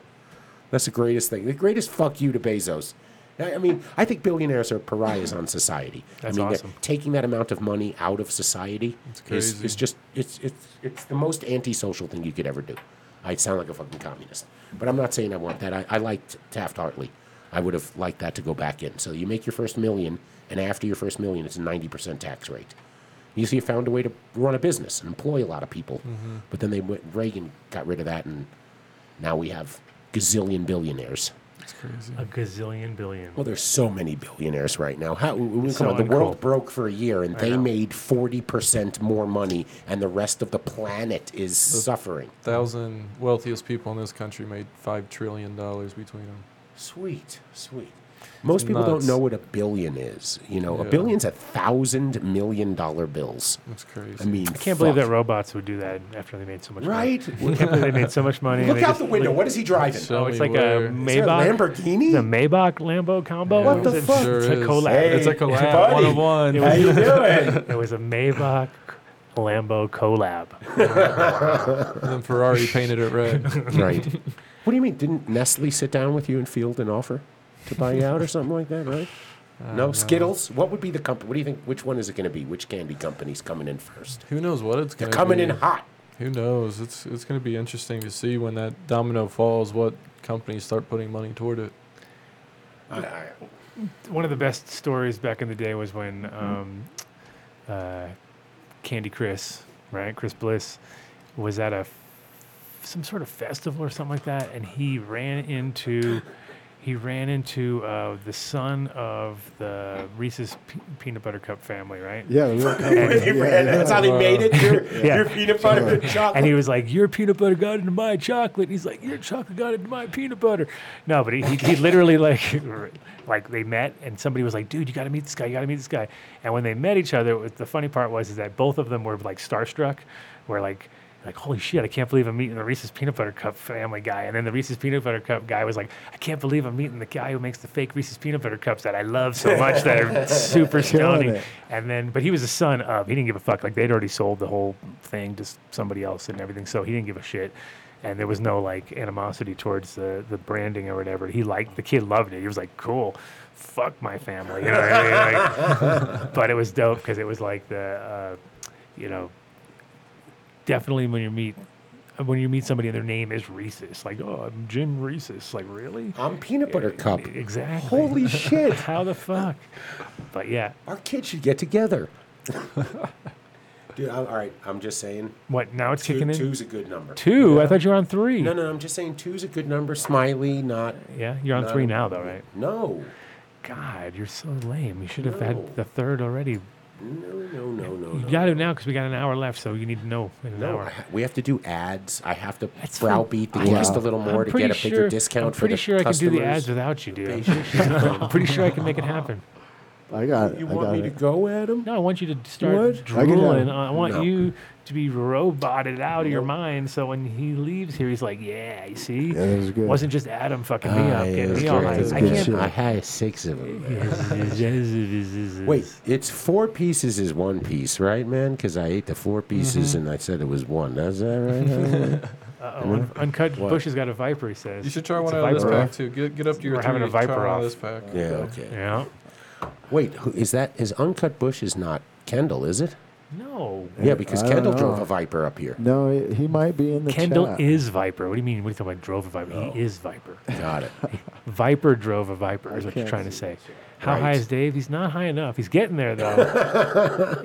That's the greatest thing. The greatest fuck you to Bezos. I I mean, I think billionaires are pariahs on society. That's I mean, they're awesome. taking that amount of money out of society is, crazy. is just it's it's it's the most antisocial thing you could ever do. I sound like a fucking communist, but I'm not saying I want that. I, I liked Taft Hartley. I would have liked that to go back in. So you make your first million, and after your first million, it's a ninety percent tax rate. You see, you found a way to run a business and employ a lot of people. But then they went, Reagan got rid of that, and now we have gazillion billionaires. It's crazy. A gazillion billion. Well, there's so many billionaires right now. How come So on, the world uncool. broke for a year and they know. made forty percent more money, and the rest of the planet is suffering. Thousand wealthiest people in this country made five trillion dollars between them. Sweet, sweet. Most people don't nuts. know what a billion is. You know, a Yeah. billion's a thousand million dollar bills. That's crazy. I mean, I can't believe that robots would do that after they made so much money. right? I can't believe they made so much money. and Look they out just, the window. like- What is he driving? So- Oh, it's Tell like me a where. Is that a Maybach. The Lamborghini? Maybach Lambo combo. What the It was a- fuck? It's a Sure is. collab. Hey, it's a collab. buddy. One of one. It How was, you doing? it was a Maybach Lambo collab. And then Ferrari painted it red. right. What do you mean? Didn't Nestle sit down with you and field an offer to buy you out or something like that, right? No, Skittles. What would be the company? What do you think? Which one is it going to be? Which candy company's coming in first? Who knows what it's They're gonna coming be. in hot. Who knows? It's it's going to be interesting to see when that domino falls. What companies start putting money toward it? I, I, One of the best stories back in the day was when um, uh, Candy Chris, right? Chris Bliss was at a f- some sort of festival or something like that, and he ran into He ran into uh, the son of the Reese's Pe- Peanut Butter Cup family, right? Yeah, the real company. They ran- That's how they made Uh, it. Your, Yeah. your peanut butter and chocolate. And he was like, "Your peanut butter got into my chocolate." And he's like, "Your chocolate got into my peanut butter." No, but he, he, he literally like like they met, and somebody was like, "Dude, you got to meet this guy. You got to meet this guy." And when they met each other, what the funny part was is that both of them were like starstruck, where like. Like holy shit! I can't believe I'm meeting the Reese's Peanut Butter Cup family guy, and then the Reese's Peanut Butter Cup guy was like, "I can't believe I'm meeting the guy who makes the fake Reese's Peanut Butter Cups that I love so much that are super Killing stony." it. And then, but he was a son of. He didn't give a fuck. Like they'd already sold the whole thing to s- somebody else and everything, so he didn't give a shit. And there was no like animosity towards the the branding or whatever. He liked the kid loved it. He was like, cool, fuck my family. You know what I mean? Like, but it was dope because it was like the, uh, you know, definitely when you meet. When you meet somebody and their name is Reese's, like, oh, I'm Jim Reese's. Like, really? E-, I'm peanut butter cup. Exactly. Holy shit! How the fuck? But yeah, Our kids should get together. Dude, I'm, all right. I'm just saying. what? Now it's Two, kicking in? two's a good number. Two? I thought you were on three. No, no. I'm just saying two's a good number. Smiley, not. Yeah, you're on not three a- now, though, right? No, God, you're so lame. You should have No. had the third already. no, no, no, no. You no, got no. to now because we got an hour left, so you need to know in an No, I hour. ha- we have to do ads. I have to That's fine. browbeat the I guest know. a little more I'm to pretty get a bigger sure- discount I'm for pretty the sure I can do the ads without customers. you, dude. I'm pretty sure I can make it happen. I got. You I want got me to it. go, Adam? No, I want you to start What? I can have drooling. it. I want uh, No. you to be roboted out of your mind. So when he leaves here, he's like, "Yeah, you see, Yeah, that was good. wasn't just Adam fucking me up, Ah, yeah, getting it's me all great. hyped. That's I good can't." shit. I had six of them. Wait, Wait, it's four pieces is one piece, right, man? Because I ate the four Mm-hmm. pieces and I said it was one. Is that right? un- Oh, uncut bush has got a viper. He says You should try It's a one out of this viper. pack too. Get get up to your. We're having a three, try viper one out off. of this pack. yeah. Okay. Yeah. Wait, who, is that? Is Uncut Bush is not Kendall, is it? No. Yeah, because I don't Kendall know. drove a Viper up here. No, he, he might be in the Kendall chat. is Viper. What do you mean? What are you talking about? Drove a Viper? He is Viper. Got it. Viper drove a Viper, is what you're can't trying to see say. How Right. high is Dave? He's not high enough. He's getting there, though.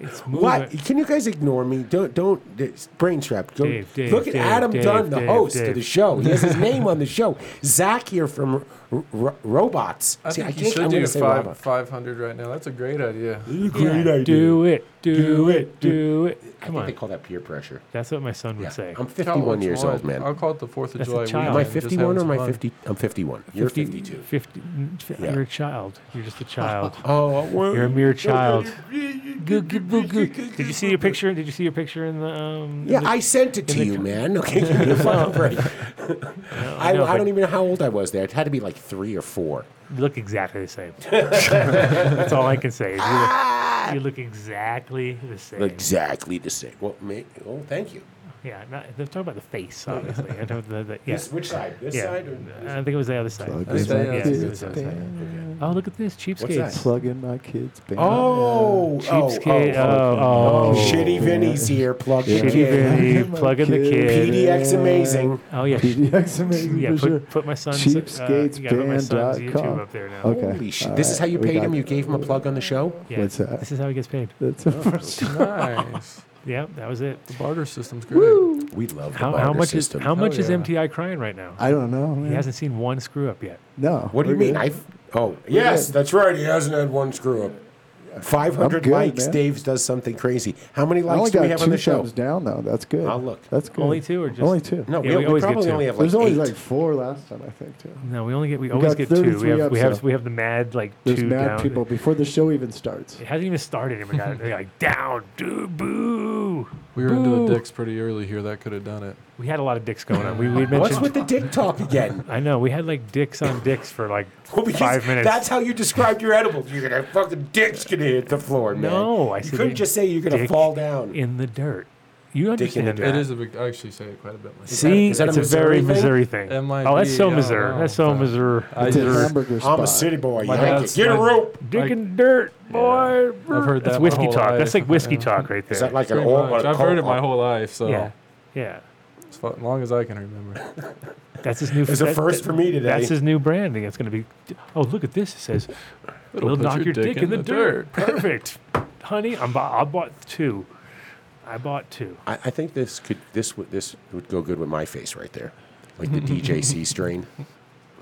it's moving. What? Can you guys ignore me? Don't don't it's brain trapped. Go Dave, Dave, look at Dave, Adam Dave, Dunn, the Dave, host of Dave. the show. He has his name on the show. Zach here from R- R- Robots. I See, think I can't. you I'm should going do to say five Robot. five hundred right now. That's a great idea. Great Yeah, idea. Do it. Do it. Do it. I Come think they on. call that peer pressure. That's what my son would say. I'm Count 51 which years one. old, man. I'll call it the Fourth of That's a July. child. Am Am I I weekend, just 51 or having am I some fun. 50? I'm 51. You're 52. 50, Yeah. You're a child. You're just a child. Oh, well, You're a mere child. Goo, goo, goo, goo. Did you see your picture? Did you see your picture in the? Um, in yeah, the- I sent it to you, man. Okay, give me a fucking break. I, know, I but- don't even know how old I was there. It had to be like three or four. You look exactly the same. That's all I can say. Is you, Ah! look, you look exactly the same. Exactly the same. Well, may, oh, thank you. yeah, not, they're talking about the face, obviously. I don't, the, the, yeah. This, which side? This yeah. side? Or I think it was the other side. Plug I think in it was- that yeah, I my is- think it was kids' the other side. band. Oh, look at this cheapskates. Plug in my kids' band. Oh, oh, oh, Cheapskate. oh. Oh, Oh, oh, Shitty Vinny's here. Plug in. Shitty Vinny. Plug in the kid. PDX amazing. Oh yeah. PDX amazing Yeah, for put, sure. put my son's Uh, Cheapskatesband.com. you gotta put my son's YouTube up there now. Okay. Holy shit. all This is how right, you we paid got him? You that. gave him a plug on the show? Yeah, What's that? This is how he gets paid. That's the Oh. first. Nice. Yeah, that was it. The barter system's great. We love the How, barter how much system. is how much is yeah. MTI crying right now? I don't know. Man. He hasn't seen one screw up yet. No. What do you we're mean? good. I've oh yes, good. that's right. He hasn't had one screw up. Five hundred good, likes. man. Dave's does something crazy. How many I only likes do got we have two on the show? thumbs down though. That's good. I'll look. That's good. Only two or just- only two? No, Yeah, we, we we always get probably two. only have like There's eight. always like four last time I think too. No, we only get we always got get two. We 33 have we have episodes. we have the mad like There's two mad down. people before the show even starts. It hasn't even started. and we got they're like down, do boo. We were into Boo. the dicks pretty early here. That could have done it. We had a lot of dicks going on. We we had What's mentioned. with the dick talk again? I know we had like dicks on dicks for like Well, because five minutes. That's how you described your edibles. You're gonna fucking dicks gonna hit the floor, man. No, I you said couldn't it- just say you're gonna dick fall down. in the dirt. You Dick in the understand dirt. that? It is a big. I actually say it quite a bit myself. See, is that a it's a, Missouri very thing? Missouri thing. It might Oh, that's be, so I don't Missouri. know, That's so but Missouri. I It's a just, hamburger I'm spot. a city boy. My yank it. dad's- Get a my- rope. Dick I- and dirt, boy. I've heard that's that my whiskey whole talk. life. That's like whiskey Yeah. talk right there. Is that like an pretty old? much. a I've heard it cult- my whole life, so yeah, oh. yeah. as fa- long as I can remember. That's his new. It's a that- first that- for me today. That's his new branding. It's going to be. Oh, look at this. It says, "We'll put knock your your, dick, in the, dirt." dirt." Perfect, honey. I'm. Bu- I bought two. I bought two. I, I think this could this would this would go good with my face right there, like the DJC strain.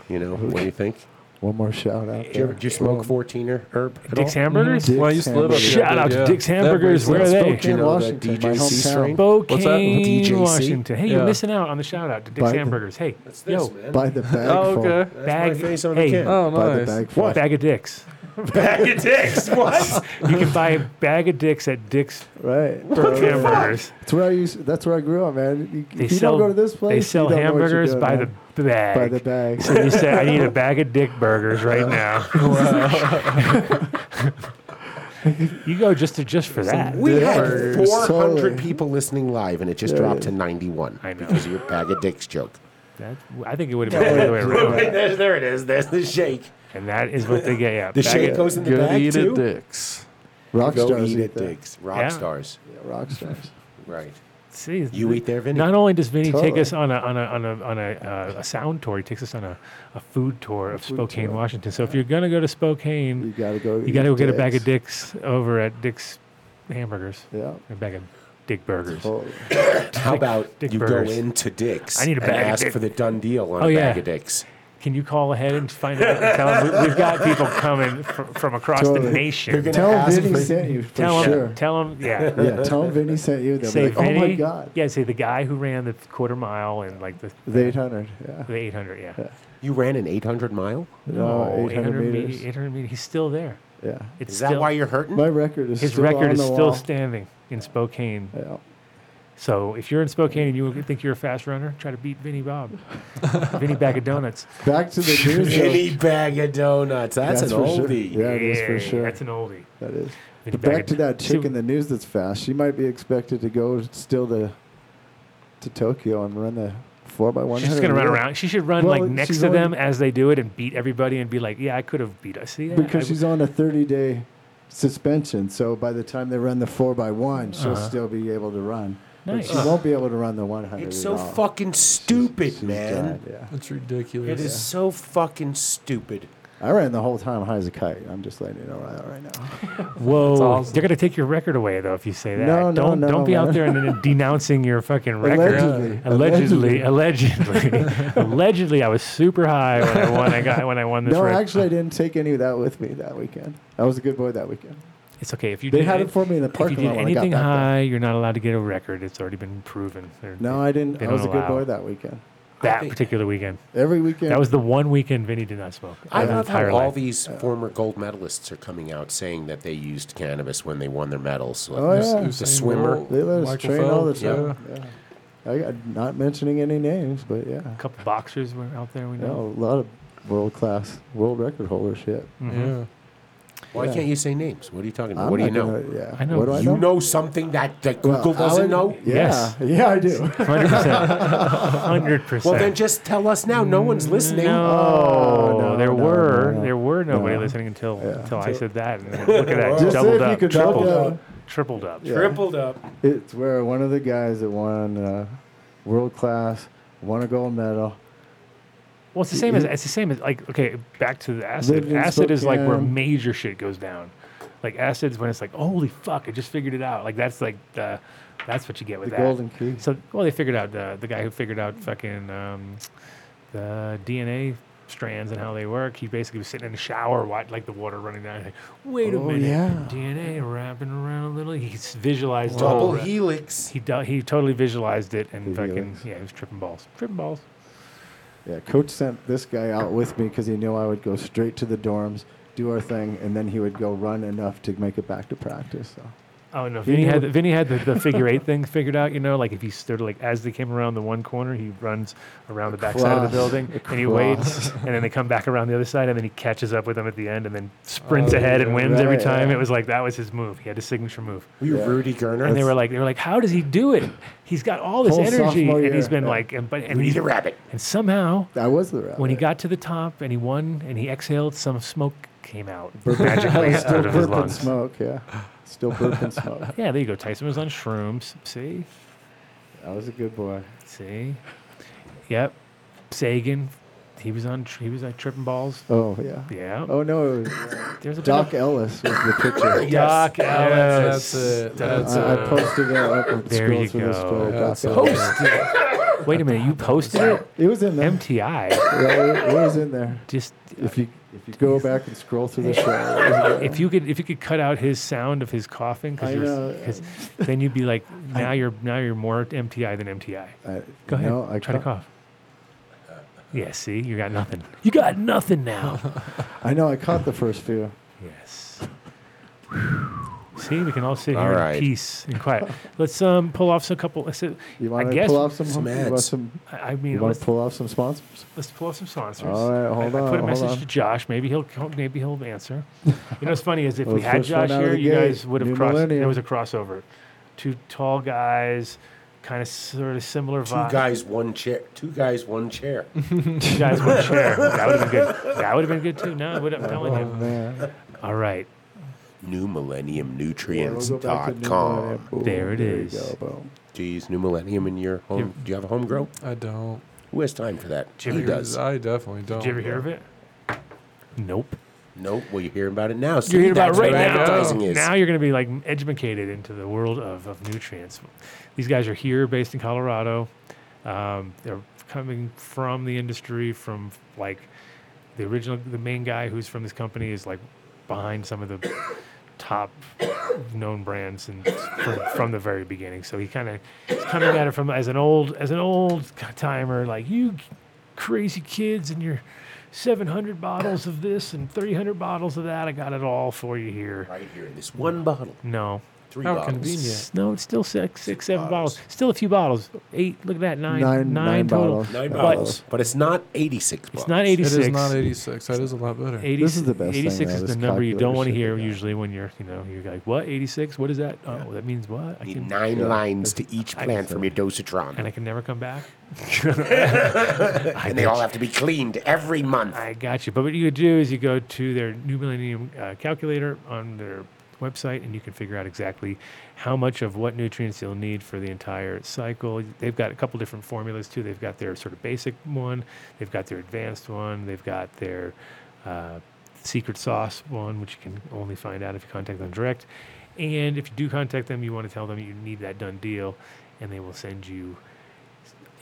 You know, what do you think? One more shout out. Did you, ever, did you smoke 14er herb? at Dick's all? Hamburgers? Dick's Well, I used to live up Hamburgers. there, Shout but out to yeah. Dick's That Hamburgers. place- Where are that's they? Spokane. You know, that Washington, my DJC hometown. strain? What's that? Spokane, DJC? Washington. Hey, you're Yeah. missing out on the shout out to Dick's By the- Hamburgers. Hey, That's this, yo, man. By the bag. Oh, full. okay. That's bag. my face on hey, the can. Oh, By the nice. bag. full. bag of dicks. bag of dicks. What? you can buy a bag of dicks at Dick's Right. hamburgers. That's where I used. That's where I grew up, man. You, They if you sell don't go to this place. They you sell don't know what you're hamburgers doing, by man. the bag. by the bag. So you said I need a bag of dick burgers right now. you go just to just for that. We had Dippers. 400 Totally. people listening live, and it just dropped to 91 I know. because of your bag of dicks joke. That, I think it would have been the other way around. there, there it is. There's the shake. And that is what they get. Yeah, The bag shake of- goes in the Gonna bag eat too. it, dicks. rock Go stars. eat eat it, that. dicks. Rock Yeah. stars. Yeah, rock stars. Right. See, You eat there, Vinny. Not only does Vinny take Totally. us on a on a on a on a, uh, a sound tour, he takes us on a, a food tour of Spokane, Washington. So if you're gonna go to Spokane, You gotta go. you got to go get a bag of dicks over at Dick's Hamburgers, Yeah. a bag of Dick Burgers. Totally. How about dick you burgers. go into Dick's I need a and bag of ask dick- for the done deal on Oh, a yeah. bag of dicks? Can you call ahead and find out and tell them we, we've got people coming from, from across the Totally. nation? gonna Tell ask Vinny for- sent you for tell sure. them, tell them, yeah. yeah, tell him Vinny sent you. They'll Say be like, Vinny, oh my god, yeah. Say the guy who ran the quarter mile and like the the 800. Yeah, the 800, yeah. You ran an 800 mile? no, 800, Oh, meters. meters. 800 meters. He's still there. Yeah, It's Is that still, why you're hurting? my record is his still record on is the still wall. standing in Spokane. Yeah. So if you're in Spokane and you think you're a fast runner, try to beat Vinny Bob. Vinny Bag of Donuts. Back to the news. though. Any bag of donuts. That's, That's an for sure. oldie. Yeah, it is for sure. That's an oldie. that is. Vinny But Bag back of to Don- that See, chick in the news that's fast. She might be expected to go still to to Tokyo and run the four by one. She's just gonna run around. She should run Well, like next she's to only- them as they do it and beat everybody and be like, "Yeah, I could have beat us." See, yeah, because I- she's on a 30 day suspension. So by the time they run the four by one, she'll Uh-huh. still be able to run. But Nice. she won't be able to run the 100. It's at so all. fucking stupid, She's man. done, yeah. That's It ridiculous. is so fucking stupid. I ran the whole time high as a kite. I'm just letting you know right, right now. whoa, awesome. they're gonna take your record away though if you say that. No, no, don't no, don't be out man. there and, and denouncing your fucking record. Allegedly. allegedly, allegedly, allegedly, I was super high when I won. I got when I won this. No, rec- actually, I didn't take any of that with me that weekend. I was a good boy that weekend. it's okay if you They did had any- it for me in the If you parking did lot when I got anything back there. high, you're not allowed to get a record. It's already been proven. They're- No, they- I didn't. they I was a don't good boy allow- that weekend. that particular weekend. Every weekend. That was the one weekend Vinny did not smoke. I in his love how entire all life. these former gold medalists are coming out saying that they used cannabis when they won their medals. Like, Oh, there's- yeah. there's The swimmer. They let us Michael train all the Phelps, time. Yeah. I, I'm not mentioning any names, but yeah. a couple boxers were out there. We No, know. a lot of world class, world record holder shit. Yeah. Why Yeah. can't you say names? What are you talking about? I'm what do you not know? gonna- yeah. I know. What do I You know? know something that, that Well, Google doesn't Alan- know? Yeah. Yes. Yeah, I do. Hundred percent. Hundred percent. Well, then just tell us now. No one's listening. No, no, there Oh, no, were no, no. there were nobody No. listening until Yeah. until I said that. And look at that, Just doubled if you up, could double tripled down. up, tripled up. Yeah. Crippled up. It's where one of the guys that won uh, world class won a gold medal. Well, it's the same as it's the same as like okay, back to the Lived acid. in Acid is like where Spokane. major shit goes down. Like acid's when it's like holy fuck, I just figured it out. Like that's like the that's what you get with The that. golden key. So well, they figured out the the guy who figured out fucking um, the DNA strands and how they work. He basically was sitting in the shower, watch, like the water running down. Like, Wait a Oh, minute, yeah. DNA wrapping around a little. He s- visualized the Double whole- helix. He do- he totally visualized it and The fucking helix. yeah, he was tripping balls, tripping balls. Yeah, coach sent this guy out with me because he knew I would go straight to the dorms, do our thing, and then he would go run enough to make it back to practice. So. Oh no, Vinny had knew- the, Vinny had the, the figure eight thing figured out. You know, like if he stood like as they came around the one corner, he runs around the back side of the Across, building and he waits, and then they come back around the other side, and then he catches up with them at the end, and then sprints ahead and wins every Right, time. Oh, It yeah. was like that was his move. He had his signature move, Were you Rudy Gerner? and they were like, they were like, how does he do it? He's got all this Whole energy, sophomore and he's year, been yeah. like, and but and, we need he, a rabbit. and somehow I was the route. when he got to the top and he won and he exhaled, some smoke came out magically out of his burping lungs. smoke, yeah, still burping smoke. Yeah, there you go. Tyson was on shrooms. See. I was a good boy. See, yep, Sagan, he was on tr- he was like tripping balls. Oh yeah. Yeah, Oh no, it was there's a Doc Ellis was the picture. bit of- Doc Ellis. that's it. Doc- That's I, I it. posted it up and There scrolled you through go. the story. That's Doc it. Ellis. Wait a minute, you posted it? It was in there. MTI Yeah, it, it was in there. just If you If you go back and scroll through the show, If you could, if you could cut out his sound of his coughing, I know. because then you'd be like, now you're now you're more MTI than MTI. I, Go ahead, No, I try to cough. cough. Yeah, see, you got nothing. You got nothing now. I know I caught the first few. yes. See, we can all sit All here right. in peace and quiet. Let's um pull off some couple. Let's, uh, You I want to guess pull off some? some you ads. want some? I I mean, You want let's, to pull off some sponsors? Let's pull up some sponsors. All right, hold I, I on, put a hold message on. to Josh. Maybe he'll he'll- maybe he'll answer. You know what's funny is if Well, we had first one Josh out of here, the you gate, guys would have new crossed. millennium. There was a crossover. Two tall guys, kind of sort of similar Two vibe. guys, one chair. Two guys, one chair. Two guys, one chair. That would have been good. That would have been good too. No, I would, I'm telling Oh you. man, All right, New Millennium Yeah, we'll Nutrients go back to dot New com. Millennium. Boom, There it you is. go, boom. Geez, New Millennium in your home. Do you have a home grow? I don't. Who has time for that? Jimmy Who does? I definitely don't. did you ever hear of it? Nope. Nope. Well, you hear about it now. See, You're hearing about that's it right what now. Advertising is. Now you're going to be like educated into the world of, of nutrients. These guys are here, based in Colorado. Um, they're coming from the industry, from like the original, the main guy who's from this company is like behind some of the top known brands and from, from the very beginning. So he kind of is coming at it from as an old as an old timer, like you crazy kids and your 700 bottles of this and 300 bottles of that. I got it all for you here. right here in this one bottle, No. three How bottles. convenient. S- No, it's still six, six, seven bottles. Still a few bottles. Eight. Look at that. Nine. Nine, Nine- nine total. bottles. Nine But- bottles, but it's not eighty-six. It's bottles. not 86. It is not 86. That is a lot better. 80, This is the best thing, 86 though, is this the number you don't calculator want to shit hear they got. usually when you're, you know, you're like, what? 86? What is that? Oh, that means what? I Need can, nine lines to each I- plant from your and dosatron, I can never come back? and they all have to be cleaned every month. I got you. But what you could do is you go to their New Millennium uh, calculator on their website, and you can figure out exactly how much of what nutrients you'll need for the entire cycle. They've got a couple different formulas too. They've got their sort of basic one, they've got their advanced one, they've got their uh, secret sauce one, which you can only find out if you contact them direct. And if you do contact them, you want to tell them you need that done deal, and they will send you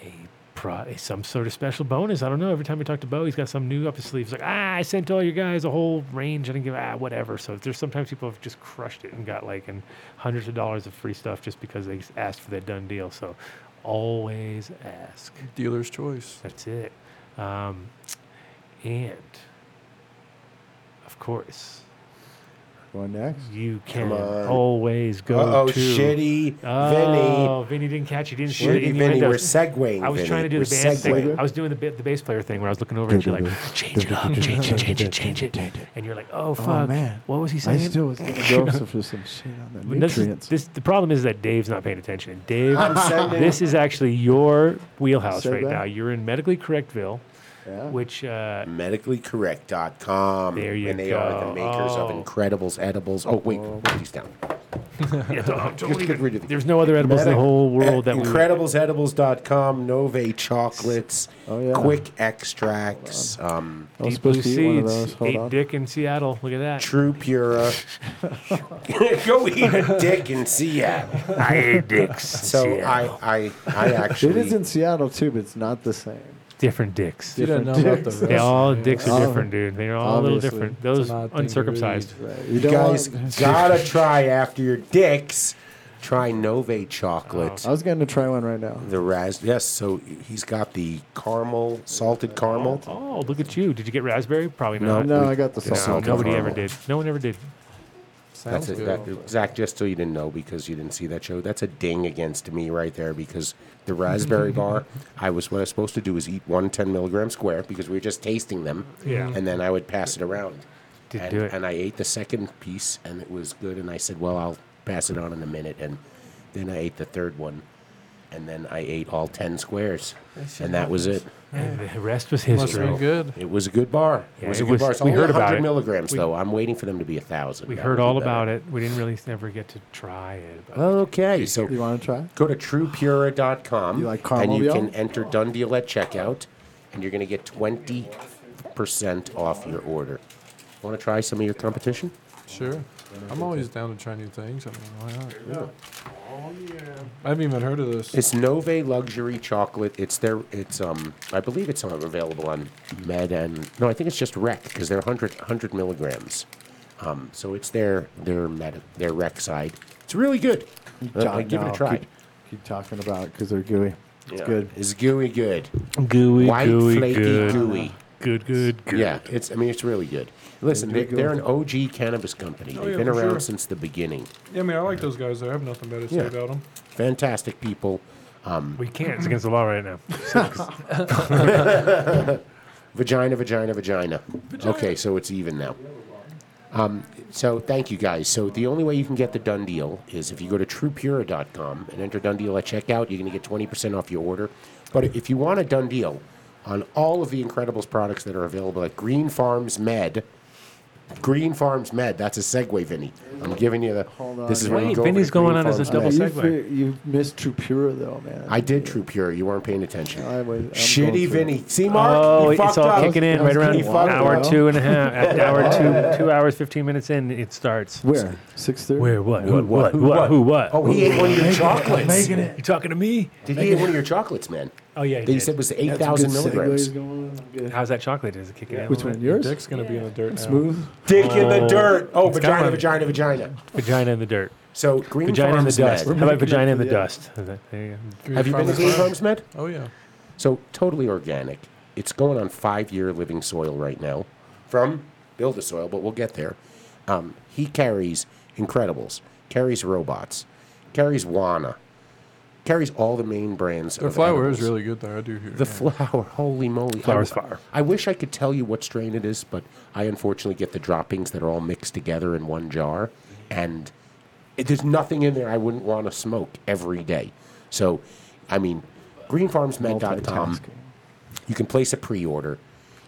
a pro, some sort of special bonus. I don't know. Every time we talk to Bo, he's got some new up his sleeve. He's like, ah, I sent all your guys a whole range. I didn't give ah whatever. So there's sometimes people have just crushed it and got like and hundreds of dollars of free stuff just because they s- asked for that done deal. So always ask. Dealer's choice. That's it. Um, and of course, Going next. you can on. always go Uh oh, to shitty Oh, Vinny didn't catch you. Didn't see Vinny. the Shitty Vinny, we're innuendos. segueing. I was Vinny. trying to do we're the band thing. segueing. I was doing the bit, the bass player thing where I was looking over at you like, change it up, change it, change it, change it, and you're like, oh fuck, man. what was he I saying? still was gonna go so for some shit on the But this, is- nutrients. this, the problem is that Dave's not paying attention. And Dave, I'm sending- this is actually your wheelhouse Said right that? now. You're in medically correctville, yeah. which uh, medicallycorrect.com. There you and they are the go. makers Oh. of Incredibles edibles. Oh wait, put these down. yeah, don't, don't Just leave it. get rid of it. there's no other edibles in the Medic- whole world that we would- Incrediblesedibles.com, Nove chocolates, Oh, yeah. quick extracts, um, I was Deep Blue supposed to eat one of those. Seeds, Hold ate on. dick in Seattle. Look at that. True Pura. Go eat a dick in Seattle. I ate dicks. So I, I, I actually. It is in Seattle too, but it's not the same. different dicks. You didn't know Different about the dicks. rest. They all Yeah. dicks are Ob- different, dude. They're all a little obviously. different. an Those odd thing to uncircumcised. read. You You don't guys want- gotta try after your dicks. Try Nove chocolate. I was going to try one right now. The ras yes, so he's got the caramel, salted caramel. Oh, look at you. Did you get raspberry? Probably Uh, not. No, I got the No, salt. nobody caramel. ever did. No one ever did. Sounds That's it. good. That, Zach, just so you didn't know because you didn't see that show, that's a ding against me right there because the raspberry bar, I was what I was supposed to do was eat one 10 milligram square because we were just tasting them. Yeah. And then I would pass it around. Did and, do it. and I ate the second piece and it was good. And I said, well, I'll pass it on in a minute. And then I ate the third one. And then I ate all 10 squares. And that was it. And the rest was Must history. be good. It was a good bar. it Yeah, was it a good was- bar. It's we only heard about 100 it. milligrams, We- though. I'm waiting for them to be a 1,000. We That heard would be all better. about it. We didn't really never get to try it. But Okay, so You want to try? Go to truepura.com You like and caramel, you yo? can enter Done Deal at checkout, and you're going to get 20% off your order. Want to try some of your competition? Sure. I'm always down to try new things. I mean, why not? Oh, yeah. I haven't even heard of this. It's Nove Luxury Chocolate. It's their. It's um. I believe it's um, available on Med and no, I think it's just Rec because they're 100, 100 milligrams. Um, so it's their their med their Rec side. It's really good. Uh, John, like, give it no, a try. Keep, keep talking about it because they're gooey. It's good. It's gooey good. Gooey, White, gooey, flaky, good. gooey. Good, good, good. Yeah, it's. I mean, it's really good. Listen, they, Gooey they're an OG cannabis company. They've yeah, been for around sure. since the beginning. Yeah, I mean, I like those guys. I have nothing better to say Yeah. about them. Fantastic people. We can't. It's against the law right now. Vagina, vagina, vagina. Okay, so it's even now. Um, so thank you guys. So the only way you can get the done deal is if you go to truepura.com and enter done deal at checkout, you're going to get 20% off your order. But if you want a done deal on all of the Incredibles products that are available at Green Farms Med, Green Farms Med, that's a segue, Vinny. I'm giving you the. Hold on. This is where you Wait, go over Vinny's to Green going on as a Farms double Med. segue. you, fi- you missed Trupura though, man. I did TruePura. You weren't paying attention. I was- I'm going Shitty through. Vinny. See, Mark? Oh, You it's fucked all up. kicking in That right was around good. Wow. hour Wow. two and a half. At hour two, two hours fifteen minutes in, it starts. Where? Six thirty. Where? What? Who? What? Who? What? Who? What? Oh, he ate one of your chocolates. making it. You talking to me? Did he eat one of your chocolates, man? Oh yeah. he They did. said was 8,000 milligrams. How's that chocolate? Is it kicking in? Which one? Yours? Dick's going to be in the dirt now. Smooth. Dick in the dirt. Oh, It's vagina, coming. vagina, vagina. Vagina in the dirt. So Green Vagina in the Farms dust. How Med. about vagina in the making it dust? Is that- there you go. Have you been to Green Farms Med? Oh, yeah. So totally organic. It's going on five-year living soil right now from Build a Soil, but we'll get there. Um, he carries Incredibles, carries Robots, carries Wana, carries all the main brands. Their of flour edibles. is really good, though. I do hear The yeah. flower, holy moly! Flower's I, fire. I wish I could tell you what strain it is, but I unfortunately get the droppings that are all mixed together in one jar, and it, there's nothing in there I wouldn't want to smoke every day. So, I mean, greenfarmsmed.com. Multitasking. You can place a pre-order.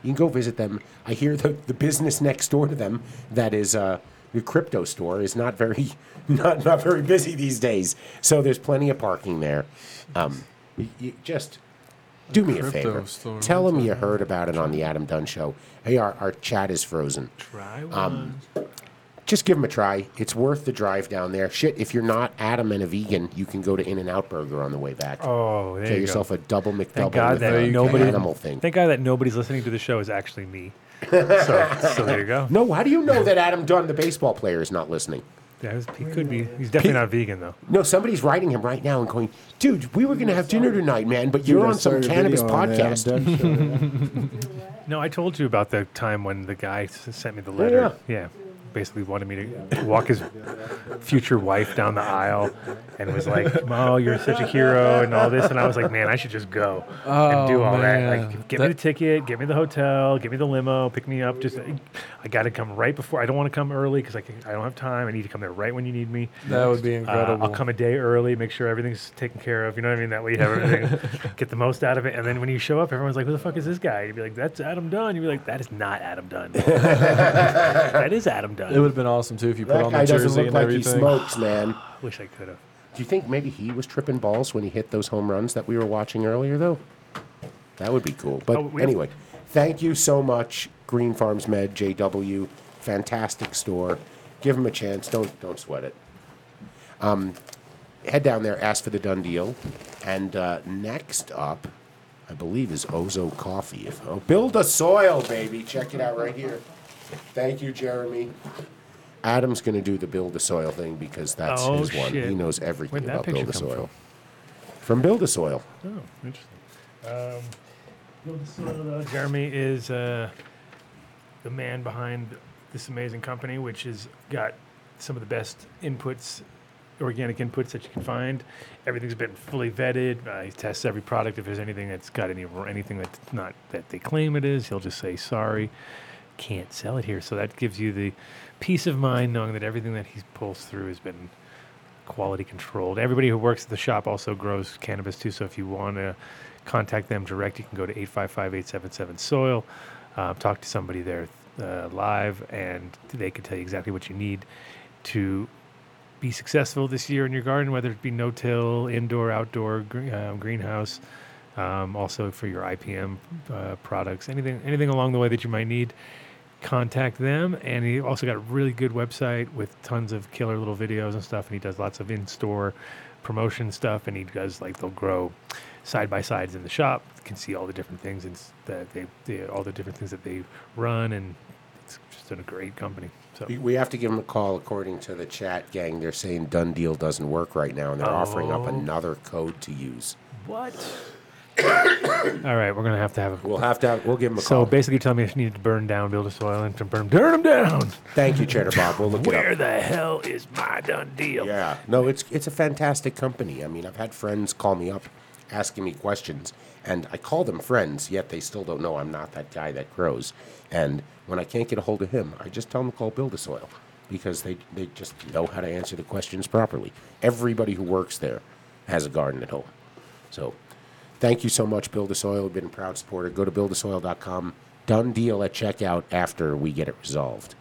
You can go visit them. I hear the, the business next door to them that is uh, the crypto store is not very not not very busy these days. So there's plenty of parking there. Um, you, you just do me a Crypto favor. store, Tell what's them you heard about it on the Adam Dunn show. Hey, our, our chat is frozen. Try one. Just give them a try. It's worth the drive down there. Shit, if you're not Adam and a vegan, you can go to In-N-Out Burger on the way back. oh, there Get you yourself go. a double McDouble Thank God with that a nobody- animal thing. Thank God that nobody's listening to the show is actually me. So, so there you go. No, how do you know that Adam Dunn, the baseball player, is not listening? Yeah, he's- he could be. He's definitely not vegan though. No, somebody's writing him right now and going, dude, we were going to have dinner tonight, man, but you're Dude, I on some started a cannabis video on the Adam podcast. Dunn show. No, I told you about the time when the guy s- sent me the letter. Yeah. Basically wanted me to walk his future wife down the aisle and was like, Mo, you're such a hero and all this. And I was like, man, I should just go and do Oh, all that. man. Like, get me That- the ticket, get me the hotel, get me the limo, pick me up. Just, I got to come right before. I don't want to come early because I, can- I don't have time. I need to come there right when you need me. That would be Uh, incredible. I'll come a day early, make sure everything's taken care of. You know what I mean? That way you have everything, get the most out of it. And then when you show up, everyone's like, "Who the fuck is this guy?" You'd be like, "That's Adam Dunn." You'd be like, "That is not Adam Dunn. that is Adam Dunn." It would have been awesome, too, if you put That on guy the doesn't jersey look and like he everything. smokes, man. I wish I could have. Do you think maybe he was tripping balls when he hit those home runs that we were watching earlier, though? That would be cool. But Oh, we- anyway, thank you so much, Green Farms Med JW. Fantastic store. Give them a chance. Don't don't sweat it. Um, head down there, ask for the done deal. And uh, next up, I believe is Ozo Coffee. If, oh, build a soil, baby. Check it out right here. Thank you, Jeremy. Adam's going to do the build a soil thing because that's Oh, his one. He shit. knows everything Where'd that about picture build a come soil. From build a soil. Oh, interesting. Um, so, uh, Jeremy is uh, the man behind this amazing company, which has got some of the best inputs, organic inputs that you can find. Everything's been fully vetted. Uh, he tests every product. If there's anything that's got any anything that's not that they claim it is, he'll just say sorry. Can't sell it here. So that gives you the peace of mind knowing that everything that he pulls through has been quality controlled. Everybody who works at the shop also grows cannabis too. So if you want to contact them direct, you can go to 855-877-SOIL. Uh, talk to somebody there uh, live, and they can tell you exactly what you need to be successful this year in your garden, whether it be no-till, indoor, outdoor, gre- um, greenhouse. Um, also for your IPM uh, products, anything anything along the way that you might need contact them. And he also got a really good website with tons of killer little videos and stuff. And he does lots of in store promotion stuff. And he does like they'll grow side by sides in the shop. You can see all the different things and s- that they, they all the different things that they run. And it's just a great company. So We- We have to give them a call according to the chat gang. They're saying done deal doesn't work right now, and they're offering up Oh. another code to use. what? all right, we're gonna have to have a. We'll have to. Have, we'll give them a So call. basically, you're telling me I just needed to burn down Build a Soil and to burn burn them down. Thank you, Cheddar Bob. We'll look it up. Where the hell is my done deal? Yeah, no, it's it's a fantastic company. I mean, I've had friends call me up asking me questions, and I call them friends, yet they still don't know I'm not that guy that grows. And when I can't get a hold of him, I just tell them to call Build a Soil because they they just know how to answer the questions properly. Everybody who works there has a garden at home, so thank you so much, Build a Soil. You've been a proud supporter. Go to buildasoil.com. Done deal at checkout after we get it resolved.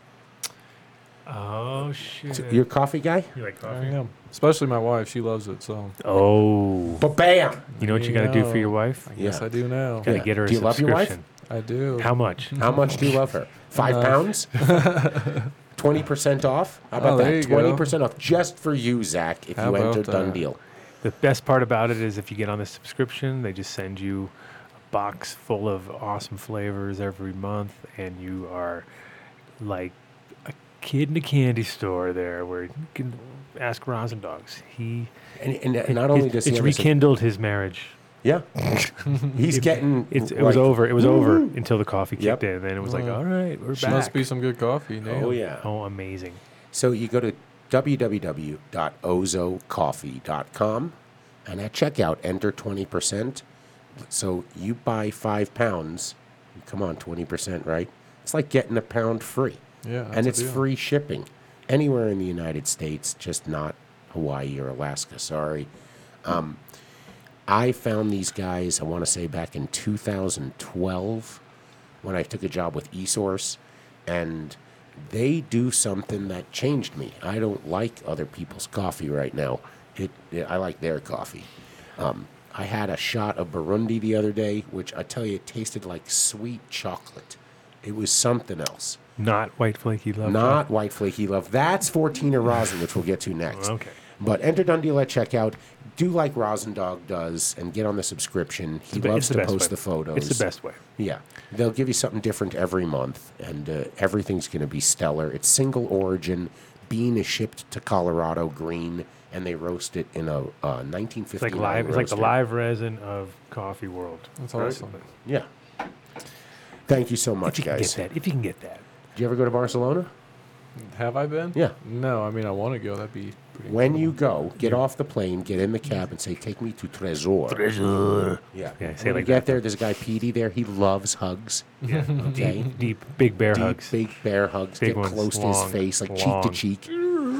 Oh shit. So You're a coffee guy? you like I coffee? am. Especially my wife. She loves it. So Oh. But bam! You know what you gotta do for your wife? yes, Yeah. I do now. gotta get her a Do you love your wife? subscription. I do. How much? How much do you love her? Five Uh, pounds? 20% off? How about Oh, there that? you go. 20% off just for you, Zach, if How you about enter uh, Done that? Deal. The best part about it is if you get on the subscription, they just send you a box full of awesome flavors every month, and you are like a kid in a candy store there where you can ask Rosin Dogs. He And, and not only it- does he it's have this- rekindled his marriage. yeah, he's getting It's, it was like- over. It was over until the coffee kicked Yep. in. And then it was like, Mm. all right, we're She back. must be some good coffee. Damn. Oh yeah. oh, amazing. So you go to www.ozocoffee.com and at checkout enter 20%. So you buy five pounds. Come on, 20%, right? It's like getting a pound free. Yeah, that's and a it's deal. free shipping anywhere in the United States, just not Hawaii or Alaska. Sorry. Um, I found these guys, I want to say back in 2012 when I took a job with eSource, and they do something that changed me. I don't like other people's coffee right now. It, I like their coffee. Um, I had a shot of Burundi the other day, which I tell you, it tasted like sweet chocolate. It was something else. Not white flaky love. Not white flaky love. That's 14 or rosin, which we'll get to next. Okay. But enter Dundee at checkout. Do like Rosin Dog does and get on the subscription. He It's the loves to best post way. the photos. It's the best way. Yeah. They'll give you something different every month, and uh, everything's going to be stellar. It's single origin. Bean is shipped to Colorado green, and they roast it in a uh, 1950. It's like live. It's like the live resin of coffee world. That's Right? awesome. Yeah. Thank you so If much, you can get guys. that. If you can get that. Do you ever go to Barcelona? Have I been? Yeah. No, I mean I want to go. That'd be pretty. When you go, get off the plane, get in the cab, and say, "Take me to Tresor." Yeah. Yeah, say When like you get that. there, there's a guy Petey there. He loves hugs. Yeah. Okay. Deep, deep, big bear Deep, hugs. big bear hugs. Big get ones. close to Long, his face, like long. cheek to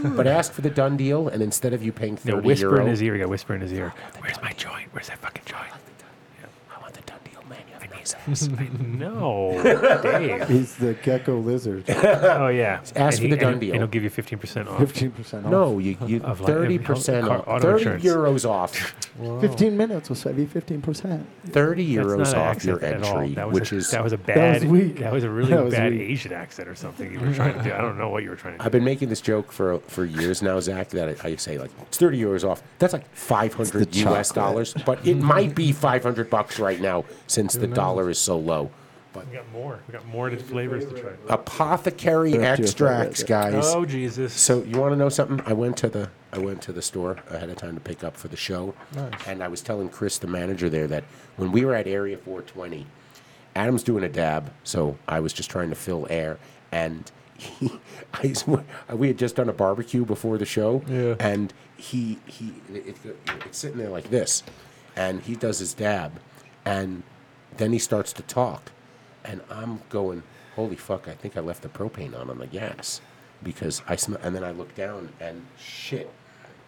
cheek. but ask for the done deal, and instead of you paying No, thirty whisper in euro- his ear. Yeah, whisper in his ear. Where's my joint? Where's that fucking joint? I want the done deal, man. You have a nice ass. No. Dave. He's the gecko lizard. Oh yeah. And for he- the and done he- deal. And he'll give you fifteen percent off. Fifteen percent off. No, you you Of like every thirty health- percent car- off, auto thirty insurance. euros off, Fifteen minutes will save you fifteen percent. thirty That's euros not an off your accent at all. entry, That was which a, is that was a bad, weak. that was a really That was bad weak. Asian accent or something you were trying to do. I don't know what you were trying to do. I've been making this joke for for years now, Zach. That I, I say like it's thirty euros off. That's like five hundred It's the U.S. chocolate. dollars, but it might be five hundred bucks right now since the dollar is so low. But We got more. We got more flavors to try. apothecary They're up to your extracts, favorite. guys. Oh Jesus! So you want to know something? I went to the I went to the store ahead of time to pick up for the show, and I was telling Chris, the manager there, that when we were at Area 420, Adam's doing a dab, so I was just trying to fill air, and he, I swear, we had just done a barbecue before the show, Yeah. and he he it, it- it's sitting there like this, and he does his dab, and then he starts to talk, and I'm going, holy fuck! I think I left the propane on on the gas, because I smell, and then I look down and shit,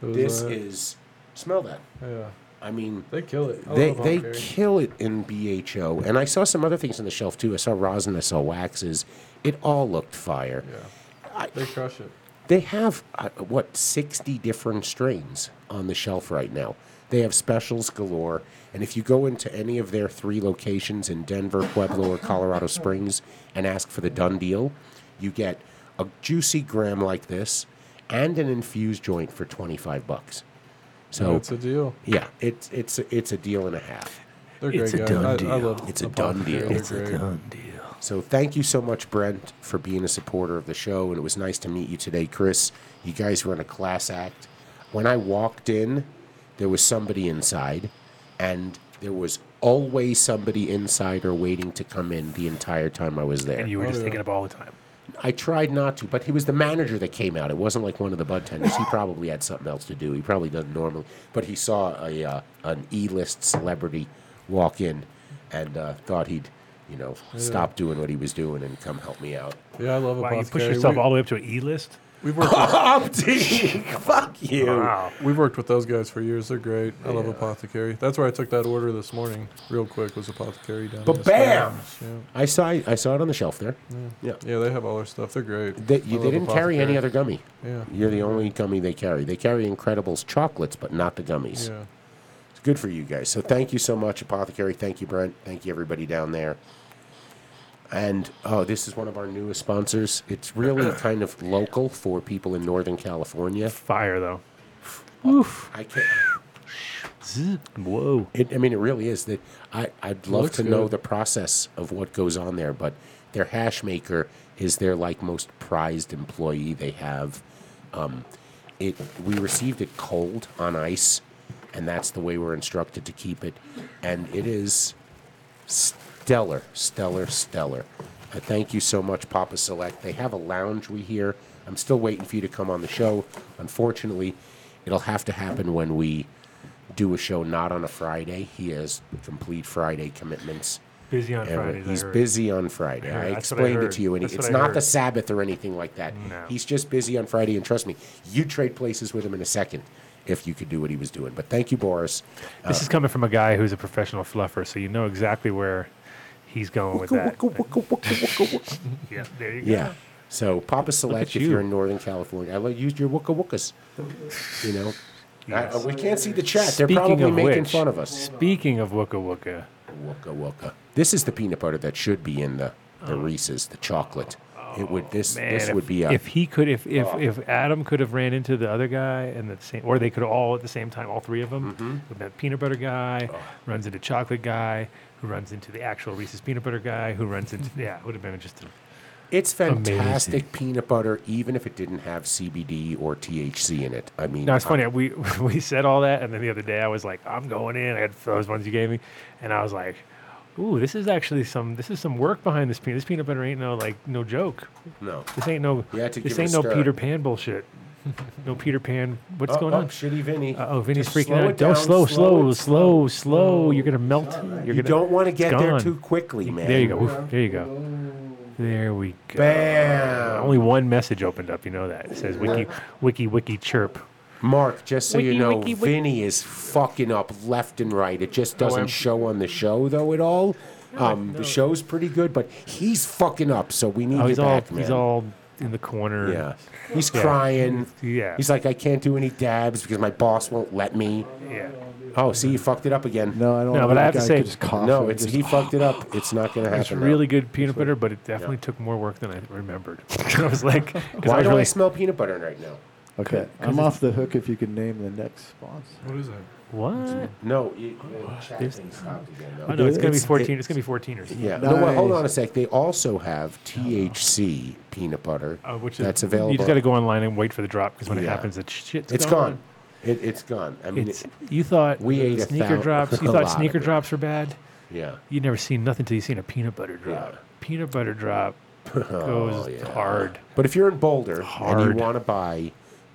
Those this are- is smell that. Yeah. I mean, They kill it. I they love they Huckberry. kill it in BHO, and I saw some other things on the shelf too. I saw rosin, I saw waxes. It all looked fire. Yeah. I- They crush it. They have uh, what sixty different strains on the shelf right now. They have specials galore. And if you go into any of their three locations in Denver, Pueblo, or Colorado Springs and ask for the done deal, you get a juicy gram like this and an infused joint for 25 bucks. So That's a deal. yeah, it's it's it's a deal and a half. They're It's great a guys. done I, I deal. love It's a Apothecary. done deal. They're It's great. done deal. So thank you so much, Brent, for being a supporter of the show, and it was nice to meet you today, Chris. You guys were in a class act. When I walked in, there was somebody inside, and there was always somebody inside or waiting to come in the entire time I was there. And you were Oh, just yeah. thinking up all the time. I tried not to, but he was the manager that came out. It wasn't like one of the bud tenders. He probably had something else to do. He probably doesn't normally, but he saw a uh, an E-list celebrity walk in and uh, thought he'd, you know, stop doing what he was doing and come help me out. Yeah, I love Wow, you push Apothecary. yourself we, all the way up to an E list. We've worked with, Opti, fuck you. Wow. we've worked with those guys for years. They're great. I love Apothecary. That's where I took that order this morning. Real quick was Apothecary down. But in Escalon. I saw I saw it on the shelf there. Yeah. Yeah. yeah, they have all their stuff. They're great. They, I you, they love didn't carry any Apothecary. other gummy. Yeah. You're the only gummy they carry. They carry Incredibles chocolates, but not the gummies. Yeah. It's good for you guys. So thank you so much, Apothecary. Thank you, Brent. Thank you, everybody down there. And oh, this is one of our newest sponsors. It's really kind of local for people in Northern California. Fire, though. I can't. Whoa. It, I mean, it really is. That I, I'd love looks to know good. the process of what goes on there, but their hash maker is their like most prized employee they have. Um, it we received it cold on ice, and that's the way we're instructed to keep it, and it is stellar, stellar, stellar. I thank you so much, Papa Select. They have a lounge we hear. I'm still waiting for you to come on the show. Unfortunately, it'll have to happen when we do a show not on a Friday. He has complete Friday commitments. Busy on Every- Fridays. I he's heard. busy on Friday. heard- I, that's what I explained it heard. to you, and he- That's it's what I not the heard. Sabbath or anything like that. No. He's just busy on Friday, and trust me, you trade places with him in a second if you could do what he was doing. But thank you, Boris. This is coming from a guy who's a professional fluffer, so you know exactly where he's going with that. Yeah, there you go. Yeah. So Papa Select, if you. you're in Northern California, I lo- used your Wooka Wookas. You know, I- Yes. we can't see the chat. Speaking They're probably of making which- fun of us. Speaking of Wooka Wooka, Wooka Wooka. This is the peanut butter that should be in the, the Reese's, the chocolate. it would this Oh. man, this if, would be a Oh. if he could, if if, if Adam could have ran into the other guy and the same, or they could all at the same time, all three of them, Mm-hmm. with that peanut butter guy Oh. runs into chocolate guy, who runs into the actual Reese's peanut butter guy, who runs into yeah, it would have been just a, It's fantastic Amazing. peanut butter, even if it didn't have CBD or THC in it. I mean, No, it's I- funny. We we said all that, and then the other day I was like, I'm going in. I had those ones you gave me, and I was like, Ooh, this is actually some this is some work behind this peanut. This peanut butter ain't no like no joke. No. This ain't no You had to this give it a ain't no stir. Peter Pan bullshit. no Peter Pan. What's oh, going oh, on? Shitty Vinny. Uh oh, Vinny's Just freaking slow out. it Don't down, slow, slow, it slow, slow. You're gonna melt. You're You gonna. don't want to get there gone. too quickly, man. There you go. Oof, there you go. There we go. Bam. Only one message opened up. You know that it says wiki, wiki, wiki, chirp. Mark, just so you Wiki, know, wiki, wiki. Vinny is fucking up left and right. It Oh, just doesn't show on the show though at all. Um, The show's pretty good, but he's fucking up. So we need Oh, you he's all back, man. he's all in the corner. yeah, he's crying. Yeah. He's like, I can't do any dabs because my boss won't let me. Yeah. Oh, see, you fucked it up again. No, I don't. No, know but I have that to guy say- could just cough No, and it's just- he fucked it up. It's not gonna happen. It's really good peanut butter, but it definitely took more work than I remembered. I was like, because I Why was do I really, smell peanut butter right now? okay. I'm off the hook if you can name the next sponsor. What is that? what? No, it, the chat thing stopped again. Oh Though. no, it's gonna be It's- fourteen. It's gonna be fourteeners. Yeah. No, wait, hold Nice. on a sec. They also have THC peanut butter. Uh, which is, that's available. You just got to go online and wait for the drop because when it Yeah. happens, it's shit's It's gone. It, it's gone. I mean, It's it- you thought We ate a sneaker thou- drops. a You lot thought of sneaker it. drops were bad. yeah. You never seen nothing till you seen a peanut butter drop. Yeah. Oh, Peanut butter drop goes yeah. hard. But if you're in Boulder and you hard. want to buy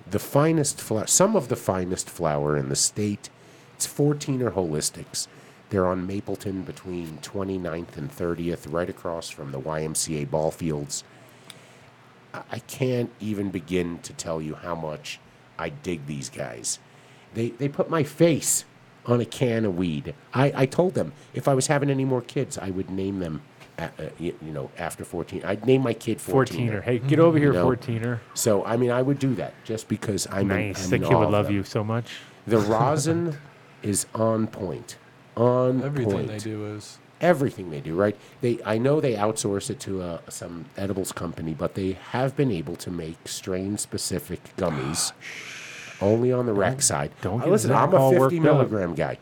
the finest flour, some of the finest flour in the state, it's 14 or holistics. They're on Mapleton between 29th and 30th, right across from the YMCA ball fields. I- I can't even begin to tell you how much I dig these guys. They, they put my face on a can of weed. I, I told them if I was having any more kids, I would name them, a- uh, y- you know, after 14. I'd name my kid 14. Fourteener. Hey, get over here, No. fourteener. So I mean, I would do that just because I'm in- Nice. I'm That in kid awe would of love them. you so much. The rosin is on point. On Everything point. they do is. Everything they do, right? They, I know they outsource it to uh, some edibles company, but they have been able to make strain-specific gummies only on the rec side. don't Uh, get listen. Zach I'm a all 50 worked up. milligram guy.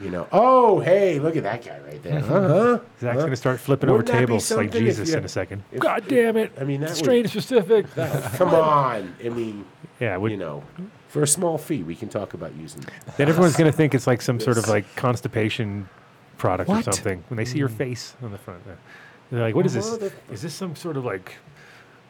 You know. Oh, hey, look at that guy right there. Uh huh. Zach's gonna start flipping over Wouldn't that be tables like something if Jesus you- in a second. if- God if- damn it! I mean, that would- straight and specific. Come on. I mean, yeah, would, you know, for a small fee, we can talk about using. then everyone's gonna think it's like some sort of like constipation product What? or something when they see your face on the front. There. They're like, "What is this? Mm. Mother- Is this some sort of like,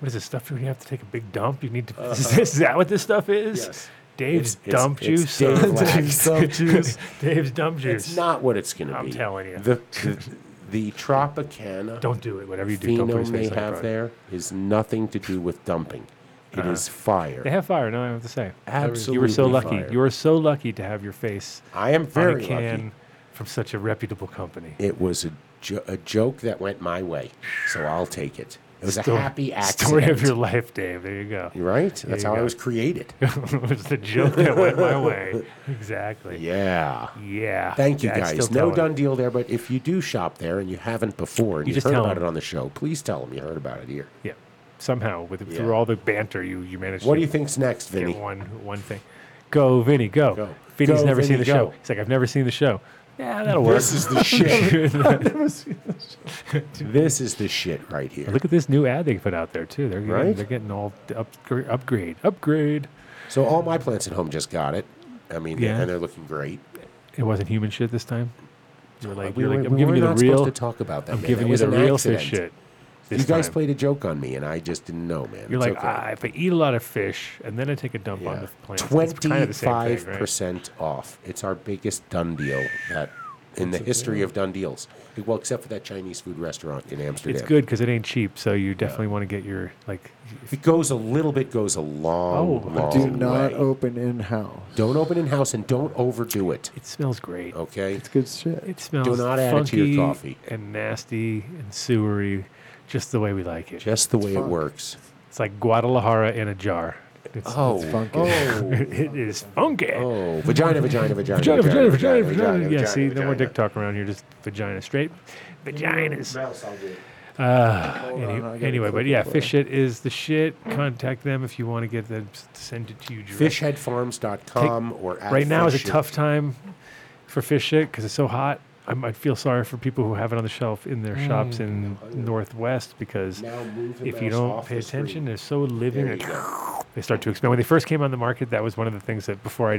what is this stuff? When you have to take a big dump, you need to. Is, this, is that what this stuff is? Uh-huh. Yes. Dave's It's- it's- dump it's juice. Dave or like- Black's dump juice. Dave's dump juice. It's not what it's going to I'm be. telling you. The, the, the Tropicana don't do it. Whatever you do, don't put phenom his they face on the have front. there is nothing to do with dumping. It is fire. Uh-huh. They have fire. No, I have to say. Absolutely. You were so lucky. fire. You were so lucky to have your face I am very on a can lucky. from such a reputable company. It was a, jo- a joke that went my way, so I'll take it. It was Story- a happy accident. Story of your life, Dave. There you go. Right? That's you how I go. was created. it was the joke that went my way. Exactly. Yeah. Yeah. Thank you, Yeah, it's guys. still No telling. done deal there, but if you do shop there and you haven't before and You you, just heard tell about 'em. it on the show, please tell them you heard about it here. Yeah. Somehow, with Yeah. through all the banter, you you managed. What to do you think's next, get Vinny? one one thing. Go, Vinny. Go. Go. Vinny's Go, never seen Vinny, the go. show. He's like, I've never seen the show. Yeah, that'll work. This is the shit. this is the shit right here. Look at this new ad they put out there too. They're getting, Right? they're getting all upgrade, upgrade, upgrade. So all my plants at home just got it. I mean, Yeah. and they're looking great. It wasn't human shit this time. You were like, Uh, we you're were, like I'm we giving were you the not real. supposed to talk about that. I'm man. giving That you was the an real accident. fish shit. You this guys time. played a joke on me, and I just didn't know, man. You're It's like, okay. ah, if I eat a lot of fish and then I take a dump on yeah. the plants, it's kind of the same twenty-five thing, right? percent off. It's our biggest done deal that in the history of done deals. Well, except for that Chinese food restaurant in Amsterdam. It's good because it ain't cheap, so you definitely want to get your like. If it goes a little bit, goes a long, Oh, long Do not way. open in house. don't open in house and don't overdo it. It smells great. Okay. It's good shit. It smells Oh. not add it to funky your coffee. and nasty and sewery, just the way we like it. Just the way it funk. works. It's like Guadalajara in a jar. It's, Oh, funky. oh, it is funky. oh, vagina, vagina, vagina, Vagina, vagina, vagina, vagina. vagina, yeah, see, no more vagina. Mm. dick talk around here. Just vagina, straight vaginas. Hold on, Any- I gotta anyway, click but yeah, it for fish it is the shit. Contact them if you want to get them. s- Send it to you. direct. Fishheadfarms.com or at Right now is a fish it. tough time for fish shit because it's so hot. I'm, I feel sorry for people who have it on the shelf in their Mm. shops in Northwest because oh, Now move the if you mouse don't off pay the attention, screen. they're so living. There you that go. they start to expand. When they first came on the market, that was one of the things that before I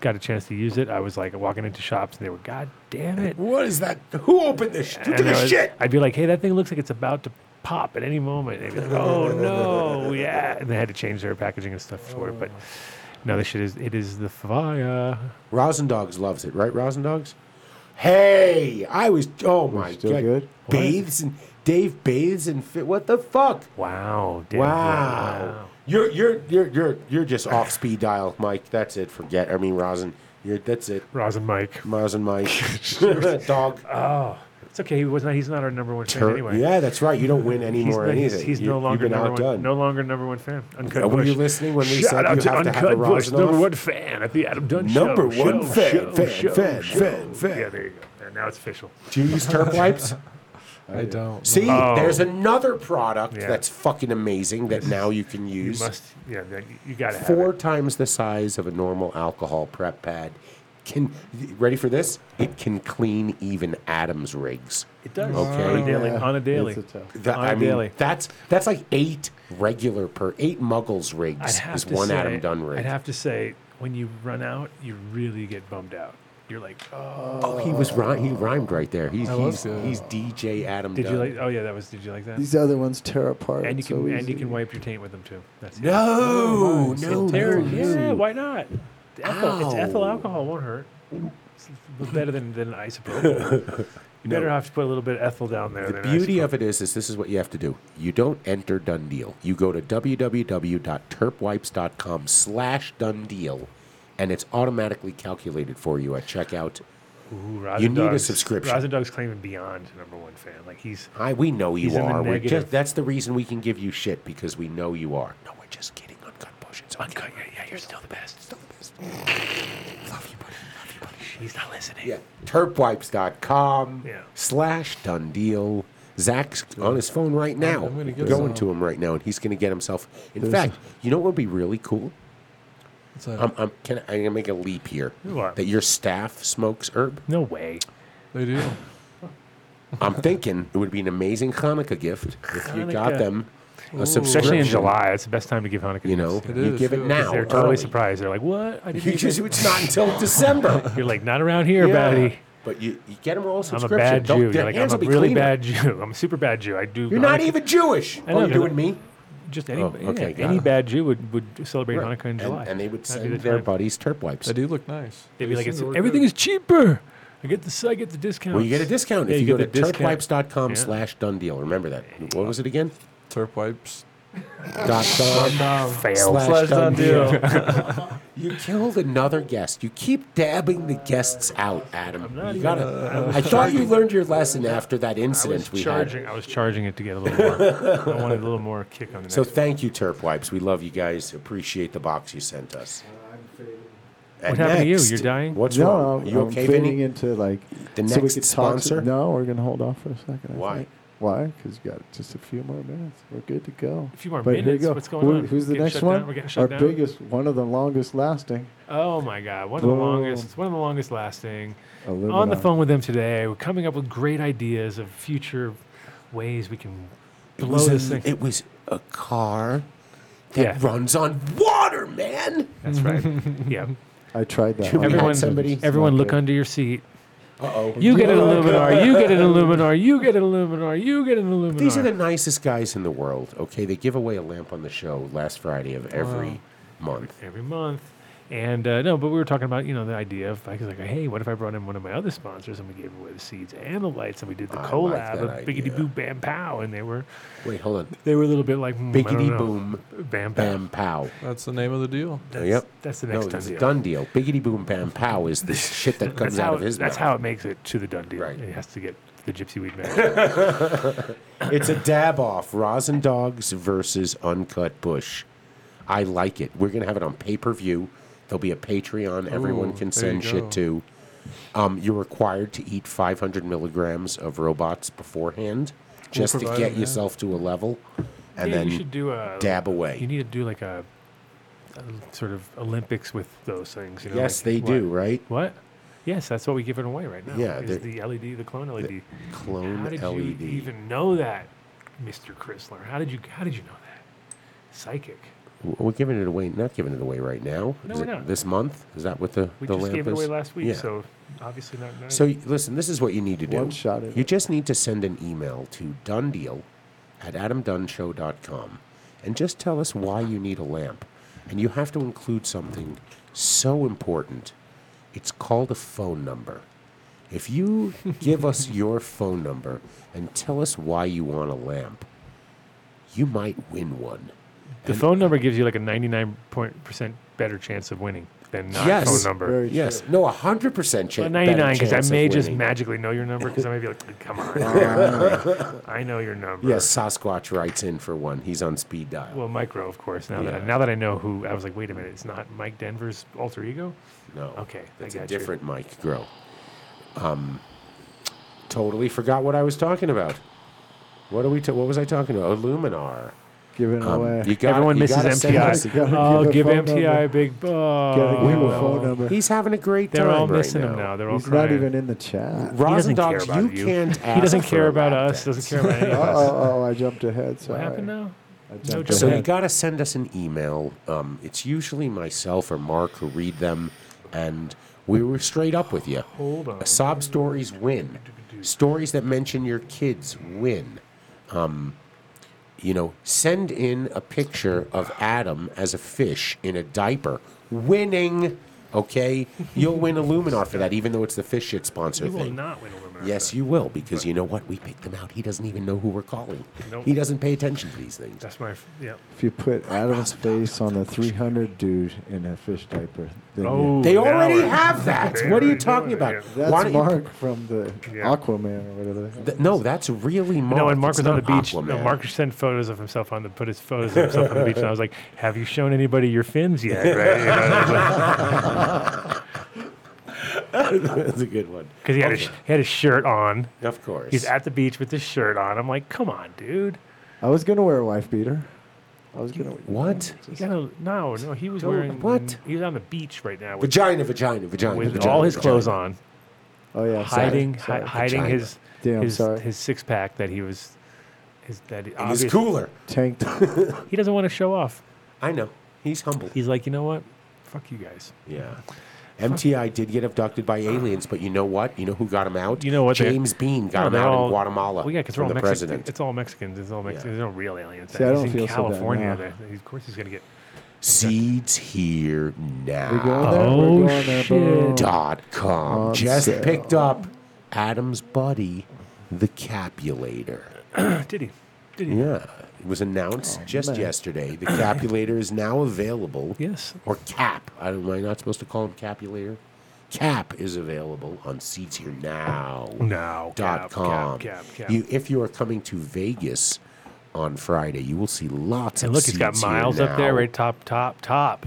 got a chance to use it, I was like walking into shops and they were, God damn it. What is that? Who opened this? Who And took I a was- shit? I'd be like, hey, that thing looks like it's about to pop at any moment. They'd be like, oh no, yeah. And they had to change their packaging and stuff for it. But Oh. no, this shit is it is the fire. Rosin Dogs loves it, right? Rosin Dogs. Hey, I was. Oh my still god. good? Bathes and Dave bathes and fit. What the fuck? Wow. damn, Wow. You're you're you're you're you're just off speed dial, Mike. That's it. Forget. I mean, Rosin. You're that's it. Roz and Mike. Rosin Mike. Dog. It's okay. He was not he's not our number one fan Tur- anyway. Yeah, that's right. You don't win any He's, more not- he's, anything. he's you, no you've longer been number outdone. one, no longer number one fan. Uncut Uh, Were Bush. you listening when we Shout said out you to have to Uncut have a Bush, Rosin number off? one fan at the Adam Dunn Number show. one show, fan, show, fan, show, fan, show. fan, fan. Yeah, there you go. And now it's official. Do you use turp wipes? I don't. See, Oh. there's another product Yeah. that's fucking amazing that now you can You use. must. Yeah, that- you got to have Four it. times the size of a normal alcohol prep pad. Can ready for this? It can clean even Adams rigs. It does. Okay. On a daily. Yeah, on a daily. it's a tough- That, On a I mean, daily. that's that's like eight regular per eight Muggles I'd rigs have is to one say, Adam Dunn rig. I'd have to say, when you run out, you really get bummed out. You're like, oh, oh, he was rhy- he rhymed right there. He's he's, was good. he's DJ Adam. did Dunn. you like? Oh yeah, that was. Did you like that? These other ones tear apart. and you It's can so and you easy. can wipe your taint with them too. That's it. Oh, No, no, There- no, yeah, no. why not? Ethyl, it's Ow. ethyl alcohol won't hurt. It's better than than isopropyl. You better have to put a little bit of ethyl down there. The than beauty of it is, is this is what you have to do. You don't enter done deal. You go to www.terpwipes.com slash done deal, and it's automatically calculated for you at checkout. Ooh, Rosin You need a Dog's- subscription. Rosin Dog's claiming beyond number one fan. Like he's I, we know you He's in the are. We're negative. just, that's the reason we can give you shit because we know you are. No, we're just kidding. Uncut Bush. It's okay. yeah, yeah, you're still the best. Still the best. Love you, buddy. Love you, buddy. He's not listening. Yeah, terpwipes.com Yeah. slash done deal. Zach's on his phone right now. I'm gonna get going some. to him right now, and he's going to get himself. In fact, you know what would be really cool? It's like, I'm, I'm, can I, I'm going to make a leap here. What? That your staff smokes herb. No way. they do. I'm thinking it would be an amazing Hanukkah gift if you got Hanukkah. them a Especially subscription. in July. It's the best time to give Hanukkah. You know, gifts. you is, give it too. now. They're totally early. surprised. They're like, what? I didn't You even- just, it's not until December. You're like, not around here, Yeah. buddy. But you, you get them all a I'm a subscription. bad Don't- Jew. their You're like, I'm hands a will be really cleaner. bad Jew. I'm a super bad Jew. I do. You're not Hanukkah- even Jewish. I know, oh, you're they're doing me? just anybody. okay, yeah, got any it. bad Jew would, would celebrate Right. Hanukkah in And, July. and they would That'd be send the their time. buddies terp wipes. They do look nice. They'd be like, seem it's, to work everything good. is cheaper. I get the I get the discount. Well, you get a discount Yeah, if you you, get go the to discount. turfwipes.com Yeah. slash done deal. Remember that. What was it again? Turp wipes. Dot com fail. slash done deal. deal. You killed another guest. You keep dabbing the guests out, Adam. not You even- gotta. I I, thought you learned your lesson after that incident we had. Charging, I was charging it to get a little more. I wanted a little more kick on the So next. thank you, Turp Wipes. We love you guys. Appreciate the box you sent us. And What happened to you? next- You're dying? What's No, wrong? I'm, you I'm okay, fading Vinny? into like The so we next could talk sponsor? To, no, we're gonna hold off for a second. I Why? think. Why? Because you got just a few more minutes. We're good to go. A few more But here you minutes? go. What's going on? Who's the Getting next shut one? down? We're getting shut Our down? biggest, one of the longest lasting. Oh my God! One of the Whoa. longest. One of the longest lasting. Illuminati. On the phone with them today, we're coming up with great ideas of future ways we can It blow was, this a, thing. it was a car that yeah, runs on water, man. that's right. yeah. I tried that. Can one. we Everyone- had somebody. Everyone, not look good. under your seat. Uh oh. You get an Illuminar. You get an Illuminar. You get an Illuminar. You get an Illuminar. These are the nicest guys in the world. Okay, they give away a lamp on the show last Friday of every month. every month. And uh, no, but we were talking about you know the idea of like, it's like hey, what if I brought in one of my other sponsors and we gave away the seeds and the lights and we did the I collab like that of Biggity idea. Boo Bam Pow and they were Wait, hold on. they were a little bit like mm, I don't Biggity know. boom, Bam Pow. bam, pow. That's the name of the deal. That's, yep. That's the No, next it's time. a done deal. Biggity boom, bam, pow is the shit that comes That's out how of his that's how mouth. it makes it to the done deal. Right. It has to get the gypsy weed man. It's a dab off. Rosin Dogs versus Uncut Bush. I like it. We're gonna have it on pay per view. There'll be a Patreon. Everyone Ooh, can there you send shit go. to. Um, you're required to eat 500 milligrams of robots beforehand, just to provided, get yeah. yourself to a level, and yeah, then you should do a dab away. You need to do like a, a sort of Olympics with those things. You know, yes, like, they what- do, right? What? Yes, that's what we give it away right now. Yeah, is the they're- LED, the clone LED. Clone E how did LED. you even know that, Mr. Chrysler? How did you How did you know that? Psychic. W- We're giving it away. Not giving it away right now. No, Is we're it not. This month is that what the We the just lamp gave it is? away last week, Yeah. so obviously not. not So y- listen, this is what you need to do. One shot at You it. just need to send an email to dundeal at adamdunshow.com and just tell us why you need a lamp. And you have to include something so important. It's called a phone number. If you give us your phone number and tell us why you want a lamp, you might win one. the phone number gives you like a ninety nine point percent better chance of winning than not Yes. phone number. Very Yes, true. no, 100% chance. Well, 99 because I may just magically know your number because I may be like, come on, I know your number. Yes, Sasquatch writes in for one. He's on speed dial. Well, micro, of course. Now that I, Yeah. now that I know who, I was like, wait a minute, it's not Mike Denver's alter ego. No. Okay, I That's a got you. different Mike Grow. Um, totally forgot what I was talking about. What are we? ta- what was I talking about? Illuminar. Give it Um, away. you got- Everyone you misses gotta send us- You gotta MTI. Oh, give give a phone MTI a number. big buzz. Gotta give a phone number. He's having a great They're time. all right missing him now. They're all He's crying. not even in the chat. he Rosin doesn't care Dogs, about you, you. can't He ask doesn't for care a about lap us. dance. Doesn't care about any of Oh, us. oh, oh, I jumped ahead. Sorry. What happened now? I No jumped jump So ahead. you got to send us an email. Um, it's usually myself or Mark who read them, and we were straight up with you. Hold on. Sob stories win. Stories that mention your kids win. Um, you know, send in a picture of Adam as a fish in a diaper winning. Okay, you'll win Illuminar for that, even though it's the fish shit sponsor You will thing. not win Illuminar. Yes, you will, because you know what? We pick them out. He doesn't even know who we're calling. Nope. He doesn't pay attention to these things. That's my. f- Yeah. If you put Adam's face on the 300 dude in a fish diaper, then you- Oh, They now already we're- have that. They What are you already talking know about? it, Why that's don't you- Mark from the Yeah. Aquaman or whatever. the- Th- no, that's really Mark. No, and Mark Oh, It's was on the not beach. No, Aquaman. Mark sent photos of himself on the put his photos of himself on the beach, and I was like, "Have you shown anybody your fins yet?" Right? You know, it was like- That's a good one. because he had his he had his shirt on. Of course. He's at the beach with his shirt on. I'm like, come on, dude. I was gonna wear a wife beater. I was gonna. what? You gotta no, no. He was Dude, wearing what? He was on the beach right now with, Vagina, vagina, vagina. with vagina, all his vagina. clothes on, Oh yeah, sorry. hiding hi- sorry, hiding vagina. his Damn, his sorry. his six pack that he was. His, that he, And his obvious- cooler. tanked. he doesn't want to show off. I know. He's humble. He's like, you know what? Fuck you guys. Yeah. MTI did get abducted by aliens, but you know what? You know who got him out? You know what? They're- James Bean got No, him they're out all- in Guatemala. Well, yeah, because we're from all the Mexican. president. It's all Mexicans. It's all Mexicans. Yeah. There's no real aliens. See, I don't he's feel in so bad California. now. there. He's- of course, he's gonna get. Seeds here we going now. there. Oh, We're going there. shit. Boom. Dot com On just sale. picked up Adam's buddy, the Capulator. Did he? Did he? Yeah, it was announced Oh, just man. yesterday. The Capulator is now available. Yes. or Cap. I don't, am I not supposed to call him Capulator? Cap is available on seats here now. No. dot Cap, com. Cap, cap, cap. You, if you are coming to Vegas on Friday, you will see lots and of. look, he's got seats here miles up there, now. right top, top, top,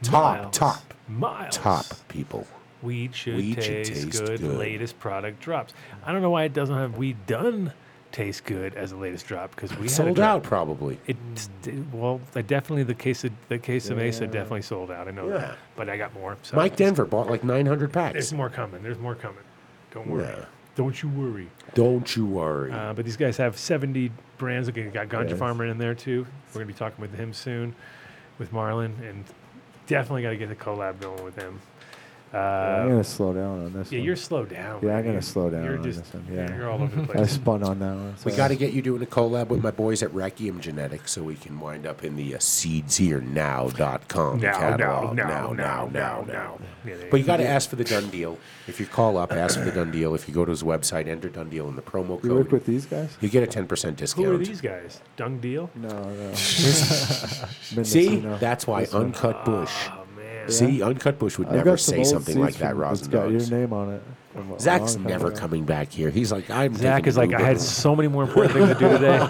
Top, Miles. top, miles, top people. Weed should, Weed should taste, taste good, good. Latest product drops. I don't know why it doesn't have weed done taste good as the latest drop because we had a Sold drop. out probably. It st- well, I definitely the case of the case of Mesa definitely sold out. I know Yeah. that, but I got more. So Mike Denver bought like 900 There's packs. more coming. There's more coming. Don't worry. Yeah. Don't you worry. Don't you worry. Uh, but these guys have 70 brands. Okay, you got Ganja Yes. Farmer in there too. We're gonna be talking with him soon, with Marlon, and definitely got to get the collab going with him. I'm Uh, gonna slow down on this. yeah, one. you're slow down. Yeah, I'm man. gonna slow down You're on just this one, yeah. you're all over the I place. spun on that one. we got to get you doing a collab with my boys at Requiem Genetics so we can wind up in the uh, seedsherenow.com now, now, now, catalog. now, now, now, now. Yeah, there But you got to ask for the done deal. If you call up, ask for the done deal. If you go to his website, enter done deal in the promo You work code, with these guys? you get a ten percent discount. Who are these guys? Dung Deal. No, no. See, Mendocino. that's why This one. Uncut Bush. Oh man. See, Uncut Bush would I've never got some say old something seeds like that, from- Rosin It's got your Dogs. name on it. from a Zach's long time never ago. coming back here. He's like, I'm. Zach taking is like, Uber. I had so many more important things to do today. I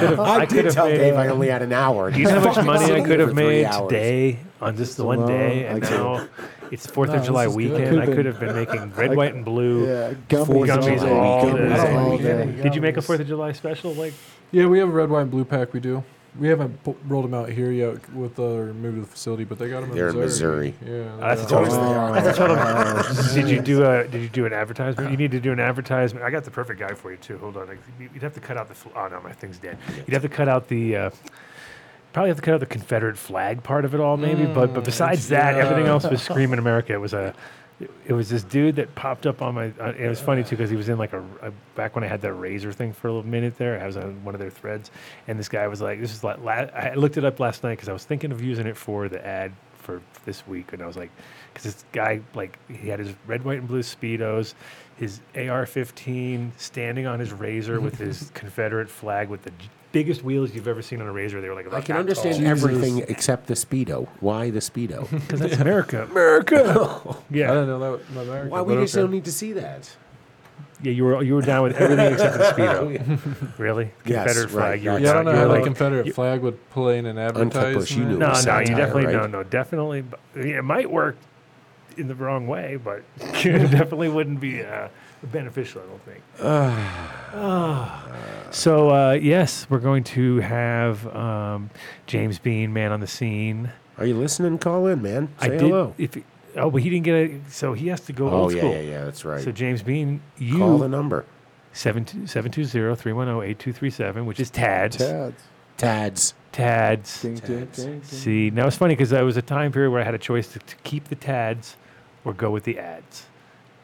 could have. I, I could did have tell made. uh, Dave I only had an hour. Do you know how much Fucking money I sitting could here have for three made hours. today on just the one alone, day, and I could- now it's Fourth No, of this July is good. weekend. I Could've could have been making red, white, and blue. Yeah, Fourth gummies, of Gummies July all weekend day. was All all day. weekend. Did you make a Gummies. Fourth of July special? Like, Yeah, we have a red, white, and blue pack. We do. We haven't b- rolled them out here yet with uh, or moved to the facility, but they got them in They're in Missouri. Missouri. Yeah, that's they're a total- all- that's a total- did you do a? Did you do an advertisement? You need to do an advertisement. I got the perfect guy for you too. Hold on, you'd have to cut out the. fl- Oh no, my thing's dead. You'd have to cut out the. Uh, Probably have to cut out the Confederate flag part of it all, maybe. but but besides that, everything else was screaming America. It was a, it was this dude that popped up on my. Uh, it was funny too because he was in like a, a back when I had that razor thing for a little minute there. I was on one of their threads, and this guy was like, "This is like la- I looked it up last night because I was thinking of using it for the ad for this week, and I was like, because this guy like he had his red, white, and blue speedos, his AR-15 standing on his razor with his Confederate flag with the j- biggest wheels you've ever seen on a razor. They were like I about can that understand tall. everything except the speedo. Why the speedo? because that's America. America. I Yeah, don't know that. was in America, Why we but just okay. don't need to see that? yeah. You were you were down with everything except the speedo. really? Yes, Confederate flag. right, You were right. Yeah, I down- don't know you how were the like- Confederate you- flag would play in an advertisement. Bush, you knew. No, no. satire, you definitely right? no, no. Definitely. but- It might work in the wrong way, but it definitely wouldn't be uh, beneficial. I don't think. So uh, yes, we're going to have um, James Bean, man on the scene. Are you listening? Call in, man. Say I did. hello. If oh, but he didn't get it, so he has to go Oh old yeah, school. yeah, yeah. That's right. So James Bean, Call the you number. 720 720-310-8237, which is Tads. Tads. Tads. Tads. Ding, ding, ding, ding. See, now it's funny because there was a time period where I had a choice to, to keep the Tads or go with the ads,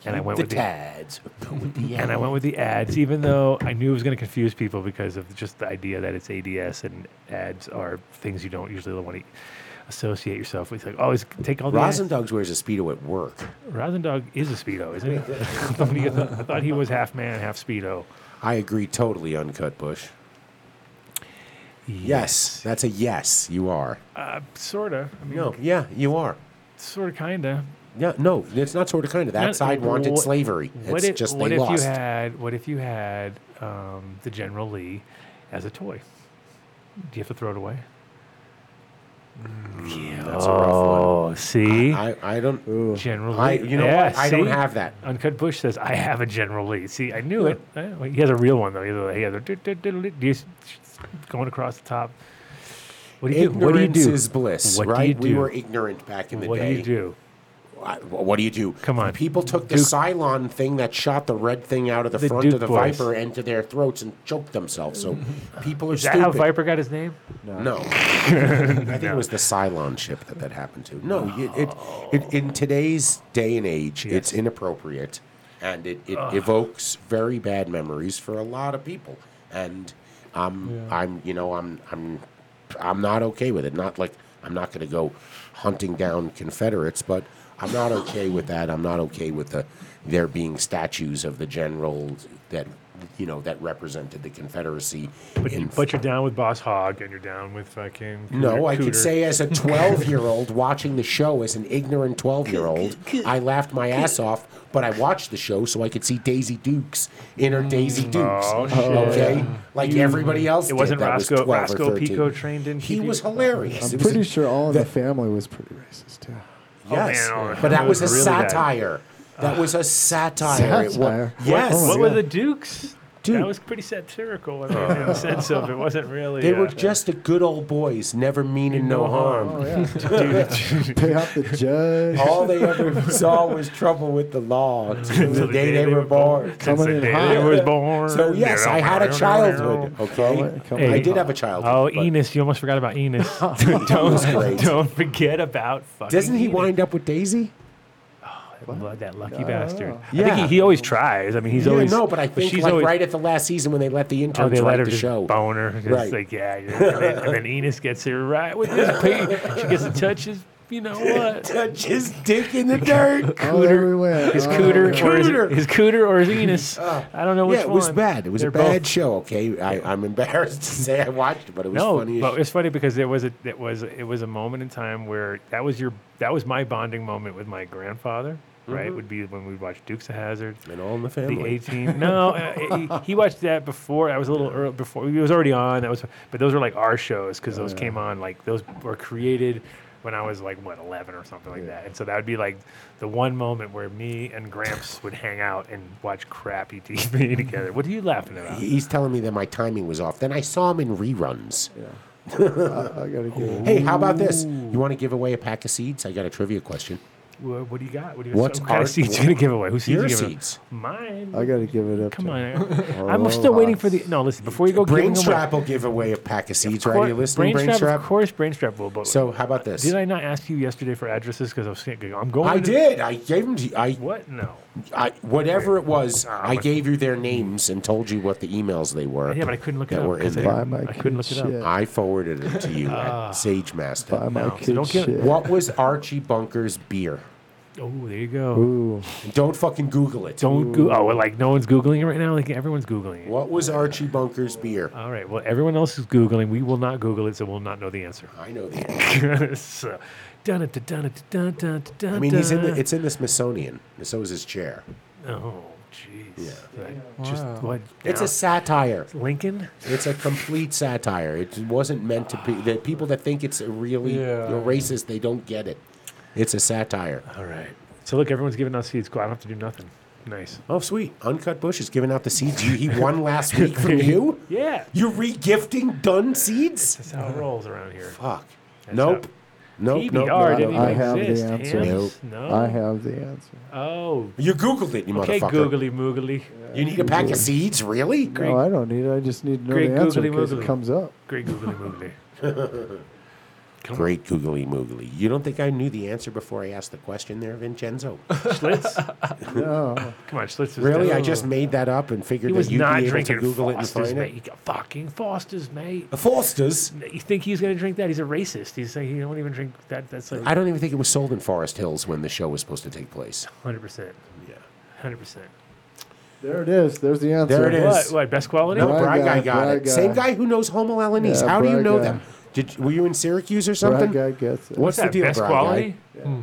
and I went the with the tads. Go with the and I went with the ads, even though I knew it was going to confuse people because of just the idea that it's ADS and ads are things you don't usually want to associate yourself with. Like, always take all the ads. Rosin Dogs wears a speedo at work. Rosendog is a speedo, isn't he? I thought he- I thought he was half man, half speedo. I agree totally. Uncut Bush. Yes, that's a yes. You are. uh, sorta. I mean, No, yeah, you are. sorta, kinda. Yeah, no, it's not sort of kind of that Not- side wanted what- slavery. What It's if, just what they if lost. you had what if you had um, the General Lee as a toy? Do you have to throw it away? That's a rough Oh, see? one. I, I don't. General I, Lee. you know Yeah, what? I don't see? have that. Uncut Bush says, I have a General Lee. See, I knew it. Uh, well, He has a real one, though. He has a- He has a do- do- do- do- do- he's going across the top. What do you do? Ignorance What do you do? is bliss, What do right? you We do? were ignorant back in the What do day. you do? I- wh- what do you do? Come on. People took the Duke- Cylon thing that shot the red thing out of the, The front Duke of the boys. Mm-hmm. Viper into their throats and choked themselves. So people are Is that stupid. how Viper got his name? No, I think it was the Cylon ship that that happened to. No, you- it, it in today's day and age, it's inappropriate, and it, it evokes very bad memories for a lot of people. And I'm I'm you know I'm I'm I'm not okay with it. Not like I'm not going to go hunting down Confederates, but I'm not okay with that. I'm not okay with the there being statues of the generals that you know that represented the Confederacy. But, in but you're down with Boss Hogg and you're down with fucking. no, Cooter- I could Cooter. say as a 12 year old watching the show as an ignorant 12 year old, I laughed my ass off, but I watched the show so I could see Daisy Dukes in her Daisy Mm, Dukes. okay? Like everybody else oh, It wasn't did that Roscoe. was 12 or Roscoe 13. Pico trained in. He TV? was hilarious. I'm It was a- pretty sure all in the family was pretty racist too. Yes. man, oh, but that it was, was a really bad. satire. That was a satire. It wa- Satire? yes. Oh my What were Yeah. the Dukes? Duke. That was pretty satirical in, in the sense of it wasn't really. They uh, were just the good old boys, never meaning no harm. Pay off the judge. All they ever saw was trouble with the law until the day they were born. Since Coming the in day hot. they was born. So yes, I had a childhood. Okay, Come Hey. I did have a childhood. Oh, but Enos, you almost forgot about Enos. was don't, great. don't forget about fucking. Doesn't he Enos. wind up with Daisy? Lo- that lucky bastard? I Yeah. think he, he always tries. I mean, he's Yeah, always no, but I think she's like always, right at the last season when they let the Oh, interns they let write her the just show. boner. It's Right. like, yeah. you're- And then, and then Enos gets her right with his pee. She gets to touch his, you know what? Touch his dick in the dirt. All there we went. His Oh, cooter, or his, Cooter. Uh, his cooter or his Enos. I don't know which yeah, it one. was bad. It was They're a bad both- show. Okay, I, I'm embarrassed to say I watched it, but it was no, funny. as but shit. it's funny because there was a it was it was a moment in time where that was your that was my bonding moment with my grandfather. Right, would be when we watched Dukes of Hazard, and all in the the Mm-hmm. family. 18. No, uh, he, he watched that before. I was a little early before. He was already on. That was, but those were like our shows because those came on like those were created when I was like what 11 or something like that. And so that would be like the one moment where me and Gramps would hang out and watch crappy TV together. What are you laughing about? He's telling me that my timing was off. Then I saw him in reruns. I gotta get it. Hey, how about this? You want to give away a pack of seeds? I got a trivia question. Wha- What do you got? What do you What's what kind art- of seeds you gonna give away? Who's seeds? Your you giving away? Oh, seeds. Mine. I gotta give it up. Come to- on, Aaron. I'm still waiting for the. No, listen. Before you go, giving away- Brainstrap will give away a pack of seeds, right? Cor- Are you listening, Brainstrap, Of Brainstrap? course, Brainstrap will. But So how about this? Did I not ask you yesterday for addresses? Because I was thinking, I'm going. I to- did. I gave them to you. I, What? Ah, No. I, whatever it was, I gave you their names and told you what the emails they were. Yeah, but I couldn't look it that up were in because I- there. Buy my I couldn't look it Ah. kid's up. shit. I forwarded it to you at Sage Buy Master. my No, so kid's don't get- shit. What was Archie Bunker's beer? Oh, there you go. Ooh, And Don't fucking Google it. Don't go. Oh, well, like no one's googling it right now. Like everyone's googling it. What was Archie Bunker's beer? All right. Well, everyone else is googling. We will not Google it, so we'll not know the answer. I know the answer. so, dun dun dun dun dun dun. I mean, he's in the, it's in the Smithsonian. and So is his chair. Oh, jeez. Right. Just what? It's now? a satire. Lincoln. It's a complete satire. It wasn't meant to be. The people that think it's a really Yeah. you know, racist, they don't get it. It's a satire. All right. So look, everyone's giving out seeds. Cool. I don't have to do nothing. Nice. Oh, sweet. Uncut Bush is giving out the seeds you, he won last week from you? Yeah. Uh-huh. You're regifting done seeds? That's how it rolls around here. Fuck. That's Nope. how- Nope. PBR nope. didn't nope, nope. even I have the exist. answer. Hams? No. I have the answer. Oh. You Googled it, you Okay, motherfucker. googly moogly. You need a pack of seeds? Really? No, I don't need it. I just need to know Great the answer googly because moogly. it comes up. Great googly moogly. Great googly moogly. You don't think I knew the answer before I asked the question there, Vincenzo? Schlitz? No, Come on, Schlitz is really? dead. I just made that up and figured He that was you'd not be able to drinking Google it and Foster's, find mate. it. He got fucking Foster's, mate. Foster's? You think he's going to drink that? He's a racist. He's saying he won't even drink that. That's like I don't even think it was sold in Forest Hills when the show was supposed to take place. 100%. Yeah. 100%. there it is. There's the answer. There it is. What? What? Best quality? No, Bri- Bry Bry guy guy, got Bry it. guy. Same guy who knows Homo Alanese. Yeah, How do you Bry know guy. them? Did were you in Syracuse or Brad something? guy gets it. What's What's the that? deal, Best Bry quality? guy?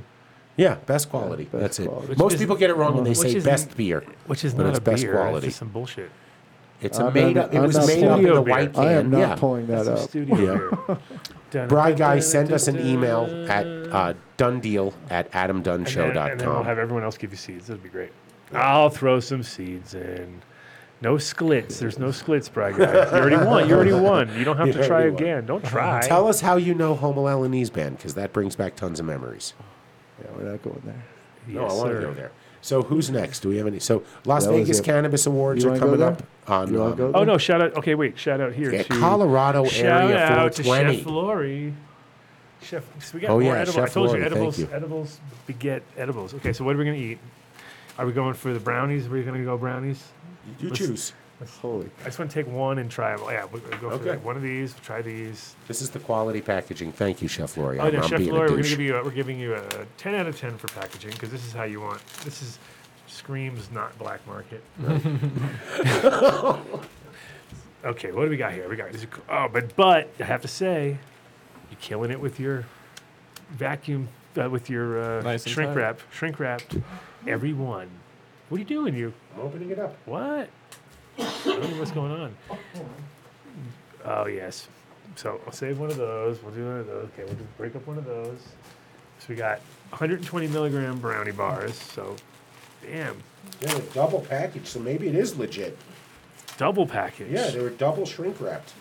Yeah, best quality. That's quality. it. Which Most is- people get it wrong when they Which say is- best beer. Which is But not it's a best beer. quality. It's just some bullshit. It's a I'm made not- up. It I'm was not made up in studio the beer. white can. I am not yeah. pulling that Some up. studio uh, Yeah. beer. Bry guy sent us an email at uh, dundeal at And then- And then we'll adamdunshow.com. have everyone else give you seeds. That'd be great. I'll throw some seeds in. No splits. There's no splits, Bry guy. You already won. You already won. You don't have to try already won. again. Don't try. Tell us how you know Homo Alanese band because that brings back tons of memories. Yeah, we're not going there. Yes, No, I want sir. to go there. So who's next? Do we have any? So Las That was Vegas it. Cannabis Awards You are wanna go coming there? up on You wanna um, go Oh no! Shout out. Okay, wait. Shout out here yeah, to Colorado Shout area out to 420. Chef Lori. Chef, so we got Oh, more yeah, edibles. I Chef told Lori, you thank edibles, you. edibles beget edibles. Okay, so what are we gonna eat? Are we going for the brownies? Are we gonna go brownies? You choose. Holy I just want to take one and try them. Yeah, we'll go for Okay. one of these. Try these. This is the quality packaging. Thank you, Chef Lori. Oh, I'm, no, I'm Chef being Lori, a we're gonna douche. give you a, we're giving you a ten out of ten for packaging because this is how you want. This is screams not black market. okay, what do we got here? We got this. is co- Oh, but but I have to say, you're killing it with your vacuum uh, with your uh, Nice and shrink tight. wrap, shrink wrapped. Everyone, what are you doing? You I'm opening it up. what? I don't know what's going on. Oh yes. So I'll save one of those. We'll do one of those. Okay, we'll just break up one of those. So we got 120 milligram brownie bars. So, damn, They were double packaged, so maybe it is legit. double package. Yeah, they were double shrink wrapped.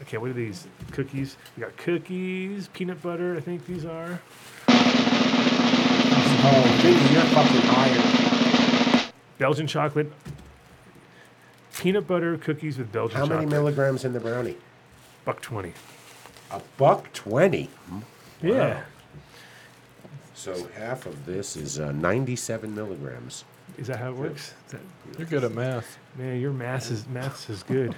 Okay, what are these cookies? We got cookies, peanut butter. I think these are. Oh, dude, you're fucking higher. Belgian chocolate. Peanut butter cookies with Belgian How chocolate. many milligrams in the brownie? Buck twenty. A buck twenty. Yeah. So half of this is uh, 97 milligrams. Is that how it works? Is that- You're good at math. man, your math is maths is good.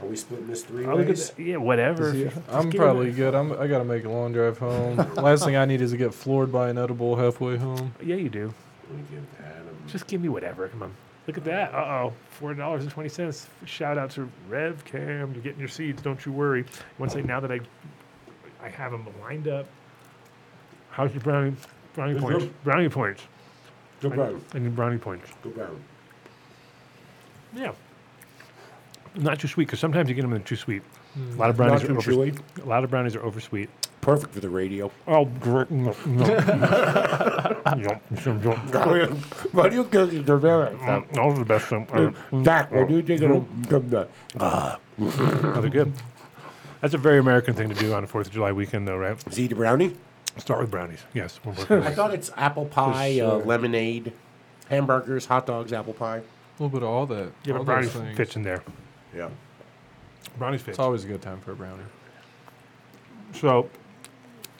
Are we splitting this three Oh, look at ways? that. Yeah, whatever. If you- just I'm give 'em probably good. I'm, I gotta make a long drive home. Last thing I need is to get floored by an edible halfway home. a- Yeah, you do. Let me give Adam- Just give me whatever. Come on. Look at that. Uh oh. Four dollars and twenty cents. Shout out to Rev Cam. You're getting your seeds. Don't you worry. Once I now that I, I have them lined up. How's your brownie? Brownie Good, points. good. Brownie points. Good brownie. I need brownie points. Good brownie. Yeah. Not too sweet because sometimes you get them too sweet. A lot of brownies Not are too over, chewy. A lot of brownies are oversweet. Perfect for the radio. Oh, gr- no, no. Oh, Why do you get the very that was the best Mm. thing. That, why do you take it? Oh, they're good. That's a very American thing to do on the Fourth of July weekend, though, right? Is he the brownie? Start with brownies. Yes, we're working on I it. thought it's apple pie, uh, lemonade, hamburgers, hot dogs, apple pie. A little bit of all that. yeah, but all those brownies things. fits in there. Yeah. Brownies fits. It's always a good time for a brownie. So,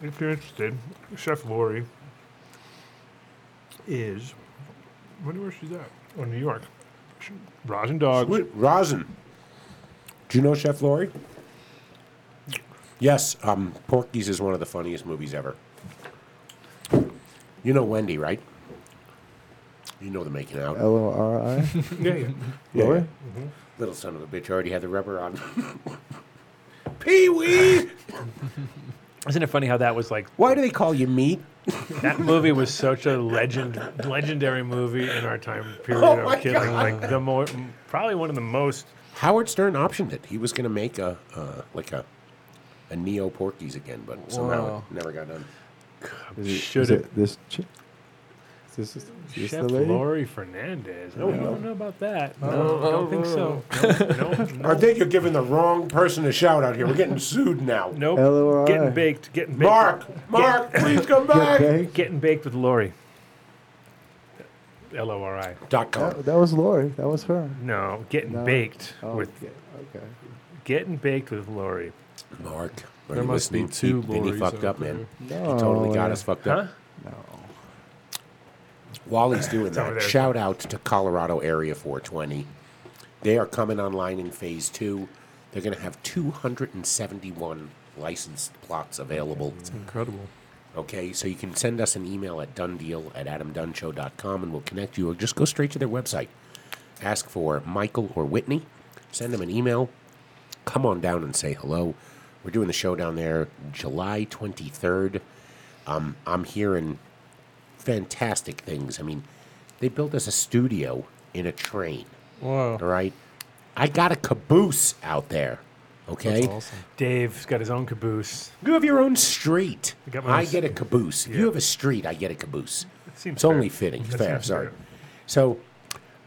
if you're interested, Chef Lori is. I wonder where she's at. Oh, New York. She- Rosin Dogs. Wait, rosin. Do you know Chef Lori? Yes, um, Porky's is one of the funniest movies ever. You know Wendy, right? You know the making out. L O R I. Yeah, yeah. Lori? Little son of a bitch already had the rubber on. Pee wee! Isn't it funny how that was like Why do they call you meat? that movie was such a legend, legendary movie in our time period Oh my of kidding. Like the more, probably one of the most. Howard Stern optioned it. He was going to make a uh, like a a Neo Porky's again, but somehow Wow. it never got done. Is it- Should is it- it this chick? Is this, is this Chef the lady? Lori Fernandez. No, I don't know about that. No, no, don't think so. No, no, no. I think you're giving the wrong person a shout out here. We're getting sued now. Nope. L-O-R-I. Getting baked. Getting baked. Mark, Mark, please come Get back. baked? Getting baked with Lori. L O R I. Dot com. That, that was Lori. That was her. No, getting No. baked Oh, with yeah, okay. getting baked with Lori. Mark, are There you must be listening? two He- Vinny Lorries fucked out up, man. No, he Oh, totally got us fucked Huh? up. While he's doing over that, there. shout out to Colorado Area 420. They are coming online in phase two. They're going to have 271 licensed plots available. Incredible. Okay, so you can send us an email at dundeal at adamdunshow.com and we'll connect you, or just go straight to their website. Ask for Michael or Whitney, send them an email, come on down and say hello. We're doing the show down there July 23rd. Um, I'm hearing fantastic things. I mean, they built us a studio in a train. Whoa. All right. I got a caboose out there. Okay. That's awesome. Dave's got his own caboose. You have your own street. I got my I own get a caboose. If Yeah. You have a street. I get a caboose. seems it's fair. only fitting. That fair. seems Sorry. fair. So,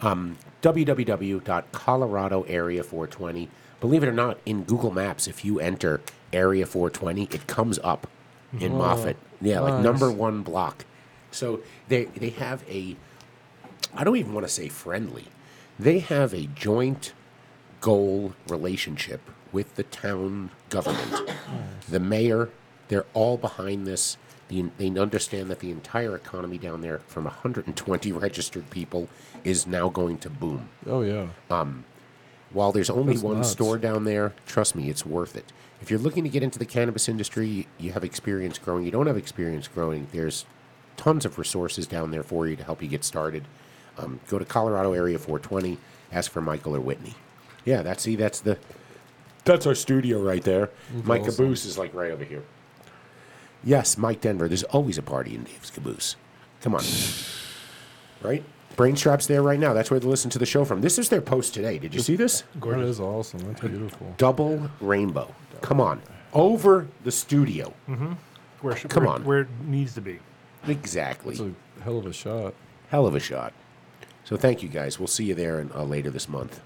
um, www.coloradoarea420. Believe it or not, in Google Maps, if you enter Area 420, it comes up Oh, in Moffat. Yeah, like nice. number one block. So they they have a. I don't even want to say friendly. They have a joint goal relationship with the town government. the mayor, they're all behind this. The, they understand that the entire economy down there, from 120 registered people, is now going to boom. Oh yeah. While there's only That's one nuts. store down there, trust me, it's worth it. If you're looking to get into the cannabis industry, you have experience growing, you don't have experience growing, there's tons of resources down there for you to help you get started. Um, go to Colorado Area 420, ask for Michael or Whitney. Yeah, that's see, that's the that's our studio right there. My awesome. caboose is like right over here. Yes, Mike Denver. There's always a party in Dave's caboose. Come on. right? Brainstrap's there right now. That's where they listen to the show from. This is their post today. Did you see this? That is awesome. That's beautiful. Double rainbow. Come on. Over the studio. Where, should- Come where- on. Where it needs to be. Exactly. That's a hell of a shot. Hell of a shot. So thank you guys. We'll see you there in, uh, later this month.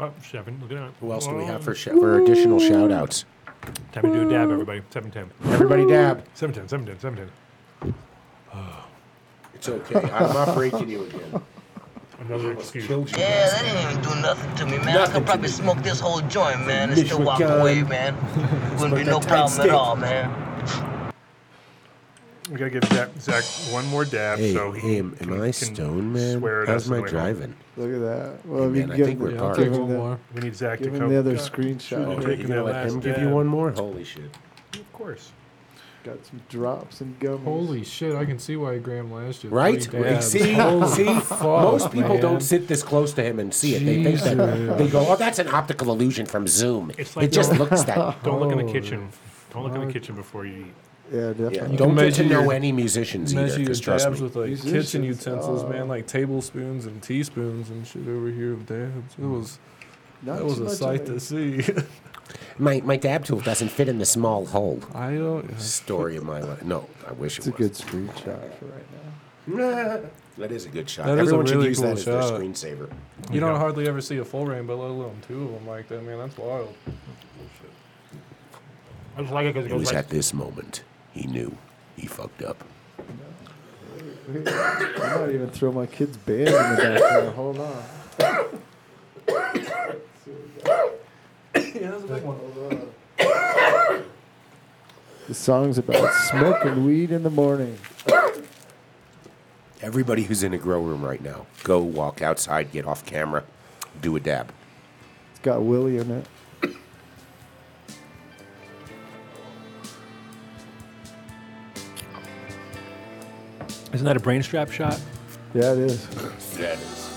Oh, Seven, look at that. Who else do we have for, sh- for additional shout outs? Time to do a dab, everybody. Seven ten. Everybody dab. Seven ten. Seven ten. Seven ten. It's okay. I'm not breaking you again. Another excuse. Killed you. Yeah, that didn't even do nothing to me, man. I Nothing could to probably me. smoke this whole joint, man, and Mitch still walk McCann. away, man. Wouldn't be Smoke no that tight problem stick. at all, man. We gotta give Zach, Zach one more dab. Hey, so he hey, am can- am I can stone, man? swear at us How's on the my way home. driving? Look at that. Well, Hey, man, we I give, think we're Yeah, give I'll parked. take him one the- more. We need Zach give to him come. the other Yeah, screenshot. Oh, Taking you're going that to let last him give dab. you one more? Holy shit. Of course. Got some drops and gummies. Holy shit! I can see why Graham last year. Right? Three dabs. See, Holy see, fuck, most people man. don't sit this close to him and see it. They think that they go, "Oh, that's an optical illusion from Zoom." It's like it just the- looks that. Don't look in the Oh, kitchen. Don't look in the kitchen before you eat. Yeah, Yeah, definitely. don't get to measure your- know any musicians either. Measure your 'cause trust dabs me, with like These kitchen dishes, utensils, uh, man, like tablespoons and teaspoons and shit over here with dabs. It was Not that too was a much of sight it. to see. my my dab tool doesn't fit in the small hole. I don't. Story of my life. No, I wish it It's a was. good screenshot for right now. that is a good shot. That is a Everyone should really use cool that as shot. their screensaver. You don't hardly ever see a full rainbow, let alone two of them like that, man. That's wild. I just like it because it It goes was like. at this moment he knew he fucked up. I might even throw my kid's bed in the background. Hold on. Yeah, that's a big one. The song's about smoking weed in the morning. Everybody who's in a grow room right now, go walk outside, get off camera, do a dab. It's got Willie in it. Isn't that a brain strap shot? Yeah, it is. That is.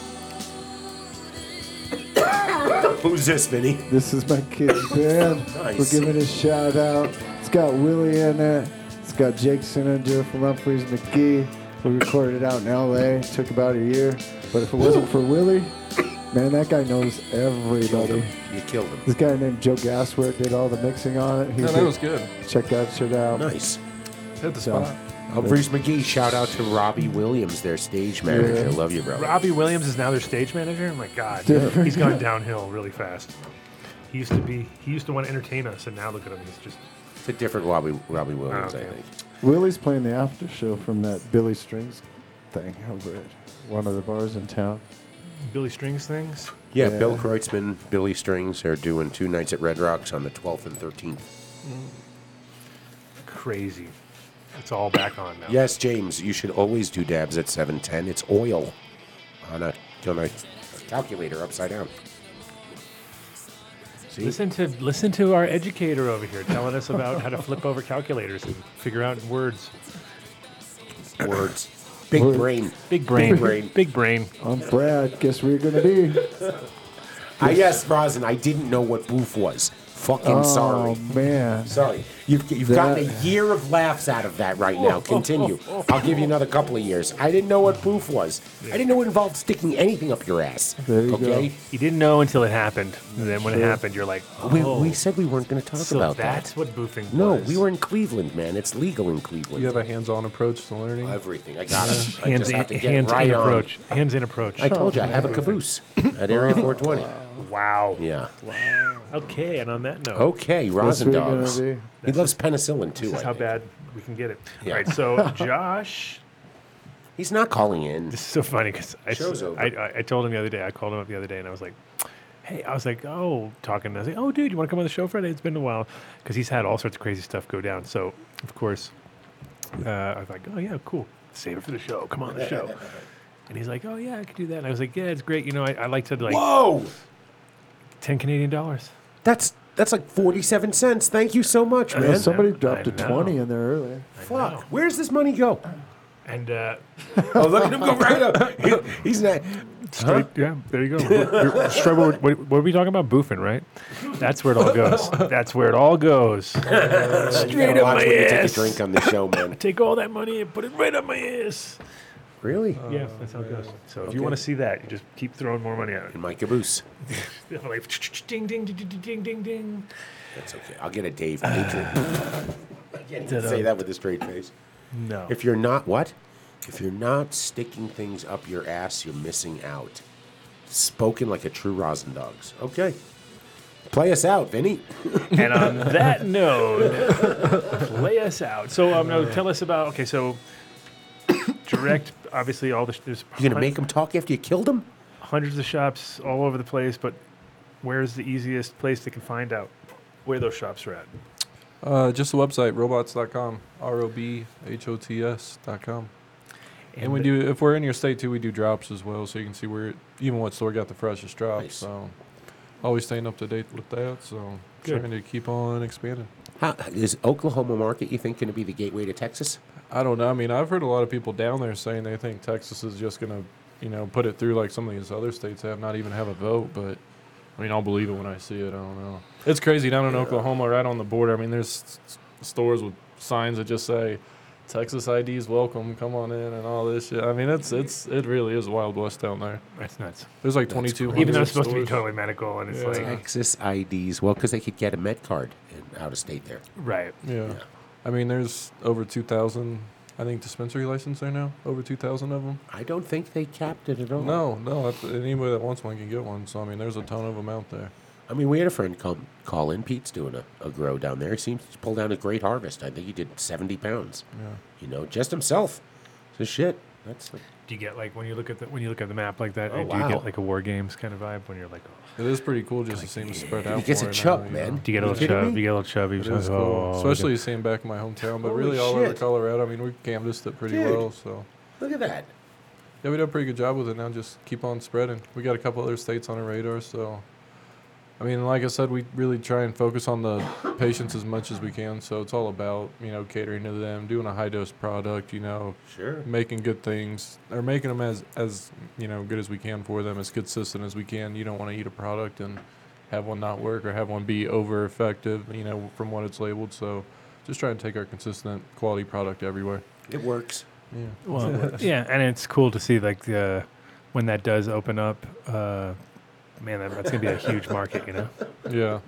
Who's this, Vinny? This is my kid's band. Nice. We're giving a shout out. It's got Willie in it. It's got Jake Sininger from Humphreys McGee. We recorded out in LA. Took about a year. But if it wasn't for Willie, man, that guy knows everybody. You killed him. This guy named Joe Gasworth did all the mixing on it. He No, did- that was good. Check that shit out. Nice. Hit the So, spot. Humphreys Uh, McGee, shout out to Robbie Williams, their stage manager. I love you, brother. Robbie Williams is now their stage manager. My God, Dude. he's gone downhill really fast. He used to be. He used to want to entertain us, and now look at him. He's just. It's a different Robbie, Robbie Williams, Okay. I think. Willie's playing the after show from that Billy Strings thing over at one of the bars in town. Billy Strings things. Yeah, Yeah. Bill Kreutzmann, Billy Strings are doing two nights at Red Rocks on the 12th and 13th. Crazy. It's all back on now. Yes, James, you should always do dabs at 710. It's oil on a, on a calculator upside down. See? Listen to listen to our educator over here telling us about how to flip over calculators and figure out words. Words. Big Words. brain. Big brain. brain. Big brain. I'm Um, Brad. Guess where you're gonna be? I yes, Rosin, I didn't know what boof was. Fucking oh sorry. man, Sorry. You've, you've gotten a year of laughs out of that right now. Continue. I'll give you another couple of years. I didn't know what poof was. I didn't know it involved sticking anything up your ass. There you okay? You didn't know until it happened. And then when it Sure. happened, you're like, oh, We, we said we weren't going to talk so about that. that's what boofing No, was. we were in Cleveland, man. It's legal in Cleveland. You have a hands-on approach to learning. Everything. I got it. I hands just in, have to get hands right in on. approach. Hands in approach. I told you I have a caboose at Area 420. Wow. Yeah. Okay, and on that note, Okay, What's rosin we gonna dogs. do? He loves penicillin too. this is Oh, I how think. bad we can get it. Yeah. All right, so Josh He's not calling in. This is so funny because I, Show's over. I, I, I told him the other day, I called him up the other day and I was like, hey, I was like, oh, talking. I was like, oh, dude, you want to come on the show Friday? It's been a while because he's had all sorts of crazy stuff go down. So, of course, uh, I was like, oh, yeah, cool. Save it for the show. Come on the show. and he's like, oh, yeah, I could do that. And I was like, yeah, it's great. You know, I, I like to like Whoa, 10 Canadian dollars. that's that's like forty-seven cents. Thank you so much, Yeah, man. somebody I dropped a know. 20 in there earlier. Fuck. Where's this money go? And uh, Oh, look at him go right up. He- he's not. straight, yeah, there you go. You're- you're straight, what, what, what are we talking about? Boofing, right? That's where it all goes. That's where it all goes. Straight up my Take ass. a drink on the show, man. Take all that money and put it right up my ass. really? Yeah, that's how it goes. So if you want to see that, you just keep throwing more money at In my caboose. it. like ding, ding, ding, ding, ding, ding, ding. That's okay. I'll get a Dave Patriot. Say that with a straight face. No. If you're not what? If you're not sticking things up your ass, you're missing out. Spoken like a true rosin dogs. Okay. Play us out, Vinny. and on that note, play us out. So um, no, tell us about okay. So direct, obviously, all the sh- there's You gonna hun- make him talk after you killed him? hundreds of shops all over the place, but where's the easiest place they can find out where those shops are at? Uh, just the website, robots.com, R O B H O T S dot com. And we the- do, if we're in your state too, we do drops as well, so you can see where, even what store got the freshest drops. Nice. So always staying up to date with that. So Good. trying to keep on expanding. How, is Oklahoma market you think going to be the gateway to Texas? I don't know. I mean, I've heard a lot of people down there saying they think Texas is just going to, you know, put it through like some of these other states have, not even have a vote. But I mean, I'll believe it when I see it. I don't know. It's crazy down in Oklahoma, right on the border. I mean, there's s- s- stores with signs that just say Texas IDs welcome, come on in, and all this shit. I mean, it's it's it really is wild west down there. That's nuts. There's like 22. Even though it's supposed to be totally medical, and it's Yeah. like Texas IDs. Well, because they could get a med card in, out of state there. right. Yeah. I mean, there's over 2,000. I think dispensary license there now. Over 2,000 of them. I don't think they capped it at all. No, no. that's- Anybody that wants one can get one. So I mean, there's a ton of them out there. I mean, we had a friend come call in. Pete's doing a, a grow down there. He seems to pull down a great harvest. I think he did 70 pounds. Yeah. You know, just himself. So shit. That's Do you get like when you look at the when you look at the map like that? Oh, do you wow. get like a war games kind of vibe when you're like, oh, It is pretty cool just to see them spread out. he gets a more now, chub, you man. know. do you get a You little kidding chubby? me? Do you get a little chubby? It You're is like, cool, "Oh, especially look seeing back in my hometown, but Holy really all over shit. Colorado. I mean, we canvassed it pretty Dude. well, so Look at that. yeah, we did a pretty good job with it. Now just keep on spreading. We got a couple other states on our radar, so I mean, like I said, we really try and focus on the patients as much as we can. So it's all about you know catering to them, doing a high dose product, you know, Sure. making good things or making them as as you know good as we can for them as consistent as we can you don't want to eat a product and have one not work or have one be over effective you know from what it's labeled so just try and take our consistent quality product everywhere It works. yeah Well, yeah, and it's cool to see like the when that does open up. Uh, man, that, that's gonna be a huge market, you know. yeah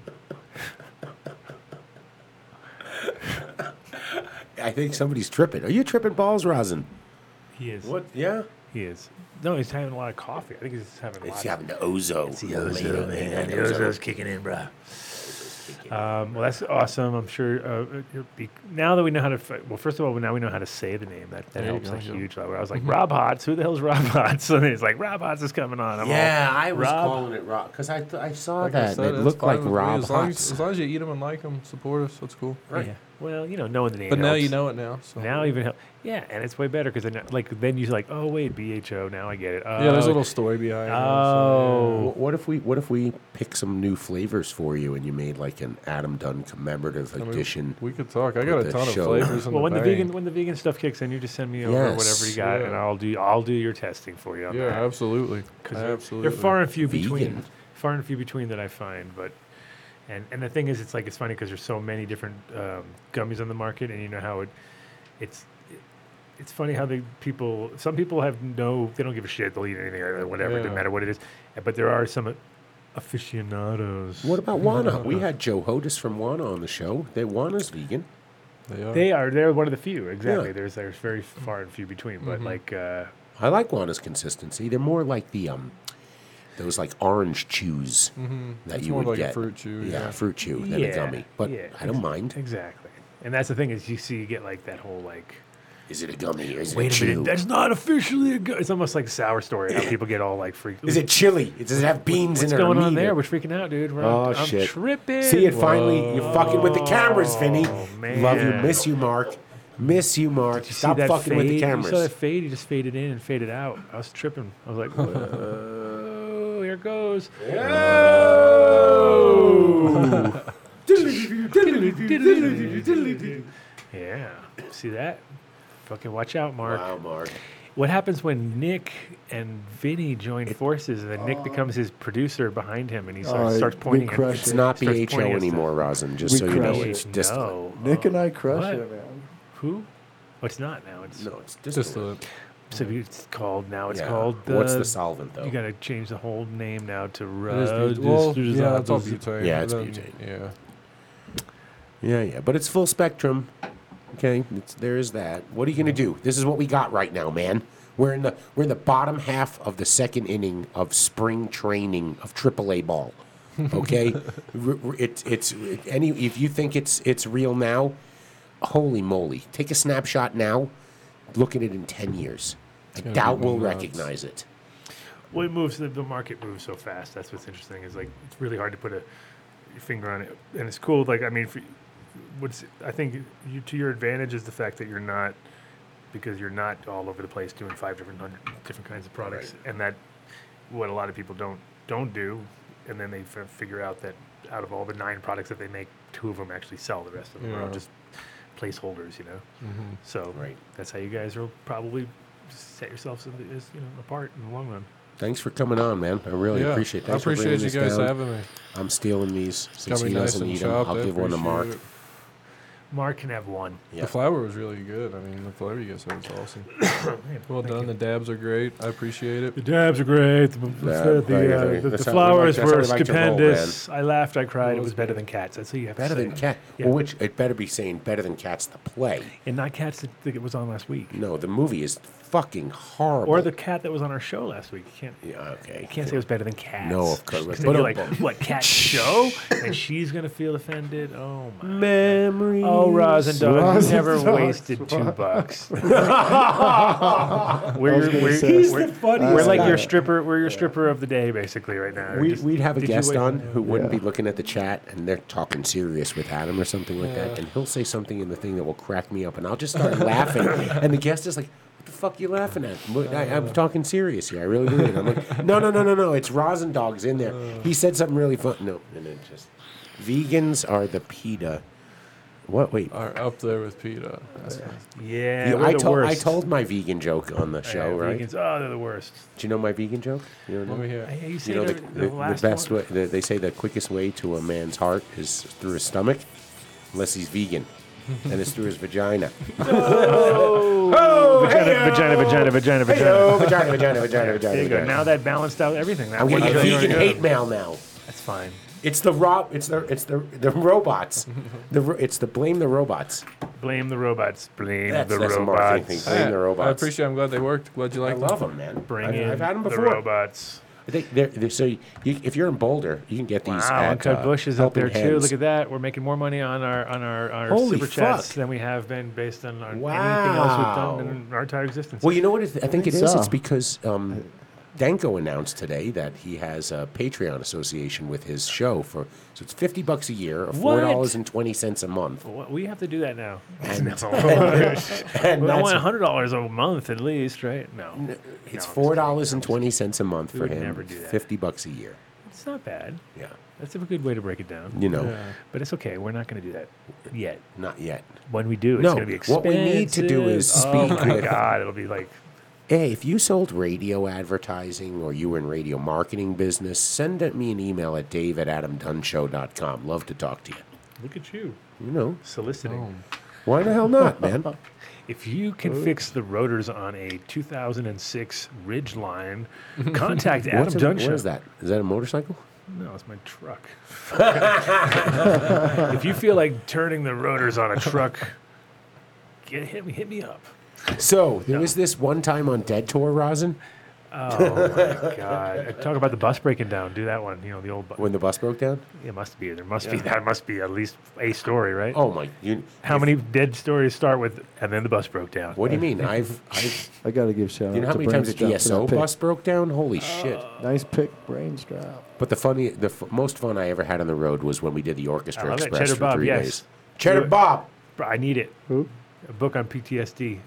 I think somebody's tripping. Are you tripping balls, Rosin? He is. Yeah. He is. No, he's having a lot of coffee. I think he's just having a lot. It's of- having the ozo. It's the ozo, man. kicking in, bro. Um, well, that's awesome. I'm sure. Uh, it'll be, now that we know how to, fi- well, first of all, now we know how to say the name. That, that you helps go, a yeah. Mm-hmm. huge lot. Where I was like, Rob Hots, who the hell's Rob Hots? And then he's like, Rob Hots is coming on. I'm Yeah, I was Rob- calling it Rob because I, th- I saw Like I that. said, and it it's looked fine like with me. Rob as long, Hots. as, as long as you eat them and like them support us that's cool all, yeah. Well, you know, knowing the name. but now helps. you know it now so Now even hel- yeah, and it's way better because then like then you're like, oh wait, BHO. Now I get it. Oh, yeah there's a little story behind it, so, Oh. Wh- What if we what if we pick some new flavors for you and you made like an Adam Dunn commemorative mean, edition? we could talk i got a the ton show. of flavors in Well, the when the bank. vegan when the vegan stuff kicks in, you just send me over whatever Yes. you got, Yeah. and I'll do I'll do your testing for you. On yeah that. absolutely they're- absolutely They're far and few between. Vegan. Far and few between that I find, but And and the thing is, it's like it's funny because there's so many different um, gummies on the market, and you know how it, it's. It's funny how the people. Some people have no. They don't give a shit. They'll eat anything or whatever. It Yeah. Doesn't matter what it is. But there are some aficionados. What about Wana? We had Joe Hodis from Wana on the show. They Wana's vegan. They are. They are. They're one of the few. Exactly. Yeah. Mm-hmm. There's there's very far and few between. But like, uh, I like Wana's consistency. They're more like the um, those like orange chews Mm-hmm. that It's you more would like a get. fruit chew, yeah, yeah. fruit chew than Yeah, a gummy. But yeah, I don't mind. exactly. And that's the thing is you see you get like that whole like. Is it a gummy? Or is Wait it a chew? minute. That's not officially a good. It's almost like sour story. How people get all like freaked. is it chili? Does it have beans in What's it? or going on meat there? in it? We're freaking out, dude. We're Oh I'm shit! tripping. See it finally. You're fucking with the cameras, Vinny. Oh, Love you. man. Miss you, Mark. Miss you, Mark. You see Stop that fucking fade? with the You saw that cameras. fade. He just faded in and faded out. I was tripping. I was like, whoa, here it goes. Oh. Yeah. See that? Fucking watch out, Mark. Wow, Mark. What happens when Nick and Vinny join forces and then Nick becomes his producer behind him and he starts, Oh, starts we pointing at crushed It's Shit. not Starts BHO pointing at anymore, Rosin. Just We so you know, crushed it's just no. Nick Oh, and I crush What? it, man. Who? Oh, it's not now. It's no, it's just, just a, so it's called now. It's yeah. called What's the solvent though? You gotta change the whole name now to it is Rod. butane. well, yeah, it's all butane. Yeah, it's Then- butane. Yeah. Yeah, yeah, but it's full spectrum. Okay, it's, there is that. What are you going to do? This is what we got right now, man. We're in the we're in the bottom half of the second inning of spring training of AAA ball. Okay, R- r- it's it's any if you think it's it's real now, holy moly! Take a snapshot now, look at it in ten years. I gonna doubt be we'll nuts. recognize it. Well, it moves. The, the market moves so fast. That's what's interesting. Is like it's really hard to put a finger on it, and it's cool. Like I mean, for, what's I think you, to your advantage is the fact that you're not because you're not all over the place doing five different hundred different kinds of products, and that what a lot of people don't don't do, and then they f- figure out that out of all the nine products that they make, two of them actually sell. The rest of them are all Yeah. just placeholders, you know. So Right. that's how you guys will probably set yourselves in the- as, you know apart in the long run. Thanks for coming on, man. I really yeah. appreciate. it. I Thanks for appreciate bringing you this guys down. having me. I'm stealing these since Got me he nice doesn't and eat them. chopped. I'll I give one to Mark. appreciate it. Mark can have one. Yeah. The flour was really good. I mean, the flour you guys had was awesome. well done. The dabs are great. I appreciate it. The dabs are great. The, Yeah, the, yeah, uh, yeah. the, the That's how we like- flowers that's how were we like to roll, stupendous. I laughed, I cried. It was was better than cats. That's what you have Better to say. than cat. Yeah. Well, which it better be saying better than cats the play. And not cats that that it was on last week. No, the movie is fucking horrible. Or the cat that was on our show last week. You can't, yeah, okay. you can't say it was better than cats. No, of course. 'Cause then you're like, Ba-dum-bum. what, cat show? And she's going to feel offended. Oh, my. memories. Oh, Roz and Doug, Roz you and never Doug. wasted two bucks. we're, I was your- gonna we're, say- He's we're- funniest we're like guy. your stripper. We're your stripper of the day, basically, right now. We, Just- we'd have a did you guest waste- on who wouldn't Yeah. be looking at the chat, and they're talking serious with Adam or something like that, and he'll say something in the thing that will crack me up, and I'll just start laughing, and the guest is like, "What the fuck you laughing at? What- I, Uh. am talking serious here. I really believe it." I'm like, "No, no, no, no, no. It's Rosin Dog's in there. Uh. He said something really fun. No, and it just vegans are the PETA. What? Wait, Are up there with PETA. That's Yeah, You- we're I, the told, I worst. told my vegan joke on the show, Yeah, right? Vegans, oh, they're the worst. Do you know my vegan joke? You don't know? Let me hear. Hey, you You said know the, the, the, the last best one. way. The, they say the quickest way to a man's heart is through his stomach, unless he's vegan, and it's through his vagina. Oh. Vagina, vagina, vagina, vagina, vagina. Yo, vagina, vagina, vagina, There vagina. you go. vagina. Now that balanced out everything. That I'm one getting joke- vegan hate mail now. That's fine. It's the rob. It's the it's the the robots. The ro- it's the blame the robots. Blame the robots. Blame That's, the that's a marketing robots. thing. Blame the I robots. appreciate. I'm glad they worked. Glad you I liked love them. them, man. Bring I've, in I've had them the before. robots. They, they're, they're, so you, if you're in Boulder, you can get these. Wow, at, Uncut uh, Ah, Bush is up Helping there too. Hands. Look at that. We're making more money on our on our, our Holy super chats fuck. than we have been based on our, anything else we've done in our entire existence. Well, you know what? It, I think it is. so. It's because um, Danko announced today that he has a Patreon association with his show for so it's fifty bucks a year, or four What? dollars and twenty cents a month. What- we have to do that now. And, We and want that's, hundred dollars a month at least, right? No, it's No, I'm four dollars and twenty cents a month for would him. never do that. Fifty bucks a year. it's not bad. Yeah, That's a good way to break it down. you know, But it's okay. We're not going to do that yet. not yet. When we do, it's No, going to be expensive. what we need to do is Oh speak my with- god, it'll be like Hey, if you sold radio advertising or you were in radio marketing business, send me an email at dave at adamdunshow.com. Love to talk to you. Look at you You know, soliciting. Oh. why the hell not, man? If you can Oh. fix the rotors on a 2006 Ridgeline, contact Adam What's a- Dunshow. What is that? Is that a motorcycle? No, it's my truck. if you feel like turning the rotors on a truck, get, hit me hit me up. So there was this one time on Dead Tour, Rosin, God, talk about the bus breaking down. Do that one. You know the old. Bu- when the bus broke down. it must be. There must be. That must be at least a story, right? Oh my! You, How many dead stories start with and then the bus broke down? What do you mean? I've, I've. I got to give shout You know how out to many times a Brainstrap for that DSO pick. bus broke down? Uh. Holy shit! Nice pick, Brainstrap. But the funny, the f- most fun I ever had on the road was when we did the Oh, I Orchestra love it. Express Cheddar for Bob, three yes. days. Cheddar Bob. Bro, I need it. Who? A book on PTSD.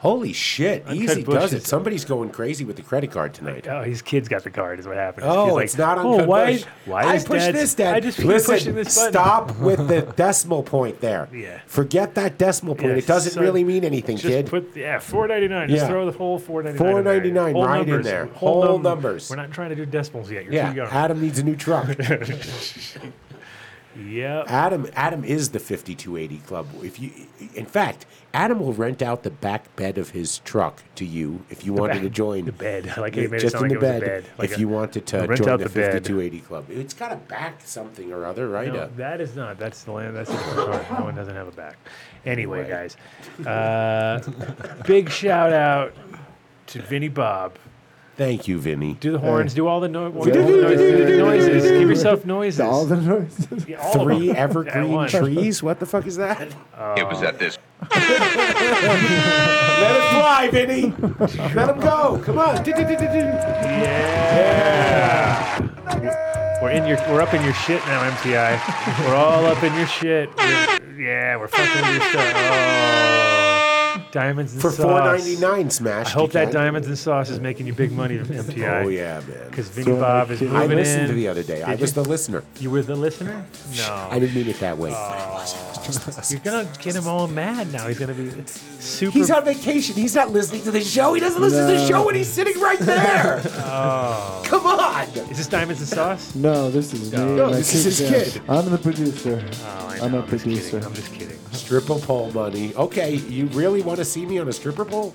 Holy shit! Uncut Easy does bushes. it. Somebody's going crazy with the credit card tonight. Oh, his kid's got the card. Is what happened. His kid's Oh, like, it's not on oh, why? Bush. Why I is pushed Dad- this, Dad. I just keep Listen, pushing this button. stop with the decimal point there. Yeah. Forget that decimal point. Yeah, it doesn't son, really mean anything, Just kid. put yeah, four ninety nine. Just Yeah. throw the whole four ninety nine. $4.99 whole right in numbers. there. Whole, Whole num- numbers. We're not trying to do decimals yet. You're too yeah. young. Adam needs a new truck. yep. Adam Adam is the 5280 club. If you in fact, Adam will rent out the back bed of his truck to you if you wanted back- to join the bed. I like how you made it just sound in like the it was a bed, bed. Like if a- you wanted to rent join out the, the bed. 5280 club. It's got a back something or other, right? No, Uh, that is not. That's the land. That's the car. No one doesn't have a back. Anyway, guys, uh, big shout out to Vinny Bob. Thank you, Vinny. Do the horns. Do all the, no- all the noises. noises. Give yourself noises. noises. All the noises. Yeah, all of Three them. At evergreen once. trees? What the fuck is that? It was at this Let it fly, Vinny. Let him go. Come on. Do-do-do-do-do. Yeah. We're in your. We're up in your shit now, MTI. we're all up in your shit. We're- yeah, we're fucking with your stuff. Oh. Diamonds and For sauce. four ninety nine, smash. I hope you that can. diamonds and sauce is making you big money, MTI. Oh yeah, man. Because Vinny Bob is moving I listened in. to the other day. I Did was you? the listener. You were the listener? No. I didn't mean it that way. Oh. You're gonna get him all mad now. He's gonna be super. He's on vacation. He's not listening to the show. He doesn't listen to the No. show when he's sitting right there. Oh. Come on. is this diamonds and sauce? No, this is me. No, and my this is kid his Jeff. kid. I'm the producer. Oh, I I'm know, a I'm just kidding, producer. I'm just kidding. Stripper pole money. Okay, you really want to see me on a stripper pole?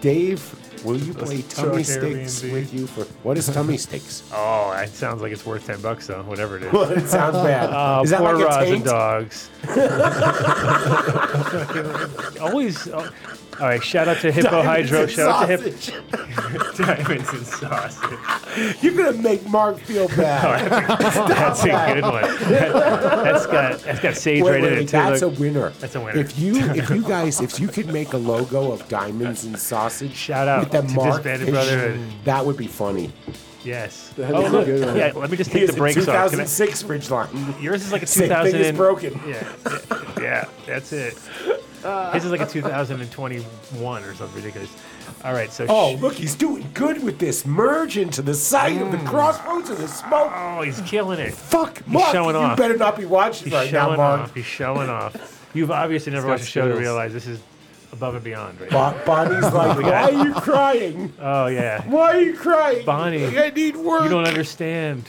Dave, will you play tummy talk sticks Airbnb. with you for what is tummy sticks? Oh, that sounds like it's worth ten bucks though. Whatever it is. Well, it sounds bad. Oh, is that poor like a Roz and taint? dogs. Always. oh, all right. Shout out to Hippo Hydro. Diamonds and Shout out to Hip sausage. Diamonds and Sauce. You're gonna make Mark feel bad. That's a good one. That, has got that's got sage Wait, right in wait, wait, it too. that's a Look. winner. That's a winner. If you, if you guys, if you could make a logo of diamonds and sausage, Shout out with the to Mark Disbanded fish, Brotherhood. That would be funny. yes. Oh, That is a good one. Yeah. Let me just take Here's the brakes off. Can I- 2006 Ridgeline. Yours is like a Same 2000. thing is broken. Yeah, yeah, that's it. His is like a 2021 or something ridiculous. All right, so Oh, sh- look, he's doing good with this merge into the sight of the crossroads of the smoke. oh, Mm. he's killing it. Fuck, Mark, showing you off. better not be watching He's right now, showing Mark. off. He's showing off. You've obviously never got watched the show to skills. realize this is above and beyond, right? Bo- Bonnie's like, why got- are you crying? oh yeah, Why are you crying? Bonnie, I need work. you don't understand.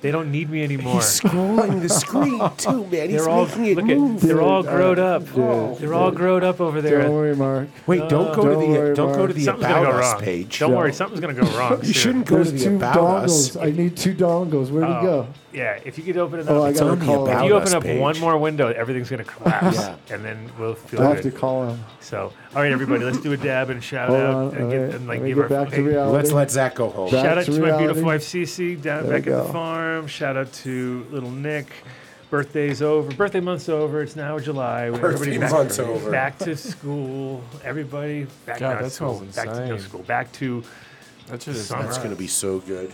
They don't need me anymore. He's scrolling the screen too, man. He's They're all making it look move. at, they're all Dude, grown uh, up. dude, They're all dude. grown up over Don't there. worry, Mark. Wait, Uh, don't go Don't to the worry, don't go Mark. to the Something's about gonna go us wrong. page. Don't Yeah. worry, something's gonna go wrong. You soon. shouldn't go There's to the two about us. dongles. I need two dongles. Where'd Oh, he go? Yeah, if you could open it up. Oh, I It's gotta on the call about If him. you us open up page. one more window, everything's going to collapse, Yeah. and then we'll feel I have to good. call him. So, all right, everybody, let's do a dab and shout Hold out on. and, all give, right. and Let like me give get our back to hey, reality. Let's let Zach go home. Back shout out to to my beautiful reality. wife Cece down There back we at the go. farm. Shout out to little Nick. Birthday's over. Birthday month's over. It's now July. Everybody's back, month's over. Back to school. Everybody back God, out of that school. smells Back to no insane. school. Back to That shit is Summer. nuts. That's gonna be so good.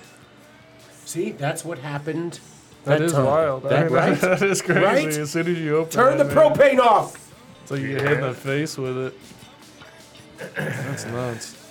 See, that's what happened. That is time. wild. I That, mean, right? that is crazy. Right? As soon as you open Turn the that, man, propane off. So you get hit in the face with it. That's nuts.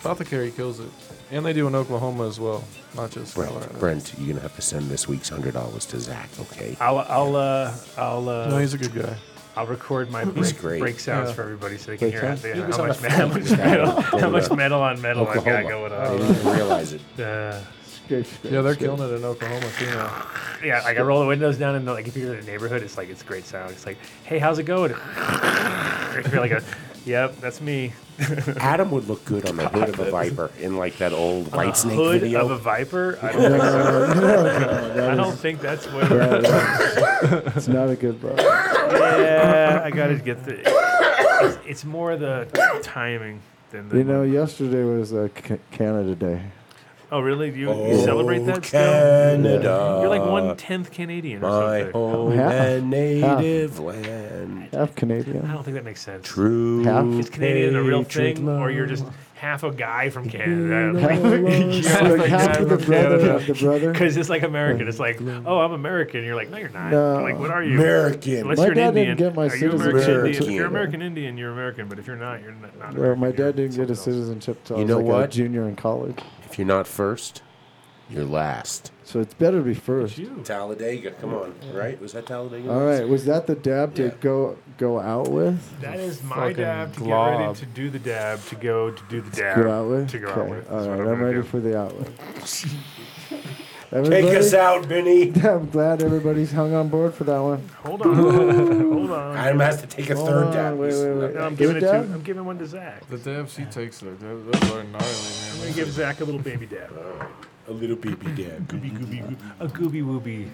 Apothecary kills it. And they do in Oklahoma as well, not just Brent, Colorado. Brent, you're gonna have to send this week's hundred dollars to Zach, okay? I'll I'll uh, I'll uh, No, he's a good guy. I'll record my He's break, great. break sounds Yeah. for everybody so they can Break hear how, sounds? they- He how was on much, the me- how phone much with that metal, guy how much over metal on metal I got Oklahoma. going They on. didn't even realize it. Uh, Straight, straight. Yeah, they're killing it in Oklahoma too now. yeah, like I roll the windows down and like if you're in a neighborhood, it's like it's great sound. It's like, hey, how's it going? If you're like a, yep, that's me. Adam would look good on the hood of a viper in like that old White Snake Hood video. of a viper. I don't, think so. I don't think that's what. It's not a good book. Yeah, I gotta get the. It's, it's more the timing than the. You know, yesterday was uh, C- Canada Day. oh, really? Do you, you celebrate that still? Oh, Canada, You're like one tenth Canadian or my something. home Oh, Yeah. and Yeah. native land. Half I Canadian. don't think that makes sense. True. Half Is Canadian a real patriot thing, or you're just half a guy from Canada? Half, like half of the brother of the brother. Because it's like American. It's like, oh, I'm American. You're like, no, you're not. No. Like, what are you? American. Unless My you're an dad didn't Indian. get my are you American? citizenship Indian? If till- you're American Indian, you're American. But if you're not, you're not. not Where my American, you're dad didn't get a something else. citizenship till I You was know like a what? junior in college. If you're not first, you're last. So it's better to be first. You. Talladega, come on, right? Was that Talladega? All right, was that the dab to Yeah. go go out with? That is my Fucking dab to get glob. ready to do the dab to go to do the dab Go out with? to go okay. out with. All is what right, I'm I'm, gonna ready do. for the out with. Take Everybody- us out, Benny. I'm glad everybody's hung on board for that one. Hold on, hold on. Adam has to take a Hold third on, dab. wait, wait, wait. No, I'm Good giving it to. dab? I'm giving one to Zach. The DFC takes it. Those are gnarly, I'm gonna give Zach a little baby dab. A little BB dab. Gooby gooby gooby. A gooby wooby.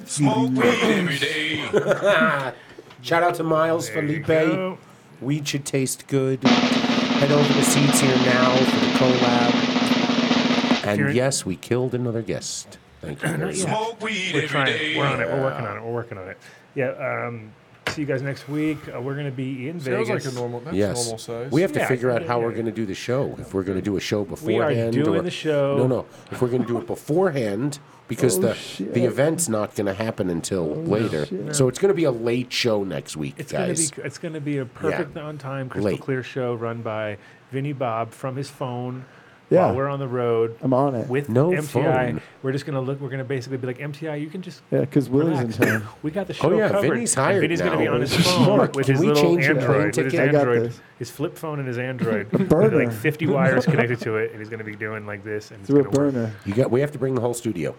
Shout out to Miles There you Felipe. go. Weed should taste good. Head over to Seeds Here Now for the collab. And Kieran? yes, we killed another guest. Thank you. very much. We're trying. We're on it. We're working on it. We're working on it. Yeah. Um, see you guys next week. Uh, we're gonna be in man. Sounds Vegas. like a normal. That's normal Yes. size. We have to Yeah, figure out yeah, how yeah, we're yeah. going to do the show. If we're going to do a show beforehand. doing or- the show. No, no. If we're going to do it beforehand, because Oh, the shit. the event's not going to happen until later. shit. So it's going to be a late show next week, Oh, It's guys. gonna be. It's gonna be a perfect on time, crystal Late. clear show run by Vinny Bob from his phone. Yeah. While we're on the road. I'm on it. with No MTI. phone. We're just gonna look. We're gonna basically be like MTI. You can just Yeah, because Willie's in relax. town. we got the show Oh, yeah, covered. Vinny's And hired Vinny's gonna be now. on his phone Mark, with can his we little change the plane Android, with his ticket? I got Android, this. his flip phone and his Android. With, burner. like 50 wires connected to it, and he's gonna be doing like this and it's Through a gonna work. burner. You got. We have to bring the whole studio.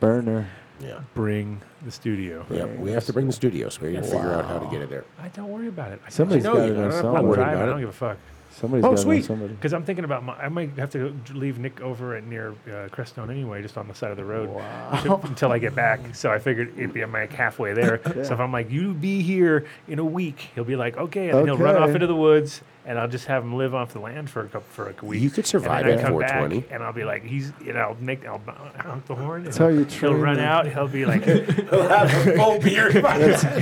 Burner. Yeah. Bring the studio. Yeah. We have to bring the studio, so we got to figure out how to get it there. I don't worry about it. I Somebody's just- No, got you it don't on have to I'm worry someone. driving. I about don't it. give a fuck. Somebody's Oh, got it on sweet. somebody. Because I'm thinking about my, I might have to leave Nick over at near uh, Crestone anyway, just on the side of the road to- until I get back. So I figured it'd be I'm like halfway there. So if I'm like, you be here in a week, he'll be like, okay, and then he'll run off Okay. into the woods, and I'll just have him live off the land for a couple for a week. You could survive and then at I come 420. back, and I'll be like, he's, you know, I'll make, I'll honk the horn. That's how you He'll train run them. out. He'll be like, and Oh, beer.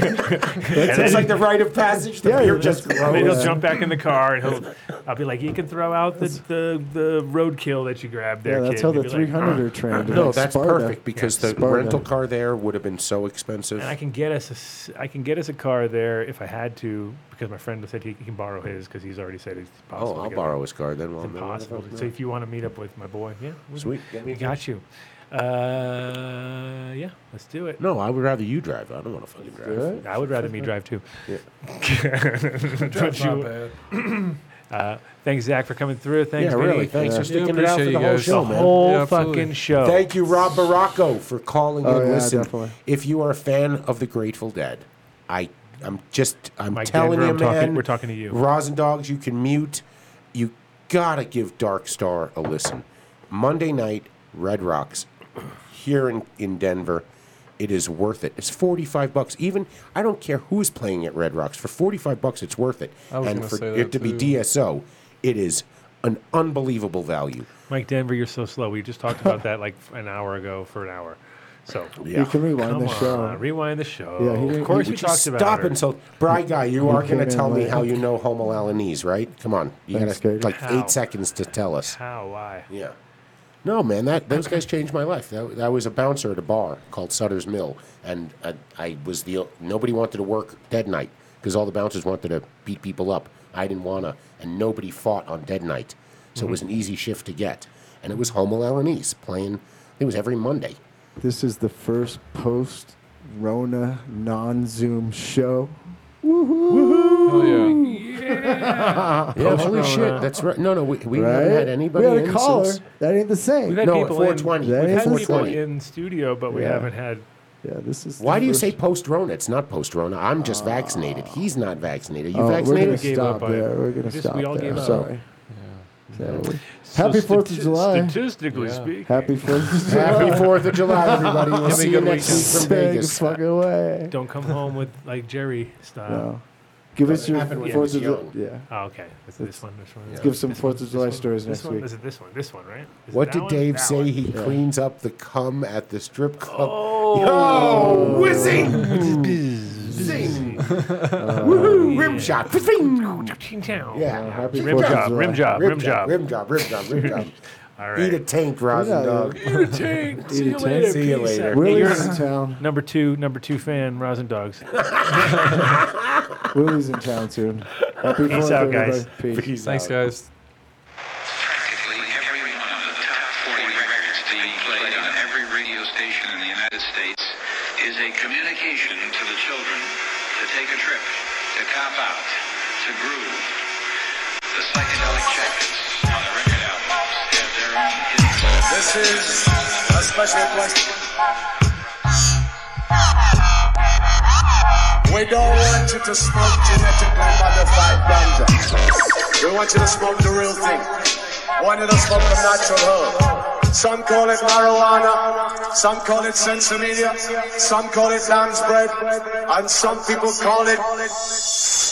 It's then- like the rite of passage. The Yeah, beer that's- just And then grows. he'll jump back in the car and he'll, I'll be like, you can throw out the, the, the roadkill that you grabbed Yeah, there. kid." that's how And the he'll be like, 300 are trained. No, like that's Sparta. perfect because the Sparta. rental car there would have been so expensive. And "Oh, I can get us a s I can get us a car there if I had to because my friend said he, he can borrow his because he's already said it's possible. Oh, to I'll get borrow his car then. While It's I'm there. impossible. So if you want to meet up with my boy, yeah, we, Sweet. we got you. Uh, yeah, let's do it. No, I would rather you drive. I don't want to fucking drive. Good. I would rather me drive too. That's Don't not you- bad. uh, thanks, Zach, for coming through. Thanks, Yeah, Vinny. really. Thanks for Yeah, sticking it out for appreciate the you whole guys. show, The man. whole Yeah, absolutely. fucking show. Thank you, Rob Baracco, for calling Oh, in. yeah, Listen, definitely. if you are a fan of the Grateful Dead, I, I'm just, I'm Mike telling Denver, you, I'm man. talking- we're talking to you. Rosin Dogs, you can mute. You gotta give Dark Star a listen. Monday night, Red Rocks, here in, in Denver. It is worth it. It's forty five bucks. Even I don't care who's playing at Red Rocks. For forty five bucks, it's worth it. I was and gonna for say that it to be too. DSO, it is an unbelievable value. Mike Denver. You're so slow. We just talked about that like an hour ago for an hour. So You can rewind Come the on, show. rewind the show. Yeah, he of didn't- course he- we Would you talked about stop her. and so Bri guy, you are going came in to tell me late. how you know Homo Alanese, right? Come on, you Thanks, got Gator. like How? eight seconds to tell us. How? Why? Yeah. No, man, that those guys changed my life. That, I was a bouncer at a bar called Sutter's Mill, and I, I was the nobody wanted to work dead night because all the bouncers wanted to beat people up. I didn't wanna, and nobody fought on dead night, so it was an Mm-hmm. easy shift to get. And it was Homo Alanese playing. It was every Monday. This is the first post Rona non Zoom show. Woohoo! Oh, yeah. Yeah, Post holy Corona. shit. That's right. No, no, we, we Right? haven't had anybody we had a in caller. since- That ain't the same. We've had No, people 420. In, That we've is had people 420. in studio, but we Yeah. haven't had. yeah, this is. Why the do you first- say post Rona? It's not post Rona. I'm Oh. just vaccinated. He's not vaccinated. You Oh, we're gonna vaccinated? gave stop up on it. there. We're gonna We just- stop we all there. gave up. Sorry. So we- So Happy Fourth of stati- July. Statistically Yeah. speaking. Happy Fourth of July. Happy 4th of July, everybody. We'll Have a see you good next weekend. week from Stay the Vegas. fuck away. Don't uh, come home with like Jerry style. No. Give us Doesn't your happen when he Fourth was of July. young. Yeah. Oh, okay. It's this one. This one. Let's Give some This Fourth of July this stories this next one? week. Is it this one? This one, right? Is it What that did one? Dave That say? one. He cleans up the cum at the strip club. Oh, Zing! Oh, Woohoo! Rim shot. Zing! Town. Yeah, happy Rim Rim Fourth of job. Rim July. job. Rim job. Rim job. Rim job. Rim job. All Eat right. a tank, Rosin Yeah, dog. Eat a tank. See you tank. later. See you Peace later. out. Hey, Willie's you're- in town. Number two, number two fan, Rosin Dogs. Willie's in town soon. Happy Fourth, out, everybody. guys. Peace. Thanks, guys. Practically every one of the top 40 records being played on every radio station in the United States is a communication to the children to take a trip, to cop out, to groove. The psychedelic jackets on the record albums have their own hits. This is a special question. We don't want you to smoke genetically modified ganja. We want you to smoke the real thing. want you to smoke the natural herb. Some call it marijuana, some call it sensimedia, some call it lamb's bread, and some people call it